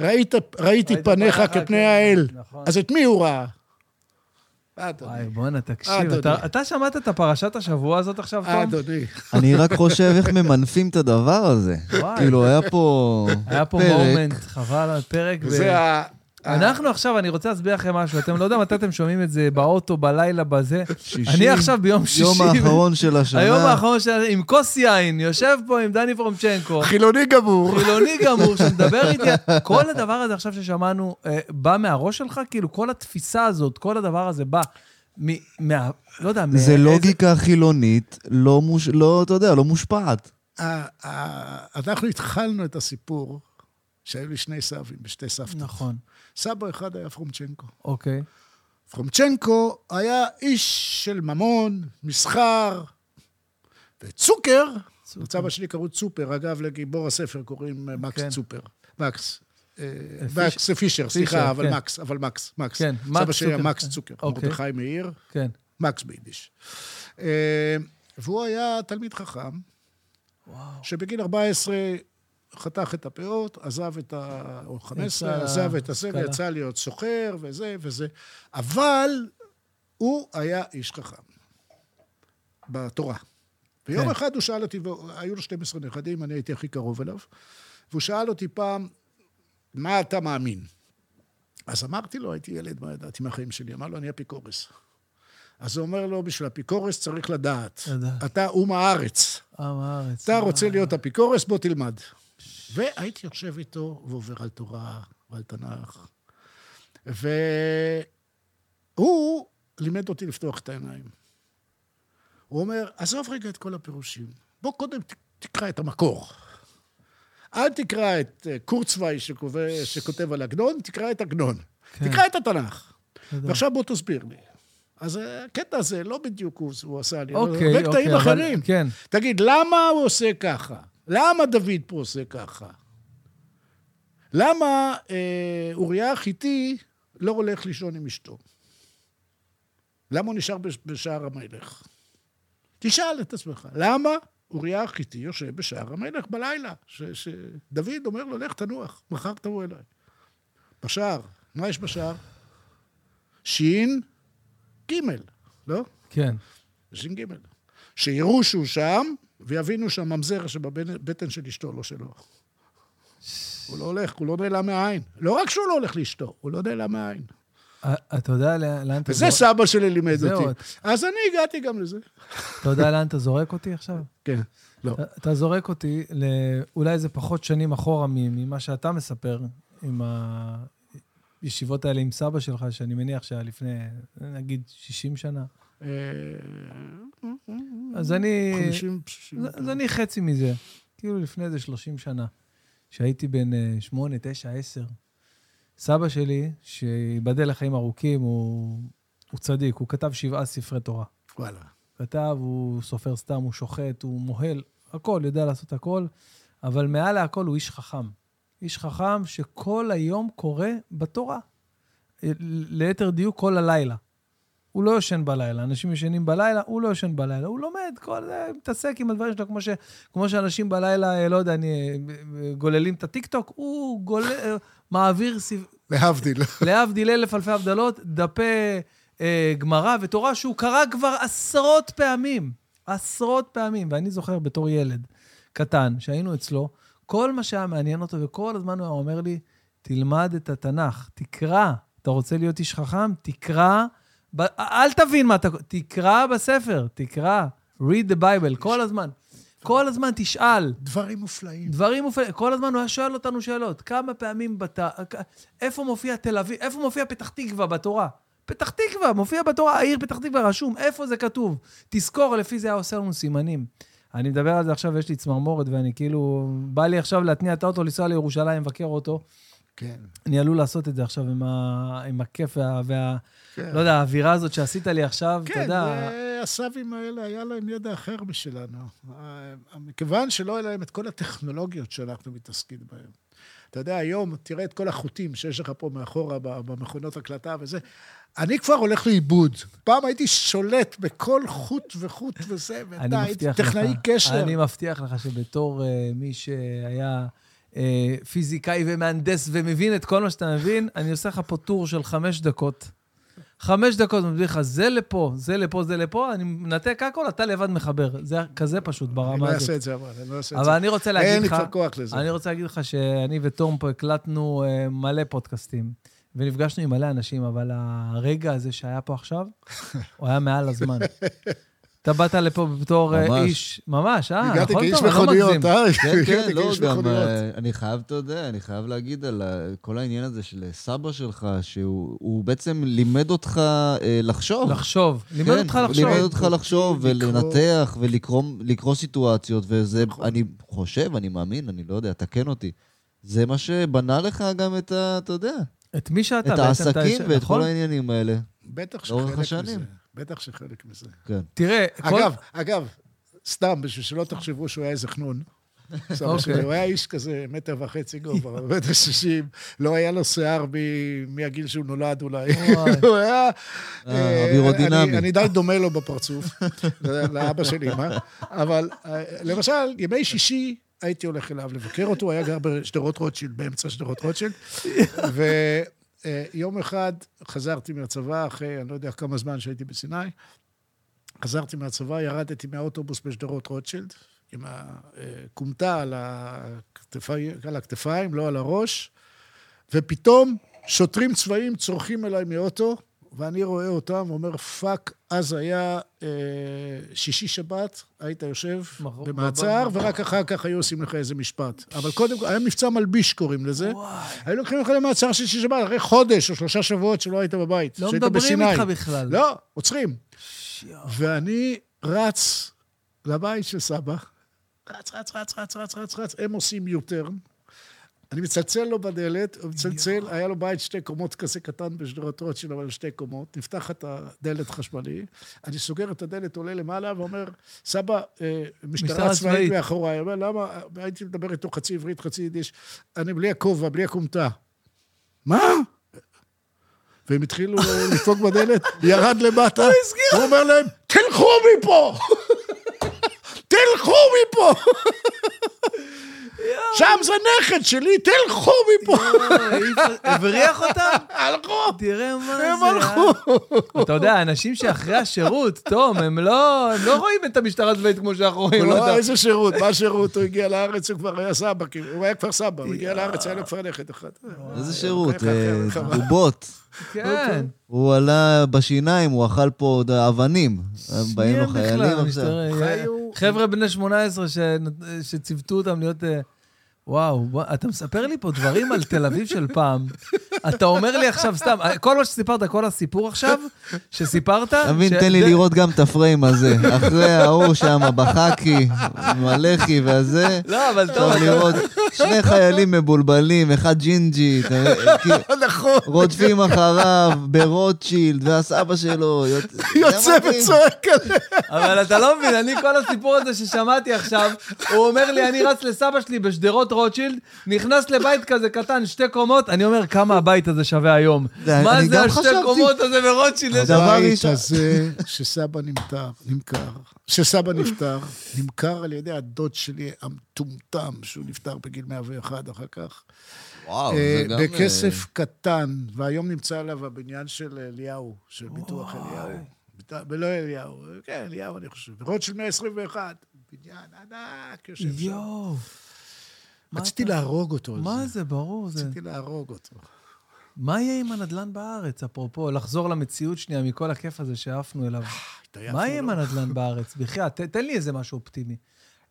ראיתי ראית פניך פניך כ- כפני האל. נכון. אז את מי הוא ראה? אה, אדוני. וואי, בואנה, אה, תקשיב, אדוני. אתה- אתה שמעת את הפרשת השבוע הזאת עכשיו, אה, תום? אדוני. אני רק חושב איך ממנפים את הדבר הזה. וואי. כאילו, היה פה היה פה פרק. מומנט, חבל על פרק. ו- וזה ה... אנחנו עכשיו, אני רוצה להסביר לכם משהו, אתם לא יודעים מתי אתם שומעים את זה באוטו, בלילה, בזה. אני עכשיו ביום שישי. יום האחרון של השנה. היום האחרון של... עם כוס יין, יושב פה עם דני פרומצ'נקו. חילוני גמור. חילוני גמור שמדבר איתי, כל הדבר הזה עכשיו ששמענו אה, בא מהראש שלך? כאילו כל התפיסה הזאת, כל הדבר הזה בא מ... מה... לא יודע, מאיזה- זה לוגיקה חילונית, לא, מוש... לא, אתה יודע, לא מושפעת. ה- ה- אנחנו התחלנו את הסיפור שהיו לי שני סבים ושתי סבתות. נכון, סבא אחד היה פרומצ'נקו. אוקיי. פרומצ'נקו היה איש של ממון, מסחר, וצוקר, לצבא שלי קראו צופר, אגב, לגיבור הספר קוראים אה, מקס כן. צופר. מקס. אה, פיש- מקס, אה, פישר, סליחה, אבל כן. מקס, אבל מקס, מקס. כן, סבא מקס שלי היה צוקר. מקס צוקר, אוקיי. מרדכי מאיר, כן. מקס ביידיש. אה, והוא היה תלמיד חכם, וואו. שבגיל 14 חתך את הפאות, עזב את ה... או 15, יצא עזב את הזה, להשכלה. ויצא להיות סוחר, וזה וזה. אבל הוא היה איש חכם בתורה. ויום כן. אחד הוא שאל אותי, והיו לו 12 נכדים, אני הייתי הכי קרוב אליו, והוא שאל אותי פעם, מה אתה מאמין? אז אמרתי לו, הייתי ילד, מה ידעתי מהחיים שלי? אמר לו, אני אפיקורס. אז הוא אומר לו, בשביל אפיקורס צריך לדעת. לדעת. אתה אום הארץ. עם הארץ. אתה רוצה להיות אפיקורס, בוא תלמד. והייתי יושב איתו ועובר על תורה ועל תנ"ך. והוא לימד אותי לפתוח את העיניים. הוא אומר, עזוב רגע את כל הפירושים, בוא קודם ת- תקרא את המקור. אל תקרא את אה, קורצווייל שכותב- שכותב על עגנון, תקרא את עגנון. כן. תקרא את התנ"ך. תודה. ועכשיו בוא תסביר לי. אז אה, הקטע הזה לא בדיוק הוא, הוא עשה לי, אוקיי, הרבה קטעים אוקיי, אבל- אחרים. כן. תגיד, למה הוא עושה ככה? למה דוד פה עושה ככה? למה אה, אוריה החיתי לא הולך לישון עם אשתו? למה הוא נשאר בש- בשער המלך? תשאל את עצמך, למה אוריה החיתי יושב בשער המלך בלילה? ש- שדוד אומר לו, לך תנוח, מחר תבוא אליי. בשער, מה יש בשער? שין גימל, לא? כן. ש"ג. שיראו שהוא שם, ויבינו שהממזר שבבטן של אשתו לא שלו. הוא לא הולך, הוא לא נעלם מהעין. לא רק שהוא לא הולך לאשתו, הוא לא נעלם מהעין. אה, אתה יודע לאן לאן אתה וזה זורק- סבא שלי לימד זהו, אותי. אז אני הגעתי גם לזה. אתה יודע לאן אתה זורק אותי עכשיו? כן, לא. אתה- אתה זורק אותי לאולי איזה פחות שנים אחורה מ- ממה שאתה מספר, עם ה... הישיבות האלה עם סבא שלך, שאני מניח שהיה לפני, נגיד, 60 שנה. אה, אז אני... 50, 60. אז- אז אה, לא, אני חצי מזה. כאילו לפני איזה 30 שנה, שהייתי בן אה, 8, 9, 10. סבא שלי, שייבדל לחיים ארוכים, הוא, הוא צדיק, הוא כתב שבעה ספרי תורה. וואלה. כתב, הוא סופר סתם, הוא שוחט, הוא מוהל, הכל, יודע לעשות הכל, אבל מעל להכל הוא איש חכם. איש חכם שכל היום קורא בתורה. ל- ליתר דיוק, כל הלילה. הוא לא ישן בלילה, אנשים ישנים בלילה, הוא לא ישן בלילה, הוא לומד, כל זה, מתעסק עם הדברים שלו, כמו, ש, כמו שאנשים בלילה, אה, לא יודע, אני, אה, אה, גוללים את הטיקטוק, הוא גול, אה, מעביר סב- להבדיל. להבדיל אלף אלפי הבדלות, דפי אה, גמרא ותורה שהוא קרא כבר עשרות פעמים. עשרות פעמים. ואני זוכר בתור ילד קטן, שהיינו אצלו, כל מה שהיה מעניין אותו, וכל הזמן הוא היה אומר לי, תלמד את התנ"ך, תקרא. אתה רוצה להיות איש חכם? תקרא. ב- אל תבין מה אתה... תקרא בספר, תקרא. read the Bible, כל הזמן. כל הזמן תשאל. דברים מופלאים. דברים מופעלים. כל הזמן הוא היה שואל אותנו שאלות. כמה פעמים בת... איפה מופיע תל אביב? איפה מופיע פתח תקווה בתורה? פתח תקווה, מופיע בתורה, העיר פתח תקווה רשום, איפה זה כתוב? תזכור, לפי זה היה עושה לנו סימנים. אני מדבר על זה עכשיו, יש לי צמרמורת, ואני כאילו... בא לי עכשיו להתניע את האוטו, לנסוע לירושלים, לבקר אותו. כן. אני עלול לעשות את זה עכשיו עם, ה... עם הכיף וה... וה... כן. לא יודע, האווירה הזאת שעשית לי עכשיו, אתה כן, יודע... זה- הסבים האלה, היה להם ידע אחר משלנו. אה, מכיוון שלא היה להם את כל הטכנולוגיות שאנחנו מתעסקים בהן. אתה יודע, היום, תראה את כל החוטים שיש לך פה מאחורה ב- במכונות הקלטה וזה. אני כבר הולך לאיבוד. פעם הייתי שולט בכל חוט וחוט וזה, ואתה אני הייתי מבטיח לך, טכנאי קשר. אני מבטיח לך שבתור אה, מי שהיה אה, פיזיקאי ומהנדס ומבין את כל מה שאתה מבין, אני עושה לך פה טור של חמש דקות. חמש דקות, אני מסביר לך, זה לפה, זה לפה, זה לפה, אני מנתק הכל, אתה לבד מחבר. זה כזה פשוט אני ברמה לא הזאת. אעשה את זה, אבל אני לא אעשה את אבל זה. אני רוצה להגיד לך... אין לי כבר כוח לזה. אני רוצה להגיד לך שאני ותום פה הקלטנו אה, מלא פודקאסטים, ונפגשנו עם מלא אנשים, אבל הרגע הזה שהיה פה עכשיו, הוא היה מעל הזמן. אתה באת לפה בתור אה, ממש. איש... ממש, אה, נכון? הגעתי כאיש טוב, אני לא מכוניות, מגזים. אה? כן, כן, הגעתי לא, כאיש גם מכוניות. אה, אני חייב, אתה יודע, אני חייב להגיד על ה- כל העניין הזה של אה, סבא שלך, שהוא הוא בעצם לימד אותך אה, לחשוב. לחשוב. לימד כן, אותך לחשוב. כן, לימד אותך לחשוב לקרוא. ולנתח ולקרוא לקרוא סיטואציות, וזה, נכון. אני חושב, אני מאמין, אני לא יודע, תקן אותי. זה מה שבנה לך גם את ה... אתה יודע, את מי שאתה את בעצם, אתה העסקים איש- ואת נכון? כל העניינים האלה. בטח לאורך שחלק מזה. השנים. בטח שחלק מזה. כן. תראה, כל- אגב, אגב, סתם, בשביל שלא תחשבו שהוא היה איזה חנון. סבא אוקיי. שלי, הוא היה איש כזה מטר וחצי גובה, בבית השישים, לא היה לו שיער מ- מהגיל שהוא נולד אולי. וואי. *laughs* הוא היה... אה, אווירודינמי. אני- אני די דומה לו בפרצוף, לאבא שלי, מה? אבל אה, למשל, ימי שישי... הייתי הולך אליו לבקר אותו, הוא היה גר בשדרות רוטשילד, באמצע שדרות רוטשילד. ויום אחד חזרתי מהצבא, אחרי אני לא יודע כמה זמן שהייתי בסיני, חזרתי מהצבא, ירדתי מהאוטובוס בשדרות רוטשילד, עם הכומתה על, הכתפי, על הכתפיים, לא על הראש, ופתאום שוטרים צבאיים צורכים אליי מאוטו, ואני רואה אותם, אומר, פאק, אז היה אה, שישי-שבת, היית יושב מר- במעצר, מר- ורק אחר כך היו עושים לך איזה משפט. אבל קודם כל, היה מבצע מלביש קוראים לזה. וואי, היו לוקחים אותך למעצר שישי-שבת, אחרי חודש או שלושה שבועות שלא היית בבית, לא שהיית מדברים בסיני. איתך בכלל. לא, עוצרים. שיו. ואני רץ לבית של סבא, רץ, רץ, רץ, רץ, רץ, רץ, רץ, הם עושים יוטרן. אני מצלצל לו בדלת, הוא מצלצל, היה לו בית שתי קומות כזה קטן בשדרות רוטשילד, אבל שתי קומות, נפתחת הדלת חשמלי, אני סוגר את הדלת, עולה למעלה ואומר, סבא, אה, משטרה משטרה צבאית." צבאית מאחוריי. אומר, למה? הייתי מדבר איתו חצי עברית, חצי יידיש, אני בלי הכובע, בלי הכומתה. מה? והם התחילו אה, לדפוק בדלת, ירד למטה, הוא אומר להם, תלכו מפה! תלכו מפה! שם זה נכד שלי, תלכו מפה! אוי, הבריח אותם? הלכו! *laughs* תראה מה זה. הם הלכו. אה? אתה יודע, אנשים שאחרי השירות, תום, הם לא הם לא רואים את המשטרה הצבאית כמו שאנחנו רואים הוא לא, אותה. איזה שירות, מה שירות? הוא הגיע לארץ, הוא כבר היה סבא, כאילו, הוא היה כבר סבא, הוא הגיע לארץ, היה לו כבר נכד אחד. איזה שירות, אוקיי, אה, אוקיי, אוקיי. בובות. כן. הוא עלה בשיניים, הוא אכל פה עוד אבנים. באים מי לו הם חיילים בכלל, עכשיו. המשטרה? חיו- חבר'ה בני 18 שנ- שציוותו אותם להיות... אה, וואו, וואו, אתה מספר לי פה דברים על תל אביב של פעם. אתה אומר לי עכשיו סתם, אה, כל מה שסיפרת, כל הסיפור עכשיו, שסיפרת... אתה מבין, ש- תן לי ד- לראות גם את *laughs* הפריים הזה. אחרי ההוא שם, בחאקי, עם הלח"י והזה. לא, אבל טוב, טוב אתה- לראות שני חיילים מבולבלים, אחד ג'ינג'י, אתה מבין? כאילו, נכון, רודפים אחריו ברוטשילד, והסבא שלו יוצ- *laughs* יוצא אמרתי, וצועק עליהם. אבל אתה לא מבין, אני כל הסיפור הזה ששמעתי עכשיו, הוא אומר לי, אני רץ לסבא שלי בשדרות רוטשילד, נכנס לבית כזה קטן, שתי קומות, אני אומר, כמה הבית הזה שווה היום. זה- מה אני זה גם השתי חשבתי. קומות הזה ברוטשילד? יש- דבר הבית ראשון- הזה שסבא נמטר, נמכר, שסבא נפטר, נמכר על ידי הדוד שלי המטומטם, שהוא נפטר בגיל 101 אחר כך. וואו, אה, זה גם... אה, בכסף קטן, והיום נמצא עליו הבניין של אליהו, של ביטוח אליהו. ביט- לא אליהו, כן, אליהו, אני חושב. רוטשילד 121, בניין ענק יושב שם. יואו, מה רציתי אתה- להרוג אותו על זה. מה זה, ברור, זה... רציתי להרוג אותו. מה יהיה עם הנדל"ן בארץ, אפרופו, לחזור למציאות שנייה מכל הכיף הזה שעפנו אליו? התעייפנו, מה יהיה עם אה, לא? הנדל"ן בארץ? *laughs* בחייאת, ת- תן לי איזה משהו אופטימי.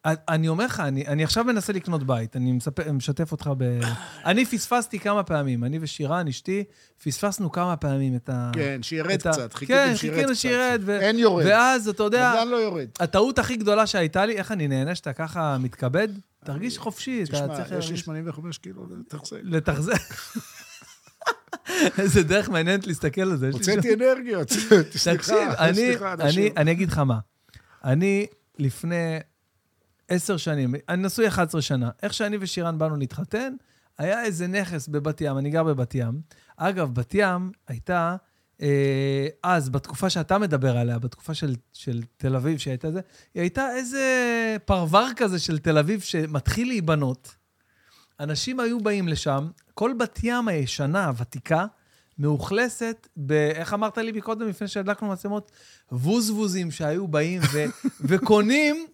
א- אני אומר לך, אני, אני עכשיו מנסה לקנות בית, אני מספר, משתף אותך *coughs* ב... אני פספסתי כמה פעמים, אני ושירן, אשתי, פספסנו כמה פעמים את ה... כן, שירד את ה- קצת, חיכיתם כן, שירד חיכינו קצת. שירד. ו- אין יורד. ואז, אתה יודע... נדל"ן לא יורד. הטעות הכי גדולה שהייתה לי, איך אני נהנה שאתה ככה מתכבד? תרגיש חופשי, אתה צריך... אה, לא, תשמע, יש לי להרגיש- 85 קילו, תחזק. לתחזק. איזה דרך מעניינת להסתכל על זה. יש לי שם- הוצאתי אנרגיות. לא. תקשיב, סליחה, אני- סליחה, אני- אנשים. אני אגיד לך מה. אני לפני עשר שנים, אני נשוי 11 שנה, איך שאני ושירן באנו להתחתן, היה איזה נכס בבת ים, אני גר בבת ים. אגב, בת ים הייתה, אה, אז, בתקופה שאתה מדבר עליה, בתקופה של, של תל אביב שהייתה זה, היא הייתה איזה פרבר כזה של תל אביב שמתחיל להיבנות. אנשים היו באים לשם, כל בת ים הישנה, הוותיקה, מאוכלסת ב... איך אמרת לי מקודם, לפני שהדלקנו מצלמות? ווזווזים שהיו באים ו... *laughs* וקונים...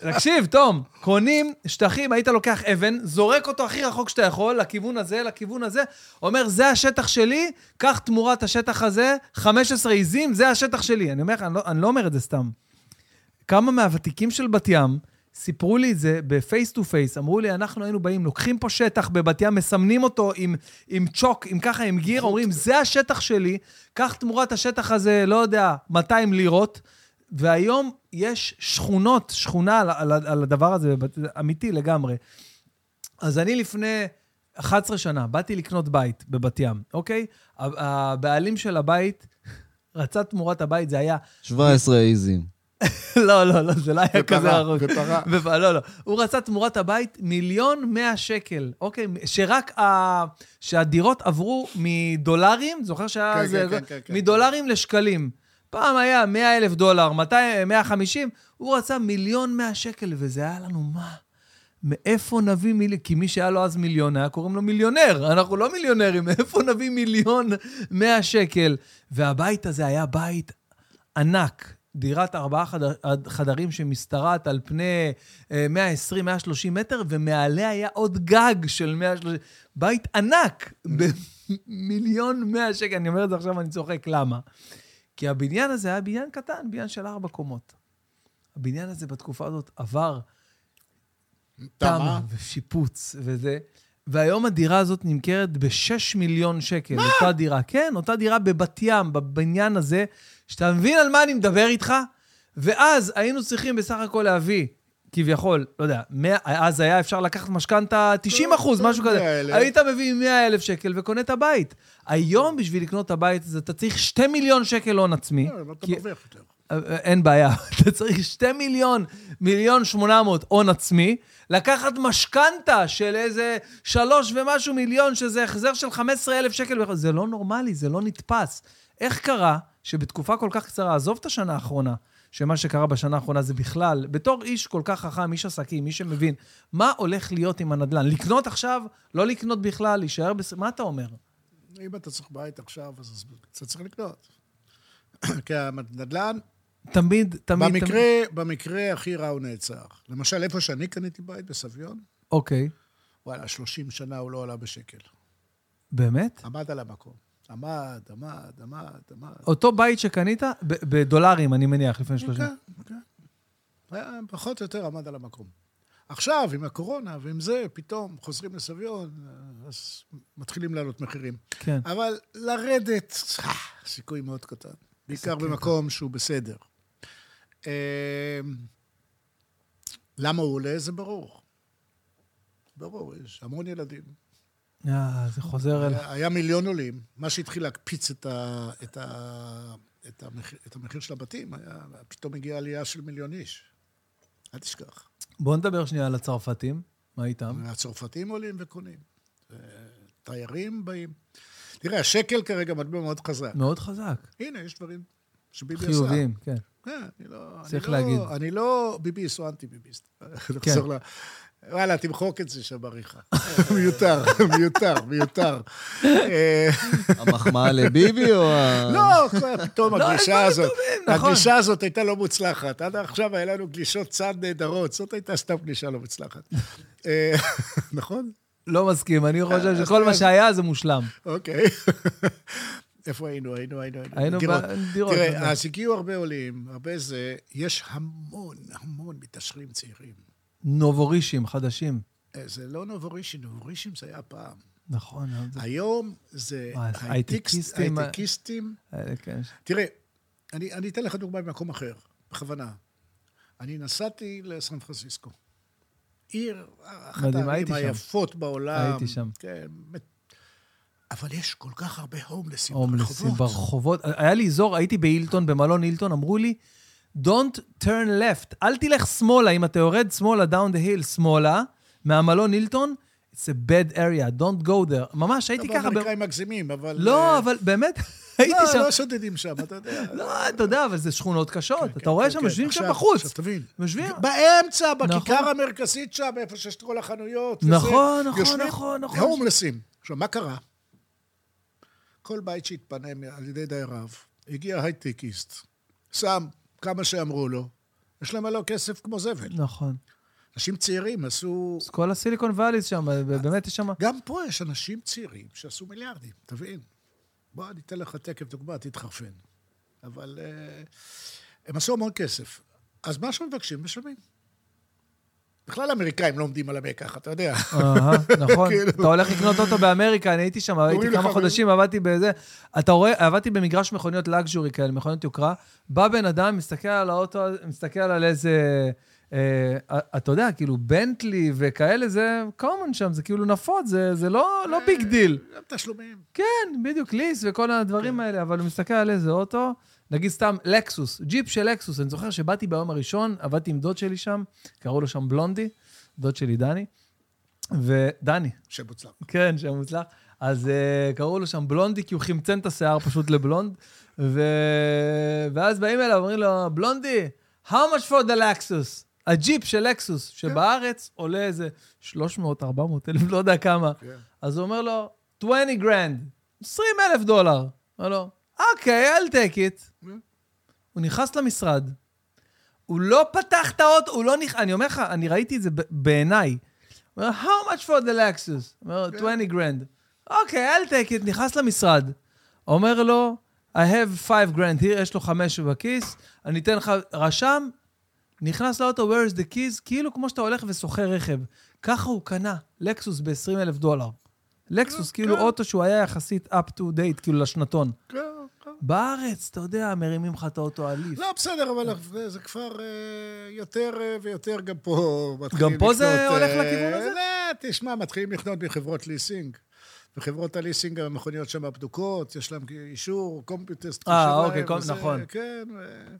תקשיב, תום, קונים שטחים, היית לוקח אבן, זורק אותו הכי רחוק שאתה יכול, לכיוון הזה, לכיוון הזה, אומר, זה השטח שלי, קח תמורת השטח הזה, 15 עיזים, זה השטח שלי. אני אומר לך, אני, לא, אני לא אומר את זה סתם. כמה מהוותיקים של בת ים סיפרו לי את זה בפייס טו פייס, אמרו לי, אנחנו היינו באים, לוקחים פה שטח בבת ים, מסמנים אותו עם, עם צ'וק, עם ככה, עם גיר, אומרים, זה השטח שלי, קח תמורת השטח הזה, לא יודע, 200 לירות. והיום יש שכונות, שכונה על, על, על הדבר הזה, בבת- אמיתי לגמרי. אז אני לפני 11 שנה באתי לקנות בית בבת ים, אוקיי? ה- הבעלים של הבית *laughs* רצה תמורת הבית, זה היה 17 איזים. *laughs* לא, לא, לא, זה לא היה ופרה, כזה ארוך. *laughs* ופרה. ופרה. לא, לא. הוא רצה תמורת הבית מיליון מאה שקל, אוקיי? שרק ה... שהדירות עברו מדולרים, זוכר שהיה כן, זה... כן, כן, כן, מדולרים לשקלים. פעם היה 100 אלף דולר, 200, 150, הוא רצה מיליון מאה שקל, וזה היה לנו מה? מאיפה נביא מיליון? כי מי שהיה לו אז מיליון, היה קוראים לו מיליונר. אנחנו לא מיליונרים, *laughs* מאיפה נביא מיליון מאה שקל? והבית הזה היה בית ענק, דירת ארבעה חדר, חדרים שמשתרעת על פני אה, 120-130 מטר, ומעליה היה עוד גג של 130... בית ענק, במיליון 100 שקל. אני אומר את זה עכשיו, אני צוחק, למה? כי הבניין הזה היה בניין קטן, בניין של ארבע קומות. הבניין הזה בתקופה הזאת עבר תמה תמה. ושיפוץ וזה. והיום הדירה הזאת נמכרת ב-6 מיליון שקל. מה? אותה דירה. כן, אותה דירה בבת ים, בבניין הזה, שאתה מבין על מה אני מדבר איתך? ואז היינו צריכים בסך הכל להביא, כביכול, לא יודע, 100, אז היה אפשר לקחת משכנתה 90 אחוז, משהו כזה. 100,000. היית מביא 100 אלף שקל וקונה את הבית. היום, בשביל לקנות את הבית הזה, אתה צריך 2 מיליון שקל הון עצמי. לא, אתה כי- מרוויח יותר. אה, אין בעיה, *laughs* אתה צריך 2 מיליון, מיליון 800 הון עצמי, לקחת משכנתה של איזה 3 ומשהו מיליון, שזה החזר של 15,000 שקל, בכלל. זה לא נורמלי, זה לא נתפס. איך קרה שבתקופה כל כך קצרה, עזוב את השנה האחרונה, שמה שקרה בשנה האחרונה זה בכלל, בתור איש כל כך חכם, איש עסקים, איש שמבין, מה הולך להיות עם הנדל"ן? לקנות עכשיו, לא לקנות בכלל, להישאר בס... מה אתה אומר? אם אתה צריך בית עכשיו, אז אתה צריך לקנות. *coughs* כי הנדל"ן, תמיד, תמיד, במקרה, תמיד... במקרה הכי רע הוא נעצר. למשל, איפה שאני קניתי בית, בסביון, אוקיי, וואלה, 30 שנה הוא לא עלה בשקל. באמת? עמד על המקום. עמד, עמד, עמד, עמד. אותו בית שקנית, ב- אוקיי. בדולרים, אני מניח, לפני שלושה. כן, כן. היה פחות או יותר עמד על המקום. עכשיו, עם הקורונה ועם זה, פתאום חוזרים לסביון, אז מתחילים לעלות מחירים. כן. אבל לרדת, אה, סיכוי מאוד קטן. בעיקר במקום שהוא בסדר. אה, למה הוא עולה? זה ברור. ברור, יש המון ילדים. אה, זה חוזר אל... היה- היה מיליון עולים, מה שהתחיל להקפיץ את, ה, את, ה, את, המחיר, את המחיר של הבתים, היה, פתאום הגיעה עלייה של מיליון איש. אל תשכח. בואו נדבר שנייה על הצרפתים. מה איתם? הצרפתים עולים וקונים. אה, תיירים באים. תראה, השקל כרגע מטבע מאוד חזק. מאוד חזק. הנה, יש דברים שביבי עשה. חיוביים, כן. כן, אני לא... צריך אני לא- להגיד. כן. אני לא ביביסט או אנטי *laughs* ביביסט. נחזור ל... וואלה, תמחוק את זה שם בעריכה. *laughs* מיותר, *laughs* מיותר, מיותר. אה, המחמאה לביבי או ה... לא, פתאום *laughs* לא, הגלישה הם הזאת, טובים, נכון. הגלישה הזאת הייתה לא מוצלחת. עד עכשיו היה לנו גלישות צד נהדרות, זאת הייתה סתם גלישה לא מוצלחת. אה, *laughs* נכון? לא מסכים, אני חושב אז שכל אתה- מה שהיה זה מושלם. אוקיי. *laughs* איפה היינו? היינו, היינו, היינו. היינו דירות. בדירות, נכון. תראה, אז הגיעו הרבה עולים, הרבה זה, יש המון, המון מתעשרים צעירים. נובורישים חדשים. אה, זה לא נובורישים, נובורישים זה היה פעם. נכון, זה- היום זה מה, אז הייטיקס- הייטקיסטים- הייטקיסטים. אה, כן. תראה, אני, אני אתן לך דוגמה ממקום אחר, בכוונה. אני נסעתי לסן פרנסיסקו. עיר, אחת מדהים, הערים הייתי שם. היפות בעולם. הייתי שם. כן, באמת. אבל יש כל כך הרבה הומלסים הומלסים ברחובות. ברחובות. אה, היה לי אזור, הייתי בהילטון, במלון הילטון, אמרו לי, Don't turn left, אל תלך שמאלה, אם אתה יורד שמאלה, down the hill, שמאלה, מהמלון הילטון, it's a bad area, don't go there. ממש, הייתי אבל ככה... ב- האמריקאים מגזימים, אבל... לא, אה, אבל באמת, *laughs* הייתי לא, שם. לא שודדים שם, אתה יודע. לא, אתה יודע, אבל זה שכונות קשות. כן, אתה רואה כן, שם, כן. יושבים שם עכשיו- עכשיו בחוץ. תבין. יושבים... באמצע, נכון. בכיכר המרכזית שם, איפה שיש את כל החנויות. וזה. נכון, נכון, יושבים נכון, נכון. הומלסים. עכשיו, מה קרה? כל בית שהתפנה מ- על ידי דייריו, הגיע הייטקיסט, שם כמה שאמרו לו, יש להם הלא כסף כמו זבל. נכון. אנשים צעירים עשו... אז כל הסיליקון ואליס שם, אה, באמת יש שם... גם פה יש אנשים צעירים שעשו מיליארדים, תבין. בוא, אני אתן לך תקף דוגמה, תתחרפן. אבל אה, הם עשו המון כסף. אז מה שמבקשים, משלמים. בכלל האמריקאים לא עומדים על המקח, אתה יודע. *laughs* *laughs* אהה, נכון. כאילו. אתה הולך לקנות אוטו באמריקה, אני הייתי שם, הייתי לך, כמה אבל- חודשים, עבדתי בזה. אתה רואה, עבדתי במגרש מכוניות לאגז'ורי כאלה, מכוניות יוקרה. בא בן אדם, מסתכל על האוטו, מסתכל על איזה... אה, אתה יודע, כאילו, בנטלי וכאלה, זה common שם, זה כאילו נפוץ, זה זה לא אה, לא ביג דיל. גם תשלומים. כן, בדיוק, ליס וכל הדברים האלה, אבל הוא מסתכל על איזה אוטו, נגיד סתם לקסוס, ג'יפ של לקסוס. אני זוכר שבאתי ביום הראשון, עבדתי עם דוד שלי שם, קראו לו שם בלונדי, דוד שלי דני, ודני, שבוצלם. כן, שם מוצלח. אז uh, קראו לו שם בלונדי, כי הוא חמצן את השיער פשוט לבלונד, ו... ואז באים אליו, אומרים לו, בלונדי, how much for the Lexus? הג'יפ של לקסוס, שבארץ עולה איזה 300-400 אלף, לא יודע כמה. כן. אז הוא אומר לו, 20 גרנד, 20 אלף דולר. אומר לו, אוקיי, I'll take it. הוא נכנס למשרד, הוא לא פתח את האוטו, הוא לא נכנס, אני אומר לך, אני ראיתי את זה ב- בעיניי. הוא אומר, How much for the Lexus? אומר לו, 20 grand. אוקיי, I'll take it, נכנס למשרד. אומר לו, I have 5 grand here, יש לו 5 בכיס, אני אתן לך, רשם, נכנס לאוטו, where is the keys, כאילו כמו שאתה הולך ושוכר רכב. ככה הוא קנה לקסוס ב-20 אלף דולר. לקסוס, כאילו אוטו שהוא היה יחסית up to date, כאילו לשנתון. בארץ, אתה יודע, מרימים לך את האוטו עליף. לא, בסדר, אבל זה כבר אה, יותר אה, ויותר גם פה מתחילים גם פה זה לקנות, הולך אה, לכיוון הזה? לא, תשמע, מתחילים לקנות מחברות ליסינג. בחברות הליסינג המכוניות שם בדוקות, יש להם אישור, קומפיוטסט. אה, שלהם, אוקיי, קום- וזה, נכון. כן. אה,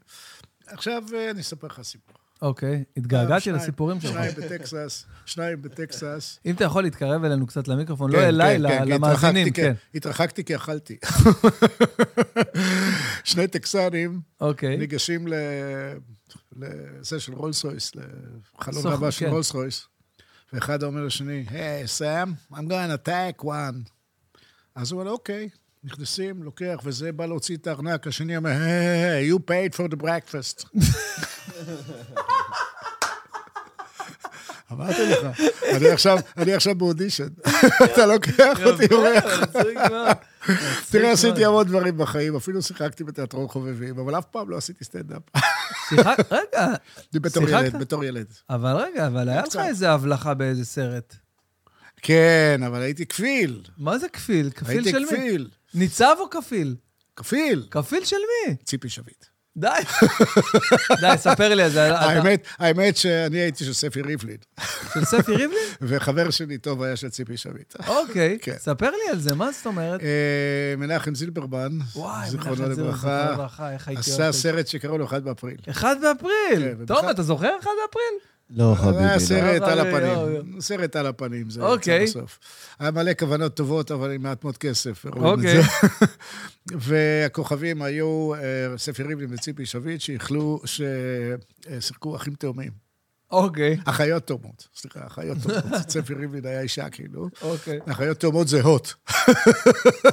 עכשיו אה, אני אספר לך סיפור. אוקיי, התגעגעתי אה, שניים- לסיפורים שלך. שניים בטקסס, שניים בטקסס. אם אתה יכול להתקרב אלינו קצת למיקרופון, *laughs* לא כן, אליי, כן, ל- כן, כי למאזינים, התרחקתי, כן. התרחקתי כי אכלתי. *laughs* שני טקסנים אוקיי, ניגשים ל- לזה של רולס רויס, לחלון סוכן, הבא של כן. רולס רויס, ואחד אומר לשני, היי, סאם, I'm going to take one. אז הוא אומר, אוקיי, נכנסים, לוקח, וזה בא להוציא את הארנק, השני אומר, היי, you paid for the *laughs* breakfast. אמרתי לך, אני עכשיו- אני עכשיו באודישן, *laughs* אתה לוקח כן, אותי אורח. *laughs* *laughs* מצחיק מאוד. תראה, מצחיק עשיתי המון דברים בחיים, אפילו שיחקתי בתיאטרון חובבים, אבל אף פעם לא עשיתי סטנדאפ. שיחק, רגע, בתור שיחקת? ילד, בתור ילד. אבל רגע, אבל היה לך קצת. איזה הבלחה באיזה סרט. כן, אבל הייתי כפיל. מה זה כפיל? כפיל הייתי של מי? כפיל. ניצב או כפיל? כפיל. כפיל של מי? ציפי שביט. די. *laughs* די, ספר לי על זה. אה, אתה- האמת, האמת שאני הייתי של ספי ריבלין, של ספי ריבלין? וחבר שלי טוב היה של ציפי שביט. אוקיי. כן. ספר לי על זה, מה זאת אומרת? אה, מנחם זילברמן, זיכרונו מנחם זילבר, זיכרונו לברכה, לברכה, איך הייתי אוהב עשה את זה. סרט שקראו לו 1 באפריל. 1 באפריל. כן, טוב, ובכלל- אתה זוכר 1 באפריל? לא, אה, זה היה חביבי, לא. סרט לא, על חביבי, לא, הפנים, סרט על הפנים, זה אוקיי. יצא בסוף. היה מלא כוונות טובות, אבל עם מעט מאוד כסף, רואים את אוקיי. זה. *laughs* והכוכבים היו אה, ספי ריבלין וציפי שביט, שאיכלו, ששיחקו אחים תאומים. אוקיי. אחיות תאומות, סליחה, אחיות *laughs* תאומות. ספי ריבלין היה אישה, כאילו. אוקיי. אחיות תאומות זה הוט.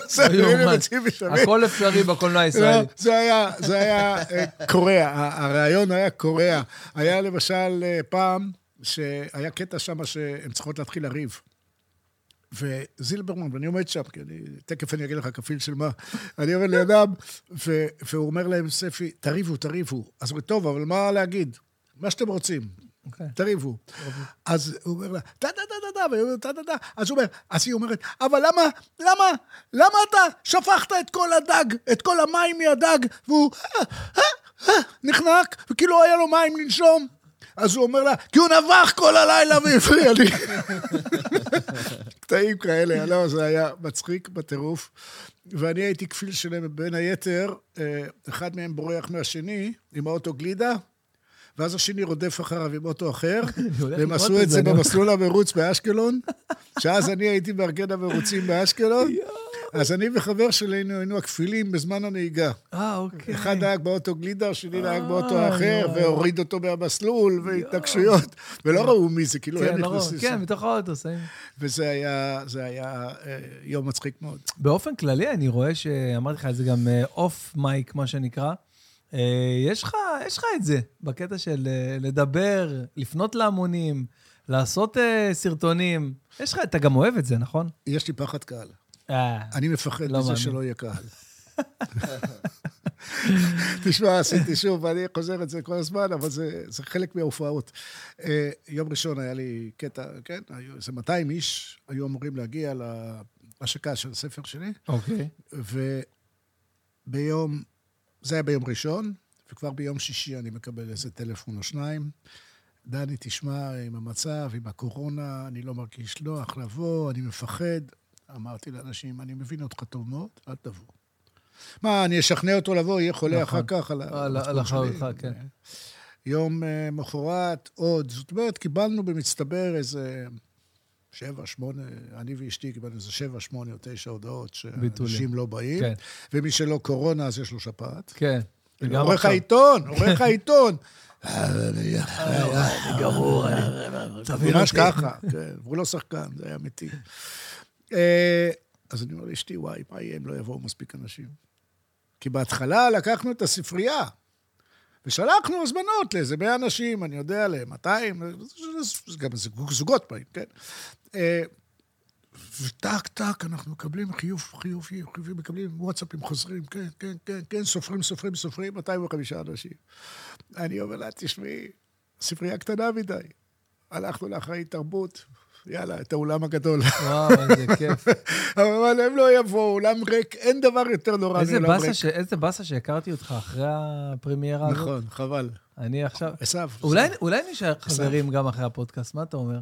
ספי לא יאומן. ריבלין וציפי שביט. הכל אפשרי בקולנוע לא, הישראלי. זה היה, זה היה אה, קורע, ה- הרעיון היה קורע. היה למשל אה, פעם שהיה קטע שם שהן צריכות להתחיל לריב. וזילברמן, ואני עומד שם, כי אני, תכף אני אגיד לך כפיל של מה, אני עומד לידם, ו, והוא אומר להם, ספי, תריבו, תריבו. אז הוא אומר, טוב, אבל מה להגיד? מה שאתם רוצים. אוקיי. תריבו. אז הוא אומר לה, טה טה טה טה טה, והיא אומרת, טה טה טה. אז הוא אומר, אז היא אומרת, אבל למה, למה, למה אתה שפכת את כל הדג, את כל המים מהדג, והוא "אה, אה, אה", נחנק, וכאילו היה לו מים לנשום. אז הוא אומר לה, כי הוא נבח כל הלילה והפריע לי. קטעים כאלה, לא, זה היה מצחיק בטירוף. ואני הייתי כפיל שלהם, בין היתר, אה, אחד מהם בורח מהשני עם האוטו גלידה, ואז השני רודף אחריו עם אוטו אחר, *laughs* הולך והם לראות עשו את את זה, זה אני- במסלול המרוץ באשקלון, שאז אני הייתי מארגן המרוצים באשקלון. אז אני וחבר שלנו היינו הכפילים בזמן הנהיגה. אה, אוקיי. אחד נהג באוטו גלידה, השני נהג באוטו אה, האחר, יואו. והוריד אותו מהמסלול, והתנגשויות, ולא ראו מי זה, כאילו כן, הם לרוב. נכנסו. כן, לשם. מתוך האוטו, שמים. וזה היה זה היה, אה, יום מצחיק מאוד. באופן כללי, אני רואה שאמרתי לך את זה גם אה, אוף מייק, מה שנקרא. אה, יש לך, יש לך את זה, בקטע של אה, לדבר, לפנות להמונים, לעשות אה, סרטונים. יש לך, אתה גם אוהב את זה, נכון? יש לי פחד קהל. אה, אני מפחד לא מאמין. מזה שלא יהיה קהל. תשמע, עשיתי שוב, ואני חוזר את זה כל הזמן, אבל זה, זה חלק מההופעות. אה, יום ראשון היה לי קטע, כן, היו איזה 200 איש היו אמורים להגיע להשקה של הספר שלי, אוקיי. וביום, זה היה ביום ראשון, וכבר ביום שישי אני מקבל איזה טלפון או שניים. דני, תשמע, עם המצב, עם הקורונה, אני לא מרגיש נוח לבוא, אני מפחד. אמרתי לאנשים, אני מבין אותך טוב מאוד, אל תבוא. מה, אני אשכנע אותו לבוא, יהיה חולה נכון. אחר כך על ה- אה, על המצפון שלי. החלטה, כן. יום אה, מחרת עוד. זאת אומרת, קיבלנו במצטבר איזה שבע, שמונה, אני ואשתי קיבלנו איזה שבע, שמונה או תשע הודעות ביטולים. שאנשים לא באים, כן. ומי שלא קורונה אז יש לו שפעת. כן. וגם עורך עכשיו. העיתון, עורך העיתון. גמור. ממש ככה, כן. והוא לא שחקן, זה היה אמיתי. אה, אז אני אומר לאשתי, וואי, מה יהיה אם לא יבואו מספיק אנשים? כי בהתחלה לקחנו את הספרייה, ושלחנו הזמנות לאיזה 100 אנשים, אני יודע, ל-200, גם זוג- זוגות באים, כן? אה, וטק, טק, אנחנו מקבלים חיוב, חיוב, חיובים, מקבלים וואטסאפים חוזרים, כן, כן, כן, כן, סופרים, סופרים, סופרים, 205 אנשים. אני אומר לה, תשמעי, ספרייה קטנה מדי. הלכנו לאחראי תרבות, יאללה, את האולם הגדול. *laughs* וואו, איזה כיף. אבל הם לא יבואו, אולם ריק, אין דבר יותר נורא איזה מאולם באסה ריק. ש- איזה באסה שהכרתי אותך אחרי הפרמיירה הזאת. נכון, חבל. אני עכשיו... עשו. אולי, אולי אה, נשאר חברים גם אחרי הפודקאסט, מה אתה אומר?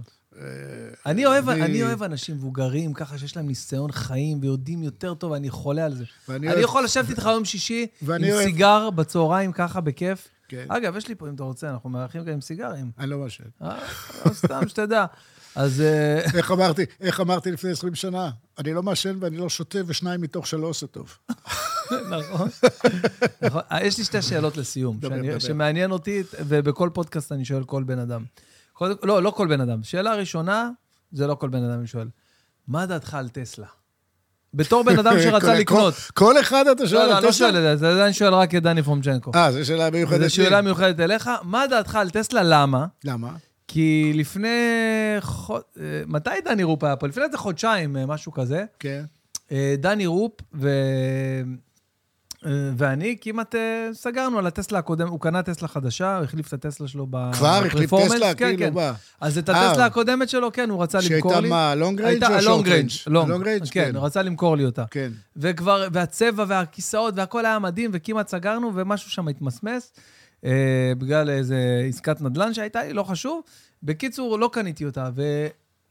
אני אוהב, אני- אני אוהב אנשים מבוגרים, ככה שיש להם ניסיון חיים ויודעים יותר טוב, אני חולה על זה. ואני אני אוהב- יכול לשבת איתך יום שישי עם ואני אוהב- סיגר בצהריים ככה בכיף. כן. אגב, יש לי פה, אם אתה רוצה, אנחנו מארחים גם עם סיגרים. אני לא *laughs* מאשר. אה, לא סתם, שתדע. אז אה, איך אמרתי, איך אמרתי לפני 20 שנה? אני לא מעשן ואני לא שותה, ושניים מתוך שלוש זה טוב. נכון. נכון. אה, יש לי שתי שאלות לסיום, דבר, שאני- דבר. שמעניין אותי, ובכל פודקאסט אני שואל כל בן אדם. קודם- לא, לא כל בן אדם. שאלה ראשונה, זה לא כל בן אדם אני שואל. מה דעתך על טסלה? בתור בן אדם שרצה *laughs* כל- לקנות. כל- כל אחד אתה שואל לא, לא, על לא טסלה? שואל את זה, זה עדיין שואל רק את דני פרומצ'נקו. אה, זו שאלה מיוחדת. אוקיי. זו לי. שאלה מיוחדת אליך. מה דעתך על טסלה? למה? למה? כי לפני... חוד- אה, מתי דני רופ היה פה? לפני איזה חודשיים, אה, משהו כזה. כן. אה, דני רופ ו... אה, ואני כמעט אה, סגרנו על הטסלה הקודם, הוא קנה טסלה חדשה, הוא החליף את הטסלה שלו ב- כבר החליף בפרפורמנס, טסלה? כן, כאילו, כן. מה? אז את אה. הטסלה הקודמת שלו, כן, הוא רצה למכור לי. שהייתה מה, לונג ריינג' הייתה או שורט הלונג ריינג'? ריינג'? לונג הלונג ריינג', ריינג', כן, כן. הוא רצה למכור לי אותה. כן. וכבר, והצבע והכיסאות והכל היה מדהים, וכמעט סגרנו, ומשהו שם התמסמס, אה, בגלל איזו עסקת נדל"ן שהייתה לי, לא חשוב. בקיצור, לא קניתי אותה,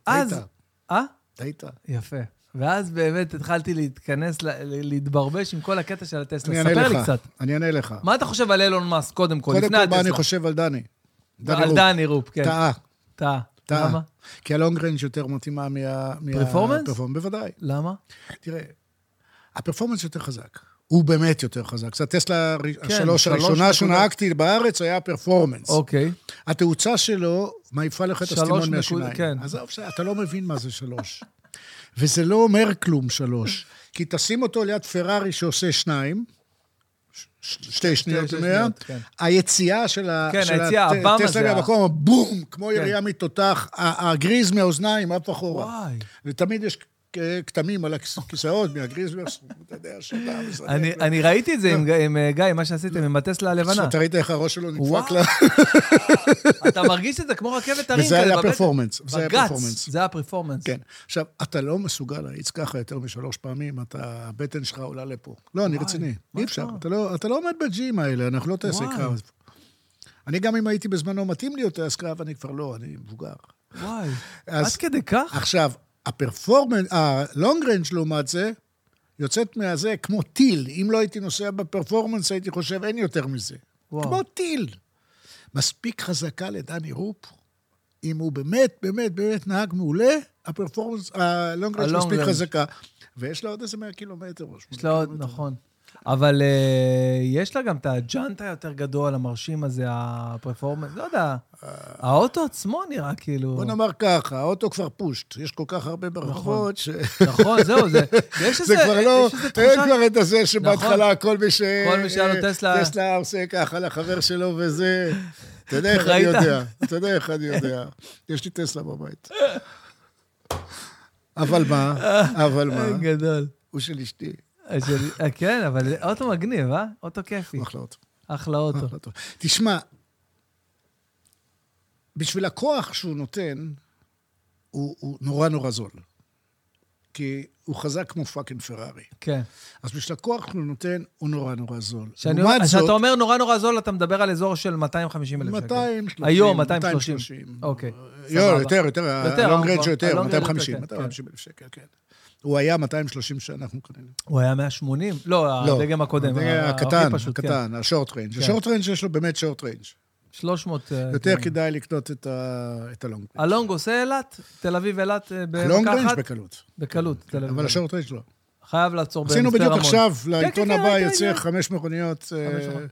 ואז... הייתה. אה? טעית. יפה. ואז באמת התחלתי להתכנס, ל- ל- להתברבש עם כל הקטע של הטסלה. אני אענה ספר לי לך. קצת. אני אענה לך. מה אתה חושב על אילון מאסק, קודם כל, קודם לפני כל, הטסלה? מה אני חושב על דני? דני על רופ. דני רופ, כן. טעה, טעה. טעה. למה? כי הלונג ריינג' יותר מתאימה מה... מה- פרפורמנס? פרפורמנס, בוודאי. למה? תראה, הפרפורמנס יותר חזק. הוא באמת יותר חזק. זה הטסלה הר- השלוש כן, שלוש הראשונה נקודה. שנהגתי בארץ, היה הפרפורמנס. אוקיי. התאוצה שלו מעיפה לך את שלוש הסטימון נקוד- מהשיניים. כן. עזוב, זה- אתה לא מבין מה זה שלוש. וזה לא אומר כלום שלוש. כי תשים אותו ליד פרארי שעושה שניים, ש- ש- שתי שניות שתי למאה, שניות, כן. היציאה של ה- כן, של היציאה, הט- הבאמה טסלה זה ה- מהמקום, בום, כמו כן. ירייה מתותח, ה- הגריז מהאוזניים עף אחורה. וואי. ותמיד יש אה, כתמים על הכיסאות מהגריז, אתה יודע, שאתה מסדר. אני- אני ראיתי את זה לא. עם ג- עם אה, גיא, מה שעשיתם עם הטסלה הלבנה. אתה ראית איך הראש שלו נדפק וואו. לה? אתה מרגיש את זה כמו רכבת הרים. וזה כזה היה בבטן. פרפורמנס, זה היה בגץ, פרפורמנס. זה היה פרפורמנס. כן. עכשיו, אתה לא מסוגל להאיץ ככה יותר משלוש פעמים, אתה, הבטן שלך עולה לפה. לא, אני רציני. מה אי אפשר. קרה? אתה לא, אתה לא עומד בג'ים האלה, אנחנו לא טייסי וואי. קרב. אני, גם אם הייתי בזמנו מתאים להיות טייס קרב, אני כבר לא, אני מבוגר. וואי, אז- עד כדי כך? עכשיו, הפרפורמנס, הלונג ריינג' לעומת זה, יוצאת מהזה כמו טיל. אם לא הייתי נוסע בפרפורמנס, הייתי חושב, אין יותר מזה. וואו. כמו טיל. מספיק חזקה לדני רופ, אם הוא באמת, באמת, באמת נהג מעולה, הפרפורמנס, הלונג ריינג' הלונג מספיק ריינג'. חזקה. ויש לה עוד איזה 100 קילומטר. או יש 80 לה עוד, קילומטר. נכון. אבל אה, יש לה גם את הג'אנט היותר גדול, המרשים הזה, הפרפורמנס, לא יודע. האוטו עצמו נראה כאילו... אה. בוא נאמר ככה, האוטו כבר פושט, יש כל כך הרבה ברחובות, ש... נכון, זהו, זה... *laughs* יש זה איזה... כבר לא, יש איזה אין תחושה... נכון. כבר את הזה שבהתחלה כל מי ש... כל מי שהיה לו אה, טסלה- טסלה עושה ככה לחבר שלו וזה... אתה יודע איך אני ראית? יודע, אתה יודע איך אני יודע. יש לי טסלה בבית. אבל מה? אבל מה? אה, גדול. הוא של אשתי. אז של- אה, כן, אבל אוטו מגניב, אה? אוטו כיפי. הוא אחלה אוטו. אחלה אוטו. אחלה אוטו. תשמע, בשביל הכוח שהוא נותן, הוא הוא נורא נורא זול. כי הוא חזק כמו פאקינג פרארי. כן. אז בשביל הכוח שהוא נותן, הוא נורא נורא זול. כשאני- לעומת אז זאת- כשאתה אומר נורא נורא זול, אתה מדבר על אזור של 250 אלף שקל. 230. היום, 230. 230. אוקיי. לא, סבבה. יותר, יותר, יותר, הלונג ריינג' כבר- יותר, הלונג רנג' 250, יותר, כן, 250 אלף שקל, כן. הוא היה 230 שאנחנו קנינו. הוא היה 180? לא, לא, הדגם הקודם. הדגם ה- הקטן, הכי פשוט, כן. הקטן, השורט ריינג'. כן. השורט ריינג' יש לו באמת שורט ריינג'. 300... אה, יותר כן. כדאי לקנות את ה- את הלונג ריינג'. הלונג עושה אילת, תל אביב אילת אה, הלונג במכה ריינג' אחת? בקלות, בקלות, תל אביב. אבל אילת. השורט ריינג' לא. חייב לעצור עשינו במצפה בדיוק רמון. עכשיו, כן, לעיתון כן, הבא ראיתי, יוצא ראיתי. חמש מכוניות, אה, חמש מכוניות.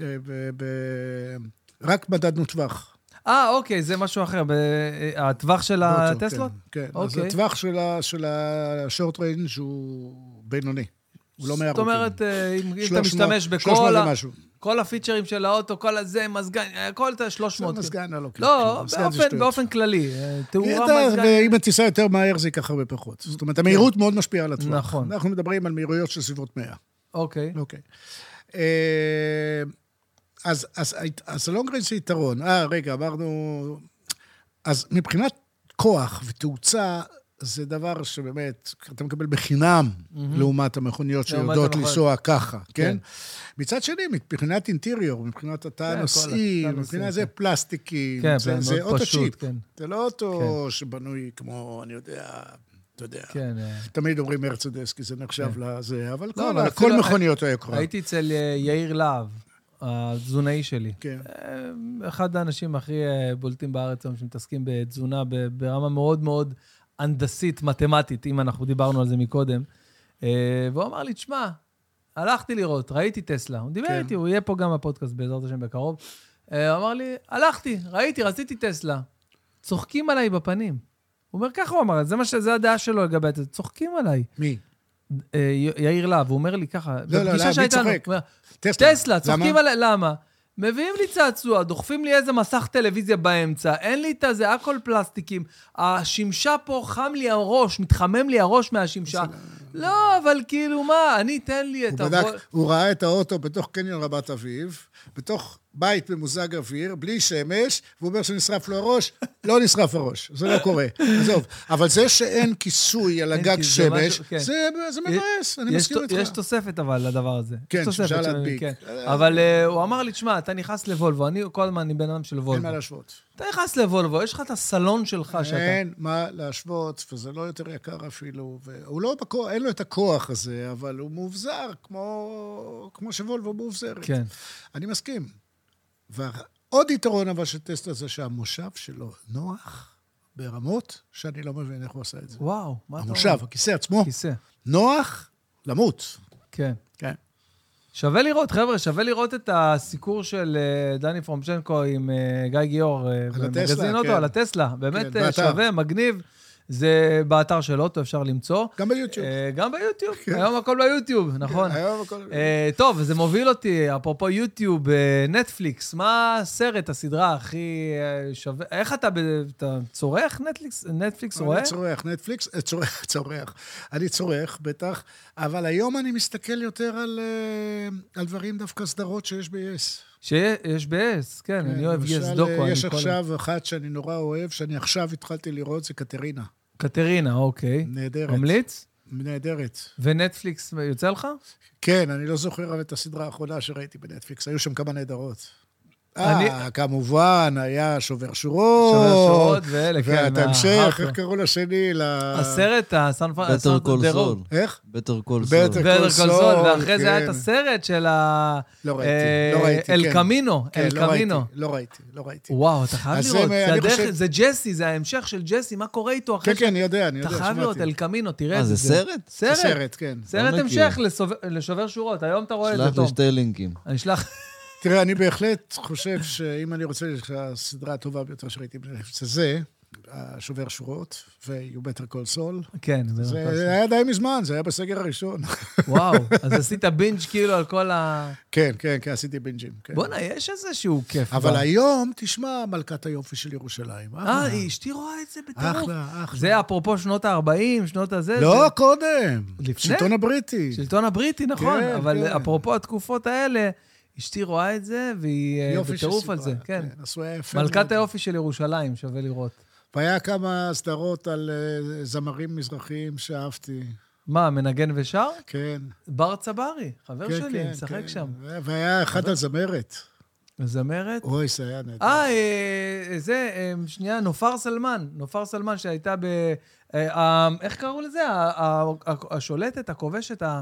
אה, ב- ב- רק מדדנו טווח. אה, אוקיי, זה משהו אחר. ב- אה, הטווח של באוטו, הטסלות? כן, כן. אז אוקיי. הטווח של ה- של השורט ריינג' הוא בינוני. הוא לא מהארוכים. זאת אומרת, אה, אם אם אתה 300 משתמש 300 בכל ה- ומשהו. כל הפיצ'רים של האוטו, כל הזה, מזגן, אה, הכל זה 300. זה מזגן, לא, כן, לא, כן, מזגן זה באופן- שטויות. באופן כללי. אה, אתה- תאורה, מזגן. ואם הטיסה יותר מהר זה ייקח הרבה פחות. זאת אומרת, המהירות מאוד משפיעה על הטווח. נכון. אנחנו מדברים על מהירויות של סביבות 100. אוקיי. אוקיי. אה, אז- אז היית- אז הלונג ריינג' זה יתרון. אה, רגע, אמרנו... אז מבחינת כוח ותאוצה, זה דבר שבאמת, אתה מקבל בחינם לעומת המכוניות לעומת שיודעות המכוניות. לנסוע ככה, כן. כן? מצד שני, מבחינת אינטריור, מבחינת התא כן, כל הנוסעי, התא הנוסעי, מבחינת כן. זה פלסטיקים, כן, זה- מאוד זה אוטו פשוט, צ'יפ. כן. זה לא אוטו שבנוי כמו, אני יודע, אתה יודע. כן. אה, תמיד אומרים מרצדס, כי זה נחשב לזה, אבל כל כן. לא, אבל ה- אפילו- כל מכוניות היקרות. הייתי אצל אה, יאיר להב, התזונאי שלי. כן. אה, אחד האנשים הכי אה, בולטים בארץ היום שמתעסקים בתזונה ב- ברמה מאוד מאוד הנדסית, מתמטית, אם אנחנו דיברנו על זה מקודם. אה, והוא אמר לי, תשמע, הלכתי לראות, ראיתי טסלה. הוא דיבר כן. איתי, הוא יהיה פה גם בפודקאסט בעזרת השם בקרוב. אה, הוא אמר לי, הלכתי, ראיתי, רציתי טסלה. צוחקים עליי בפנים. הוא אומר, ככה הוא אמר, זה מה ש- זה הדעה שלו לגבי זה, צוחקים עליי. מי? אה, י- יאיר להב, הוא אומר לי ככה, לא, בפגישה להב, מי שהייתה לנו, צוחק? הוא אומר, טסלה. טסלה, צוחקים למה? עליי, למה? מביאים לי צעצוע, דוחפים לי איזה מסך טלוויזיה באמצע, אין לי את הזה, הכל פלסטיקים. השמשה פה, חם לי הראש, מתחמם לי הראש מהשמשה. לא, אבל כאילו, מה, אני, תן לי את הוא בדק, הוא ראה את האוטו בתוך קניון רבת אביב, בתוך בית ממוזג אוויר, בלי שמש, והוא אומר שנשרף לו *laughs* הראש, לא נשרף הראש, זה לא קורה, עזוב. אבל זה שאין כיסוי על אין הגג כיסוי, זה שמש, משהו- כן. זה זה מבאס, אני יש מסכים תו- איתך. יש תוספת אבל לדבר הזה. יש כן, תוספת שאפשר ש- להדביק. כן. אבל אה, הוא אמר לי, תשמע, אתה נכנס לוולבו, אני כל הזמן, אני בן אדם של אין וולבו. מה להשוות. אתה נכנס לוולבו, יש לך את הסלון שלך שאתה... אין מה להשוות, וזה לא יותר יקר אפילו. הוא לא בכוח, אין לו את הכוח הזה, אבל הוא מאובזר, כמו, כמו שוולבו מאובזרת. כן. אני מסכים. ועוד יתרון אבל של טסלה זה שהמושב שלו נוח ברמות שאני לא מבין איך הוא עשה את זה. וואו, מה אתה אומר? המושב, לא? הכיסא עצמו, כיסא, נוח למות. כן. כן. שווה לראות, חבר'ה, שווה לראות את הסיקור של אה, דני פרומשנקו עם אה, גיא גיאור אה, הטסלה, במגזין אוטו, כן. על הטסלה. באמת כן, אה, באתר. שווה, מגניב. זה באתר של אוטו, אפשר למצוא. גם ביוטיוב. כן. אה, גם ביוטיוב. היום הכל ביוטיוב, נכון. היום הכל... אה, טוב, זה מוביל אותי, אפרופו יוטיוב, אה, נטפליקס, מה הסרט, הסדרה הכי אה, שווה? איך אתה, ב- אתה צורך נטפליקס, נטפליקס רואה? אני צורח, נטפליקס, אה, צורח, *laughs* צורח. אני צורח, בטח, אבל היום אני מסתכל יותר על, אה, על דברים דווקא סדרות שיש ב-yes. שיש ב-S, כן, אני אוהב למשל, יס דוקו. אה, יש אני כל- עכשיו אחת שאני נורא אוהב, שאני עכשיו התחלתי לראות, זה קטרינה. קטרינה, אוקיי. נהדרת. ממליץ? נהדרת. ונטפליקס יוצא לך? כן, אני לא זוכר אבל את הסדרה האחרונה שראיתי בנטפליקס, היו שם כמה נהדרות. אני- אה, כמובן, היה שובר שורות. שובר שורות ואלה, כן, ואת מה- ההמשך, הארטו. איך קראו לשני? ל... הסרט, הסן פרנסיסקו, בטר קול סול. איך? בטר קול Better סול. Call בטר Saul, קולסול, ואחרי זה היה את כן. הסרט של ה... לא ראיתי, אה, לא ראיתי, אל כן. קמינו, כן, אל לא ראיתי, קמינו. לא ראיתי, לא ראיתי. וואו, אתה חייב אז זה, לראות, אה, זה אני הדרך- חושב- זה ג'סי, זה ההמשך של ג'סי, מה קורה איתו אחרי כן, ש... כן, אני יודע, אני יודע, אתה שמעתי. חייב לראות אל קמינו, תראה אה, את זה זה. סרט? זה סרט. סרט, כן. סרט לא המשך מכיר. לסוב- לשובר שורות, היום אתה רואה את זה שלח טוב. לי שתי לינקים. אני אשלח... תראה, אני בהחלט חושב שאם אני רוצה, שהסדרה הטובה ביותר שראיתי בנטפליקס זה זה, שובר שורות, ו-You Better Call Saul. *laughs* כן, זה... זה היה די מזמן, זה היה בסגר הראשון. *laughs* וואו, אז עשית בינג' כאילו על כל ה... כן, כן, כן, עשיתי בינג'ים. כן. בואנה, יש איזשהו כיף. אבל ב- היום, תשמע, מלכת היופי של ירושלים. אחלה. אה, אשתי רואה את זה בטירוף. אחלה, אחלה. זה אפרופו שנות ה-40, שנות הזה. לא, קודם. לפני? שלטון הבריטי. זה שלטון הבריטי, נכון, כן, אבל כן. אפרופו התקופות האלה, אסתי רואה את זה, והיא אה, יופי של בטירוף סדרה, על זה, כן. עשו היה יפה. מאוד. מלכת היופי של ירושלים, שווה לראות. והיה כמה סדרות על אה, זמרים מזרחיים שאהבתי. מה, מנגן ושר? כן. בר צברי, חבר כן, שלי, כן, משחק כן. לא שם. והיה אחד על זמרת. זמרת? אוי, זה היה נהדר. אה, אה, זה, אה, שנייה, נופר סלמן. נופר סלמן שהייתה ב... אה, ה- איך קראו לזה? ה- ה- ה- השולטת, הכובשת, ה-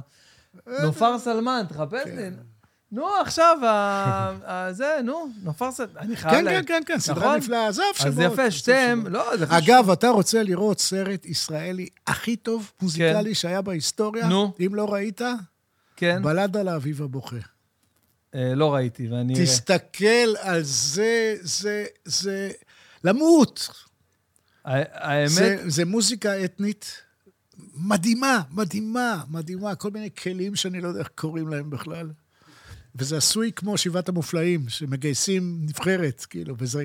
נופר סלמן, תחפש כן. לי. נו, עכשיו, ה- ה- זה, נו, נופר סלמן. אני חייב... כן, לה- כן, כן, כן, סדרה נכון? נפלאה. עזוב שמות. אז יפה, עזוב שתיהם, שמות. לא, זה חשוב. אגב, אתה רוצה לראות סרט ישראלי הכי טוב, מוזיקלי, שהיה בהיסטוריה? כן. נו. אם לא ראית, כן, בלד על האביב הבוכה. אה, לא ראיתי, ואני... אראה. תסתכל על זה, זה, זה... למות. ה- האמת, זה, זה מוזיקה אתנית מדהימה, מדהימה, מדהימה. כל מיני כלים שאני לא יודע איך קוראים להם בכלל. וזה עשוי כמו שבעת המופלאים, שמגייסים נבחרת, כאילו, וזה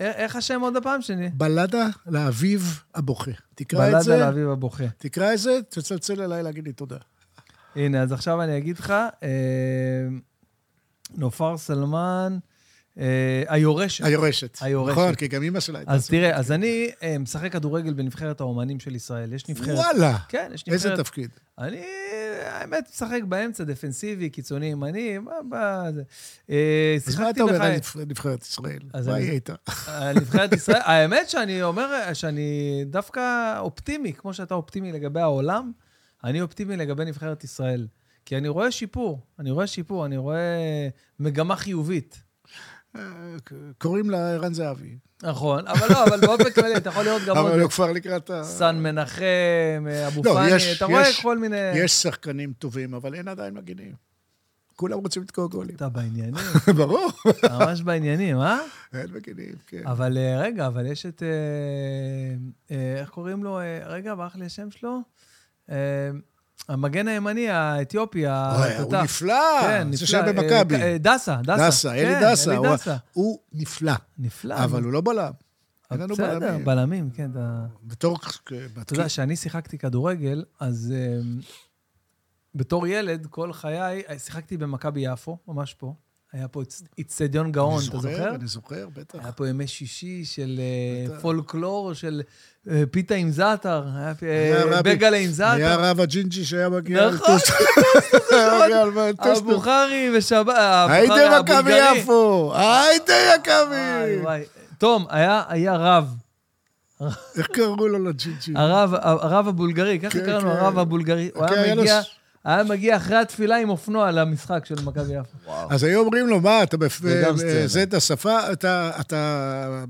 אה, איך השם עוד הפעם שני? בלדה לאביב הבוכה. תקרא את בלד זה, על האביב הבוכה. תקרא את זה, תצלצל אליי להגיד לי תודה. הנה, אז עכשיו אני אגיד לך, אה, נופר סלמן, אה, היורשת. היורשת. היורשת. נכון, כי גם אימא שלה הייתה... אז תראה, אז אני אה, משחק כדורגל בנבחרת האומנים של ישראל. יש נבחרת... וואלה, כן, יש איזה נבחרת. תפקיד. אני, האמת, משחק באמצע, דפנסיבי, קיצוני, ימני, מה ב... זה. אה, אז מה שיחקתי אתה אומר על לך... נבח- נבחרת ישראל? אז מה אני- היא הייתה? *laughs* אה, נבחרת ישראל, *laughs* האמת שאני אומר שאני דווקא אופטימי, כמו שאתה אופטימי לגבי העולם, אני אופטימי לגבי נבחרת ישראל. כי אני רואה שיפור, אני רואה שיפור, אני רואה מגמה חיובית. אה, קוראים לה ערן זהבי. נכון, אבל לא, אבל באופן כללי, אתה יכול לראות גם עוד אבל הוא כבר לקראת ה... סן מנחם, אה, אבו לא, פאני, יש- אתה רואה יש- כל מיני... יש שחקנים טובים, אבל אין עדיין מגינים. כולם רוצים לתקוע גולים. אתה בעניינים, *laughs* ברור, אתה ממש בעניינים, אה? אין מגינים, כן. אבל אה, רגע, אבל יש את... אה, אה, איך קוראים לו? אה, רגע, ברח לי השם שלו? אה, המגן הימני האתיופי, אוי, הוא התותח. נפלא, כן, זה נפלא. שהיה אה, במכבי. אה, דסה, דסה. דסה, אלי כן, דסה. אלי הוא- דסה. הוא נפלא, נפלא. אבל הוא לא בלם. אין לנו בסדר, בלמים. כן. בלמים, כן. אתה- בתור... אתה יודע, כשאני שיחקתי כדורגל, אז אמ, בתור ילד, כל חיי, אה, שיחקתי במכבי יפו, ממש פה. היה פה אצ- אצטדיון גאון, אתה זוכר? אני זוכר, בטח. היה פה ימי שישי של אה, פולקלור, של אה, פיתה עם זעתר, היה פ- היה אה, רבי- בגלה עם היה זעתר, הרב הג'ינג'י שהיה מגיע נכון, לטוסטו. היה *laughs* מגיע לטוסטו. הבוכרי ושבת, הבוכרי הייתם מכבי אה, הבולגרי. יפו! הייתם וואי, מכבי! וואי. תום, היה היה רב, איך קראו לו לג'ינג'י? הרב- הרב הבולגרי, ככה כן, קראנו, כן. הרב הבולגרי. הוא כן, היה היה לו מגיע... ש- היה מגיע אחרי התפילה עם אופנוע למשחק של מכבי יפו. אז היו אומרים לו, מה, אתה זה גם סצנה. בזה את השפה, אתה, אתה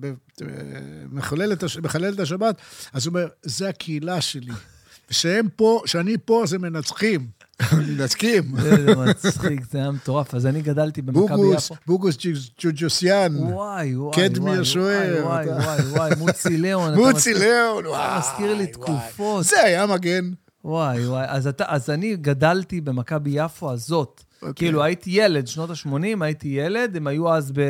ב- אה, מחלל, את הש... מחלל את השבת, אז הוא אומר, זה הקהילה שלי. שהם פה, שאני פה, אז הם *laughs* מנצחים. אה, מנצחים. זה מצחיק, זה היה מטורף. אז אני גדלתי במכבי בוגוס, יפו. בוגוס ג'יג- ג'וג'וסיאן, וואי, וואי, קדמי וואי, השוער, וואי, כן, אתה- וואי, וואי, מוצי ליאון. אתה מוצי מזכיר- ליאון, אתה וואי. מזכיר לי וואי. תקופות. זה היה מגן. וואי, וואי. אז אתה- אז אני גדלתי במכבי יפו הזאת. אוקיי. כאילו, הייתי ילד, שנות ה-80, הייתי ילד, הם היו אז ב...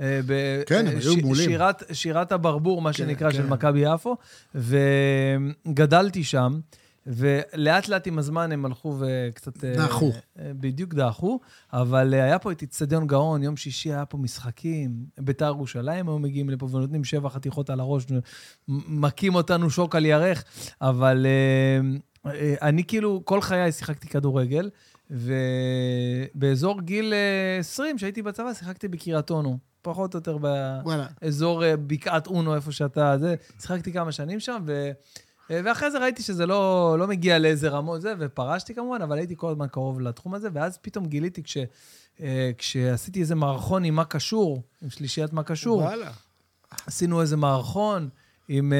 אה, ב- כן, הם אה, היו ש- מעולים. שירת, שירת הברבור, מה שנקרא, של כן. מכבי יפו, וגדלתי שם, ולאט לאט עם הזמן הם הלכו וקצת... אה, דעכו. אה, בדיוק דעכו, אבל אה, היה פה את אצטדיון גאון, יום שישי היה פה משחקים, ביתר ירושלים היו מגיעים לפה ונותנים שבע חתיכות על הראש, מ- מכים אותנו שוק על ירך, אבל אה, אה, אני כאילו, כל חיי שיחקתי כדורגל, ובאזור גיל אה, 20, שהייתי בצבא, שיחקתי בקריית אונו, פחות או יותר וואלה. באזור אה, בקעת אונו, איפה שאתה... זה, שיחקתי כמה שנים שם, ו... אה, ואחרי זה ראיתי שזה לא, לא מגיע לאיזה רמות זה, ופרשתי כמובן, אבל הייתי כל הזמן קרוב לתחום הזה, ואז פתאום גיליתי כש, אה, כשעשיתי איזה מערכון עם מה קשור, עם שלישיית מה קשור, וואלה. עשינו איזה מערכון עם, אה,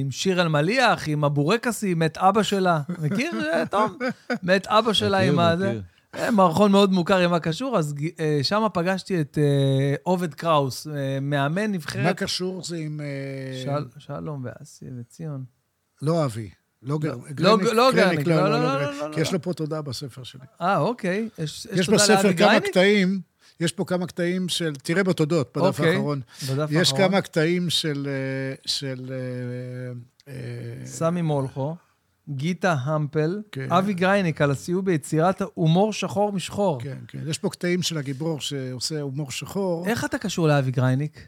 עם שיר אלמליח, עם הבורקסים, את אבא שלה. מכיר, אה, תום? את אבא שלה עם מכיר, הזה. מכיר. אה, מערכון מאוד מוכר עם הקשור, אז שם פגשתי את אה, עובד קראוס, אה, מאמן מה נבחרת... קשור זה עם... אה, של- שלום ואסי וציון. לא אבי. לא גר- לא- גרניק- לא גרניק, גרניק, לא, לא, לא, גרניק, לא, כי יש לא. לו פה תודה בספר שלי. אה, אוקיי. יש יש תודה לאבי בספר כמה גרייניק? קטעים, יש פה כמה קטעים של, תראה בתודות, בדף אוקיי, האחרון. בדף יש האחרון. כמה קטעים של... אה, של אה, אה, סמי מולכו, גיטה המפל, כן. אבי גרייניק על הסיוע ביצירת הומור שחור משחור. כן, כן. יש פה קטעים של הגיבור שעושה הומור שחור. איך אתה קשור לאבי גרייניק?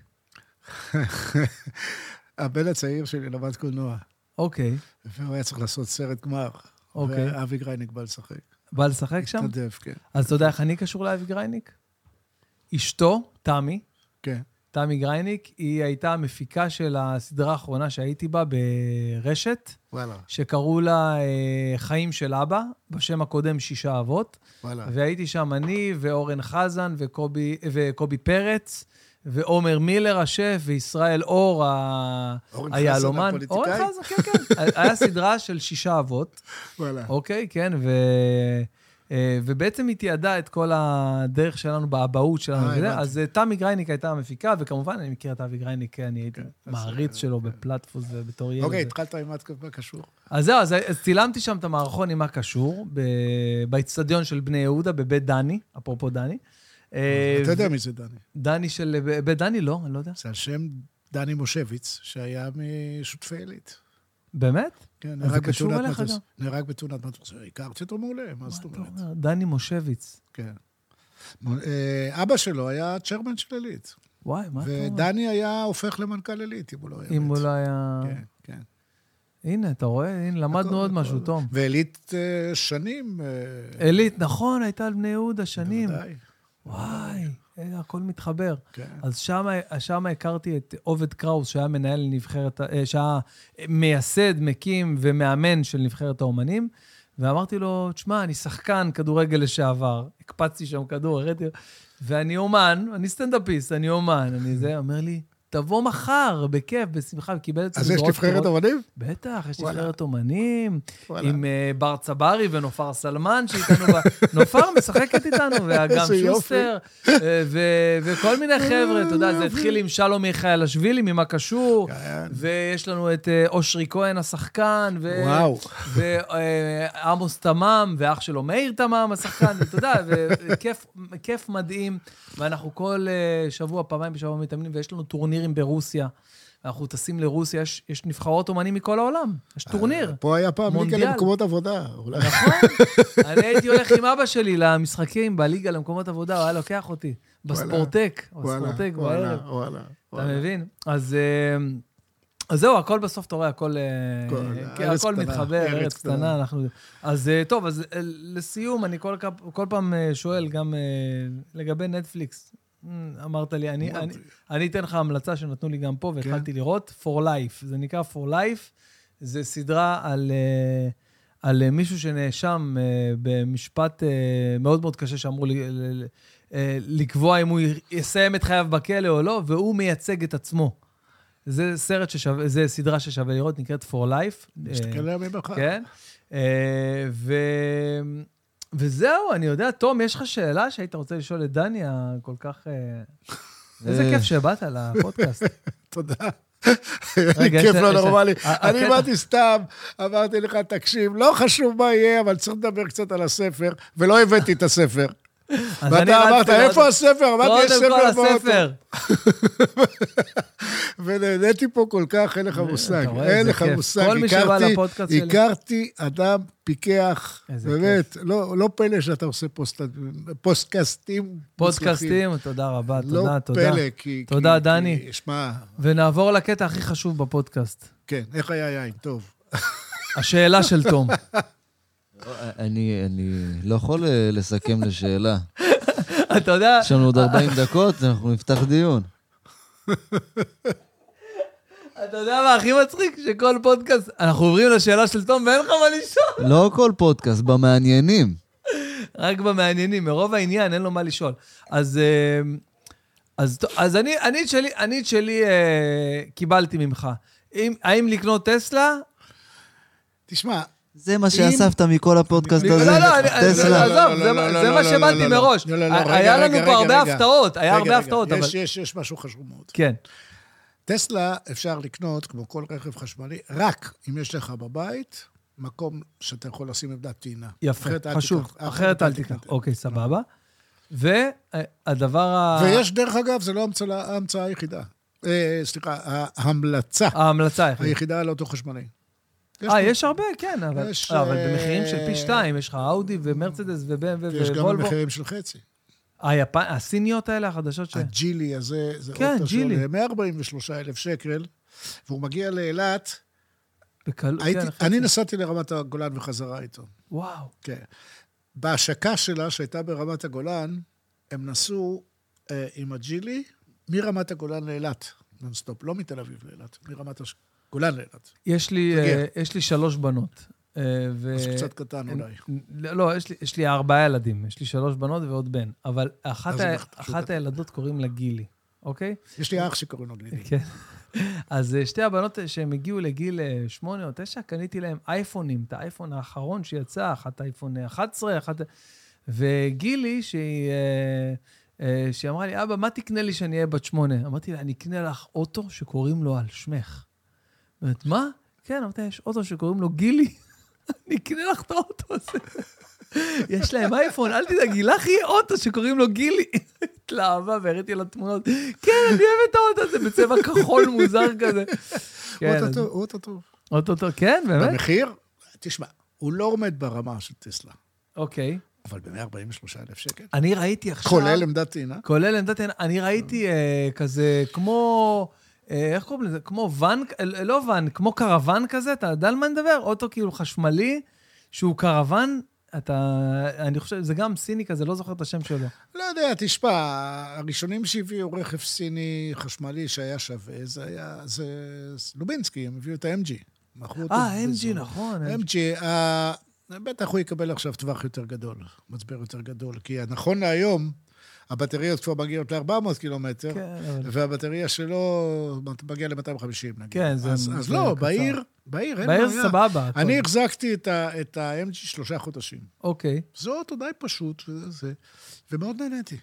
הבן הצעיר שלי למד קולנוע, אוקיי. והוא היה צריך לעשות סרט גמר. אוקיי. ואבי גרייניק בא לשחק. בא לשחק שם? התנדב, כן. אז אתה יודע איך אני קשור לאבי גרייניק? אשתו, תמי, כן. תמי גרייניק, היא הייתה המפיקה של הסדרה האחרונה שהייתי בה ברשת, וואלה, שקראו לה אה, חיים של אבא, בשם הקודם שישה אבות. וואלה. והייתי שם אני ואורן חזן וקובי, וקובי פרץ. ועומר מילר השף, וישראל אור ה- אורן חזן היהלומן. הפוליטיקאי? אורן חזן, *laughs* כן, כן. היה סדרה של שישה אבות, וואלה. אוקיי, כן, ו... אה, ובעצם היא תיעדה את כל הדרך שלנו באבהות שלנו. אה, וזה. הבנתי. אז אה, תמי גרייניק הייתה המפיקה, וכמובן, אני מכיר את אבי גרייניק, אני הייתי כן, אז, אה, כן. מעריץ שלו בפלטפוס ובתור ילד. אוקיי, התחלת עם עד כמה קשור. אז זהו, אז, אז צילמתי שם את המערכון עם מה קשור, ב- באצטדיון של בני יהודה, בבית דני, אפרופו דני. אה, אתה יודע ו- מי זה דני. דני של... ב- בית דני לא, אני לא יודע. זה על שם דני מושביץ, שהיה משותפי עילית. באמת? כן, אז זה נהרג קשור בתאונת אליך מטוס. גם? נהרג בתאונת מטוס. הכרתי אותו מעולה, מה זאת אתה אומרת? אומר, דני מושביץ. כן. אה, אבא שלו היה צ'רמן של עילית, וואי, מה אתה אומר? ודני היה הופך למנכ"ל עילית, אם הוא לא היה אם מת. הוא לא היה... כן, כן. הנה, אתה רואה? הנה, הכל, למדנו עוד הכל. משהו, תום. ועילית אה, שנים, אה, עילית, נכון, הייתה על בני יהודה שנים. בוודאי. וואי, אה, הכל מתחבר. כן. אז שם הכרתי את עובד קראוס, שהיה מנהל נבחרת, אה, שהיה מייסד, מקים ומאמן של נבחרת האומנים, ואמרתי לו, תשמע, אני שחקן כדורגל לשעבר. *laughs* הקפצתי שם כדור, הראיתי לו, ואני אומן, אני סטנדאפיסט, אני אומן, אני זה, אומר לי, תבוא מחר, בכיף, בשמחה, וקיבל את אז יש נבחרת אומנים? בטח, יש וואלה. נבחרת אומנים, וואלה. עם אה, בר צברי ונופר סלמן שאיתנו, ב- *laughs* נופר משחקת איתנו, ואגם איזה יופי. שוסטר, אה, ו- וכל מיני חבר'ה, אתה יודע, זה התחיל עם שלום מיכאלשווילי, ממה קשור, כן. ויש לנו את אה, אושרי כהן השחקן, ו- וואו. ועמוס תמם, ואח שלו מאיר תמם השחקן, ואתה יודע, וכיף מדהים, ואנחנו כל אה, שבוע, פעמיים בשבוע מתאמנים, ויש לנו טורניר טורנירים ברוסיה. אנחנו טסים לרוסיה, יש, יש נבחרות אומנים מכל העולם. יש טורניר. אה, פה היה פעם ליגה מונדיאל. למקומות עבודה. אולי- נכון. *laughs* אני הייתי הולך עם אבא שלי למשחקים, בליגה, למקומות עבודה, הוא היה לוקח אותי. בספורטק, וואלה, בספורטק וואלה, בערב. וואלה. אתה וואלה. מבין? אז... אה, אז זהו, הכל בסוף, אתה רואה, הכל, אה, הכל, כן, ארץ הכל קטנה, מתחבר, ארץ ארץ קטנה, קטנה. אנחנו... אז אה, טוב, אז אה, לסיום, אני כל כפ- כל פעם אה, שואל גם אה, לגבי נטפליקס. אמ, אמרת לי, אני- אני- אני אתן לך המלצה שנתנו לי גם כן. פה, והתחלתי לראות, For Life. זה נקרא For Life, זה סדרה על... אה, על אה, מישהו שנאשם אה, במשפט אה, מאוד מאוד קשה שאמור ל- ל- ל- אה, לקבוע אם הוא י- יסיים את חייו בכלא או לא, והוא מייצג את עצמו. זה סרט ששווה, זה סדרה ששווה לראות, נקראת For Life. נסתכל אה, עליה ממחר. כן. אה, ו... וזהו, אני יודע. תום, יש לך שאלה שהיית רוצה לשאול את דני הכל כך... *laughs* אה, איזה אה. כיף שבאת לפודקאסט. תודה. רגע, היה יש כיף לה- לא יש לה- נורמלי. ה- אני הקטע- באתי סתם, אמרתי לך, תקשיב, לא חשוב מה יהיה, אבל צריך לדבר קצת על הספר, ולא הבאתי את הספר. אז אני ואתה רצתי אמרת, לעוד- איפה הספר? אמרתי, יש קודם כל ספר באוטו. הספר. ונהניתי פה כל כך, אין לך מושג. רואה, אין איזה לך כיף. מושג. כל מי שבא הכרתי- לפודקאסט שלי. הכרתי אדם פיקח, איזה באמת, לא לא פלא שאתה עושה פוסט- פוסטקאסטים. מוצלחים. פודקאסטים, תודה רבה, לא תודה, תודה. פלא, כי... תודה, כי- דני. כי- שמע, ונעבור לקטע הכי חשוב בפודקאסט, כן, איך היה יין? טוב. השאלה של *laughs* תום. אני אני לא יכול אה, לסכם לשאלה. אתה יודע, יש לנו עוד 40 דקות, אנחנו נפתח דיון. אתה יודע מה הכי מצחיק? שכל פודקאסט, אנחנו עוברים לשאלה של תום ואין לך מה לשאול. לא כל פודקאסט, במעניינים. רק במעניינים, מרוב העניין אין לו מה לשאול. אז... אה, אז, טוב, אז אני, אני את שלי, אני את שלי אה, קיבלתי ממך. אם, האם לקנות טסלה? תשמע, זה מה שאספת מכל הפודקאסט לא, הזה. לא, אני- טסלה. עזוב, זה מה- זה מה שבאתי מראש. לא, לא, לא, רגע, היה רגע, לנו פה רגע, הרבה רגע. הפתעות, היה רגע, הרבה רגע, הפתעות, יש- אבל- יש, יש משהו חשוב מאוד. כן. טסלה אפשר לקנות, כמו כל רכב חשמלי, רק אם יש לך בבית מקום שאתה יכול לשים עמדת טעינה. יפה, אחרת אל חשוב. תיקח- אחרת אל תיקח. אוקיי, סבבה. והדבר ה... ויש, דרך אגב, זה לא המצאה- ההמצאה היחידה. אה, סליחה, ההמלצה ההמלצה היחידה. היחידה על אוטו חשמלי. אוקיי. אה, יש הרבה, כן, אבל יש, אה, אבל אה, במחירים של פי שתיים, יש לך אאודי ומרצדס ויש גם ווולבו. במחירים של חצי. היפן- הסיניות האלה, החדשות ש... הג'ילי הזה, זה כן, אוטו ג'ילי. שעולה 143 אלף שקל, והוא מגיע לאילת. בקלות, הייתי- כן, אחי. אני נסעתי לרמת הגולן וחזרה איתו. וואו. כן. בהשקה שלה, שהייתה ברמת הגולן, הם נסעו אה, עם הג'ילי מרמת הגולן לאילת, נונסטופ, לא מתל אביב לאילת, מרמת הש- גולן לאילת. יש לי, תגיע. אה, יש לי שלוש בנות. אה, ו... אז קצת קטן אולי. לא, לא, יש לי, יש לי ארבעה ילדים. יש לי שלוש בנות ועוד בן. אבל אחת, אז ה... אנחנו- אחת הילדות קוראים לה גילי, אוקיי? יש לי אח שקוראים לו גלילי. כן. אז אה, שתי הבנות אה, שהן הגיעו לגיל אה, שמונה או תשע, קניתי להן אייפונים, את האייפון האחרון שיצא, אחת אייפון אה, 11, אחת... וגילי, שהיא... אה, אה, שהיא אמרה לי, אבא, מה תקנה לי שאני אהיה בת שמונה? אמרתי לה, אני אקנה לך אוטו שקוראים לו על שמך. היא אומרת, מה? כן, אמרתי לה, יש אוטו שקוראים לו גילי, *laughs* אני אקנה לך את האוטו הזה. *laughs* יש להם אייפון, אל תדאגי, לך יהיה אוטו שקוראים לו גילי. *laughs* התלהבה והראיתי לה תמונות. כן, אני אוהב את האוטו הזה בצבע כחול מוזר כזה. כן, אוטו אז- טוב, אוטו טוב. אוטו טוב, כן, באמת? במחיר, תשמע, הוא לא עומד ברמה של טסלה, אוקיי. אבל ב-143 אלף שקל, אני ראיתי עכשיו... כולל עמדת טעינה. כולל עמדת... עין- אני ראיתי אה, כזה, כמו... אה, איך קוראים לזה? כמו ואן, כ- אה, לא ואן, כמו קרוון כזה, אתה יודע על מה אני מדבר? אוטו כאילו חשמלי, שהוא קרוון, אתה... אני חושב, זה גם סיני כזה, לא זוכר את השם שלו. לא יודע, תשמע, הראשונים שהביאו רכב סיני חשמלי שהיה שווה, זה היה, זה לובינסקי, הם הביאו את ה-MG. מכרו אותו אה, MG, בזול. נכון. MG. MG, אה, בטח הוא יקבל עכשיו טווח יותר גדול, מצבר יותר גדול, כי נכון להיום, הבטריות כבר מגיעות ל-400 קילומטר, כן, אבל- והבטריה שלו מגיעה ל-250 נגיד. כן, זה- אז, אז זה לא, קצר. בעיר, בעיר אין בעיר בעיה. זה סבבה. הכל. אני החזקתי את ה- את ה-MG שלושה חודשים. אוקיי. זה אוטו די פשוט, וזה, זה, ומאוד נהניתי.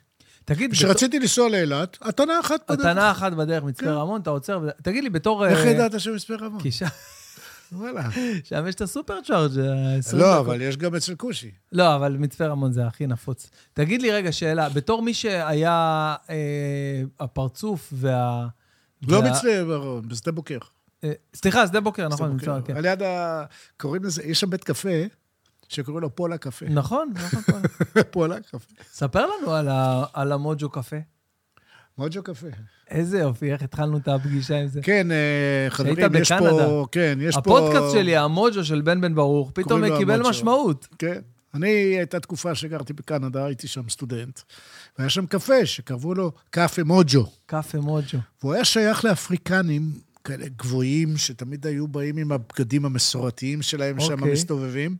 תגיד, כשרציתי לנסוע לאילת, הטענה אחת בתור- בדרך. מתנה אחת בדרך, מצפה רמון, אתה עוצר, ו- תגיד לי, בתור... איך אה, ידעת שמצפה רמון? כי שם- *laughs* וואלה. שם יש את אה, הסופרצ'ארג' ה- לא, אבל יש גם אצל כושי. לא, אבל מצפה רמון זה הכי נפוץ. תגיד לי רגע שאלה, בתור מי שהיה אה, הפרצוף וה, לא זה- מצפה ברון, בשדה בוקר. אה, סליחה, שדה בוקר, שדה נכון, בוקר. נמצא, כן. על יד ה... קוראים לזה, יש שם בית קפה שקוראים לו פולה קפה. *laughs* נכון, נכון. *laughs* נכון. פולה קפה. ספר לנו על ה- על המוג'ו קפה. מוג'ו קפה. איזה יופי, איך התחלנו את הפגישה עם זה. כן, אה, חברים, יש בקנדה. פה... כן, יש פה... הפודקאסט שלי, המוג'ו של בן בן ברוך, פתאום קוראים לו קיבל המוג'ו. משמעות. כן. אני, הייתה תקופה שגרתי בקנדה, הייתי שם סטודנט, והיה שם קפה שקראו לו קאפה מוג'ו. קפה מוג'ו. והוא היה שייך לאפריקנים כאלה גבוהים, שתמיד היו באים עם הבגדים המסורתיים שלהם, שם אוקיי. מסתובבים.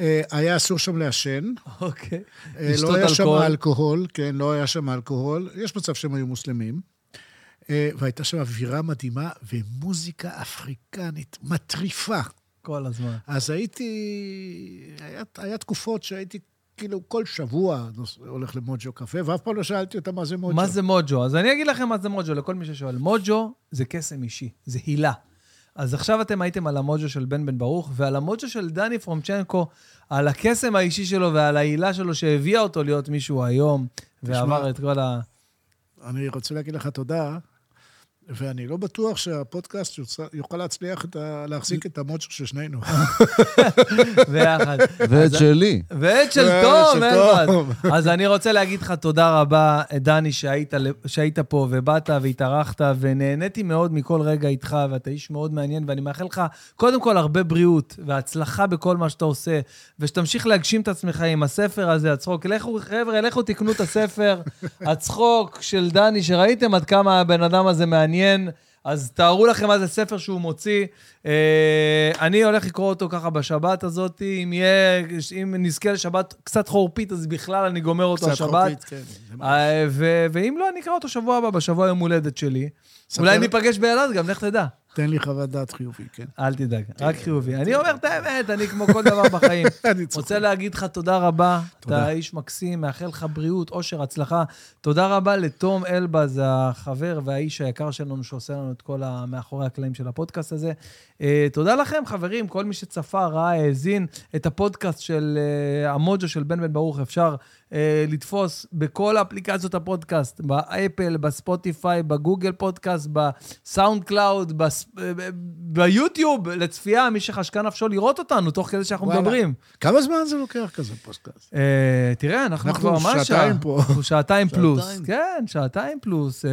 אה, היה אסור שם לעשן, אוקיי. אה, לשתות לא היה שם אלכוהול. אלכוהול, כן, לא היה שם אלכוהול. יש מצב שהם היו מוסלמים. אה, והייתה שם אווירה מדהימה ומוזיקה אפריקנית מטריפה. כל הזמן. אז הייתי... היה, היה תקופות שהייתי כאילו כל שבוע נוס- הולך למוג'ו קפה, ואף פעם לא שאלתי אותם מה זה מוג'ו. מה זה מוג'ו? אז אני אגיד לכם מה זה מוג'ו, לכל מי ששואל. מוג'ו זה קסם אישי, זה הילה. אז עכשיו אתם הייתם על המוג'ו של בן בן ברוך, ועל המוג'ו של דני פרומצ'נקו, על הקסם האישי שלו ועל ההילה שלו שהביאה אותו להיות מישהו היום, ועבר את כל ה... *laughs* אני רוצה להגיד לך תודה, ואני לא בטוח שהפודקאסט יוצ- יוכל להצליח את ה... להחזיק את המוג'ו של *laughs* שנינו. ביחד. ואת שלי. ואת של ואת תום, של אין תום. *laughs* בעד. אז אני רוצה להגיד לך תודה רבה, דני, שהיית, ל- שהיית פה ובאת והתארחת, ונהניתי מאוד מכל רגע איתך, ואתה איש מאוד מעניין, ואני מאחל לך, קודם כל, הרבה בריאות והצלחה בכל מה שאתה עושה, ושתמשיך להגשים את עצמך עם הספר הזה, הצחוק. לכו, חבר'ה, לכו תקנו את הספר, *laughs* הצחוק של דני, שראיתם עד כמה הבן אדם הזה מעניין. אז תארו לכם מה זה ספר שהוא מוציא. אה, אני הולך לקרוא אותו ככה בשבת הזאת, אם יהיה, אם נזכה לשבת קצת חורפית, אז בכלל אני גומר אותו קצת השבת. חורפית, כן. אה, ו- ואם לא, אני אקרא אותו שבוע הבא, בשבוע יום הולדת שלי. ספר- אולי ניפגש באילת גם, לך תדע. תן לי חוות דעת חיובי, כן. אל תדאג, רק חיובי. אני אומר את האמת, אני כמו כל דבר בחיים. *laughs* אני צוחק. רוצה להגיד לך תודה רבה. אתה איש מקסים, מאחל לך בריאות, אושר, הצלחה. תודה רבה לתום אלבז, החבר והאיש היקר שלנו, שעושה לנו את כל המאחורי הקלעים של הפודקאסט הזה. אה, תודה לכם, חברים, כל מי שצפה, ראה, האזין. את הפודקאסט של אה, המוג'ו של בן בן ברוך אפשר אה, לתפוס בכל אפליקציות הפודקאסט, באפל, בספוטיפיי, בגוגל פודקאסט, בסאונד קלאוד, בס- ב- ב- ביוטיוב, לצפייה, מי שחשקה נפשו לראות אותנו תוך כדי שאנחנו וואלה. מדברים. כמה זמן זה לוקח כזה פודקאסט? אה, תראה, אנחנו אנחנו כבר מה שעה? שעתיים פה. אנחנו שעתיים פלוס. שעתיים. כן, שעתיים פלוס. אה,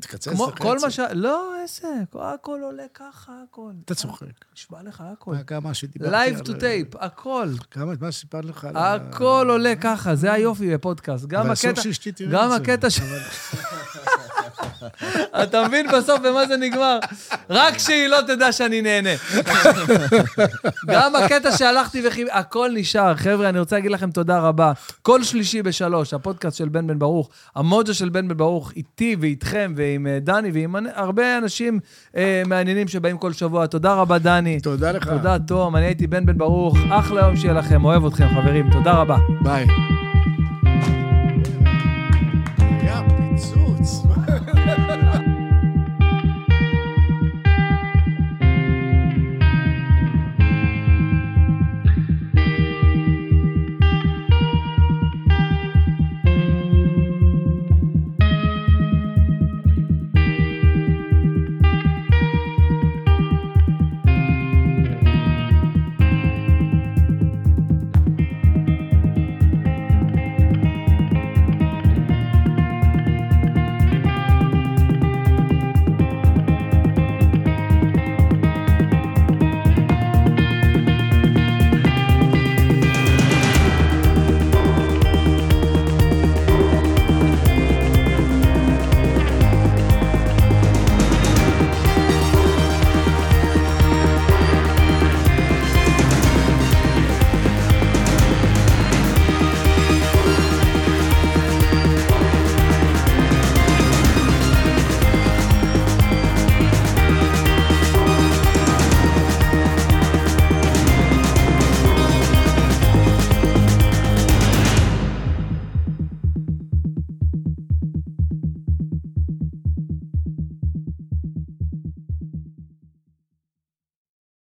תקצץ כמו- את כל הקצב. מה ש... לא, איזה, הכל עולה ככה, הכל. אתה צוחק. נשבע לך הכל. מה- כמה שדיברתי Live אה, על- אה, to tape, הכל. כמה, מה שסיפרת לך על... ה- הכל עולה ככה, זה היופי בפודקאסט. גם אבל אסור הקטע... שאשתי תראה גם את זה. הקטע ש... *laughs* אתה מבין בסוף במה זה נגמר? רק שהיא לא תדע שאני נהנה. *laughs* גם הקטע שהלכתי וכי... הכל נשאר. חבר'ה, אני רוצה להגיד לכם תודה רבה. כל שלישי בשלוש, הפודקאסט של בן בן ברוך, המוג'ו של בן בן ברוך, איתי ואיתכם ועם אה, דני ועם אנ- הרבה אנשים אה, מעניינים שבאים כל שבוע. תודה רבה, דני. תודה לך. תודה, תום. אני הייתי בן בן ברוך. אחלה יום שיהיה לכם. אוהב אתכם, חברים. תודה רבה. ביי.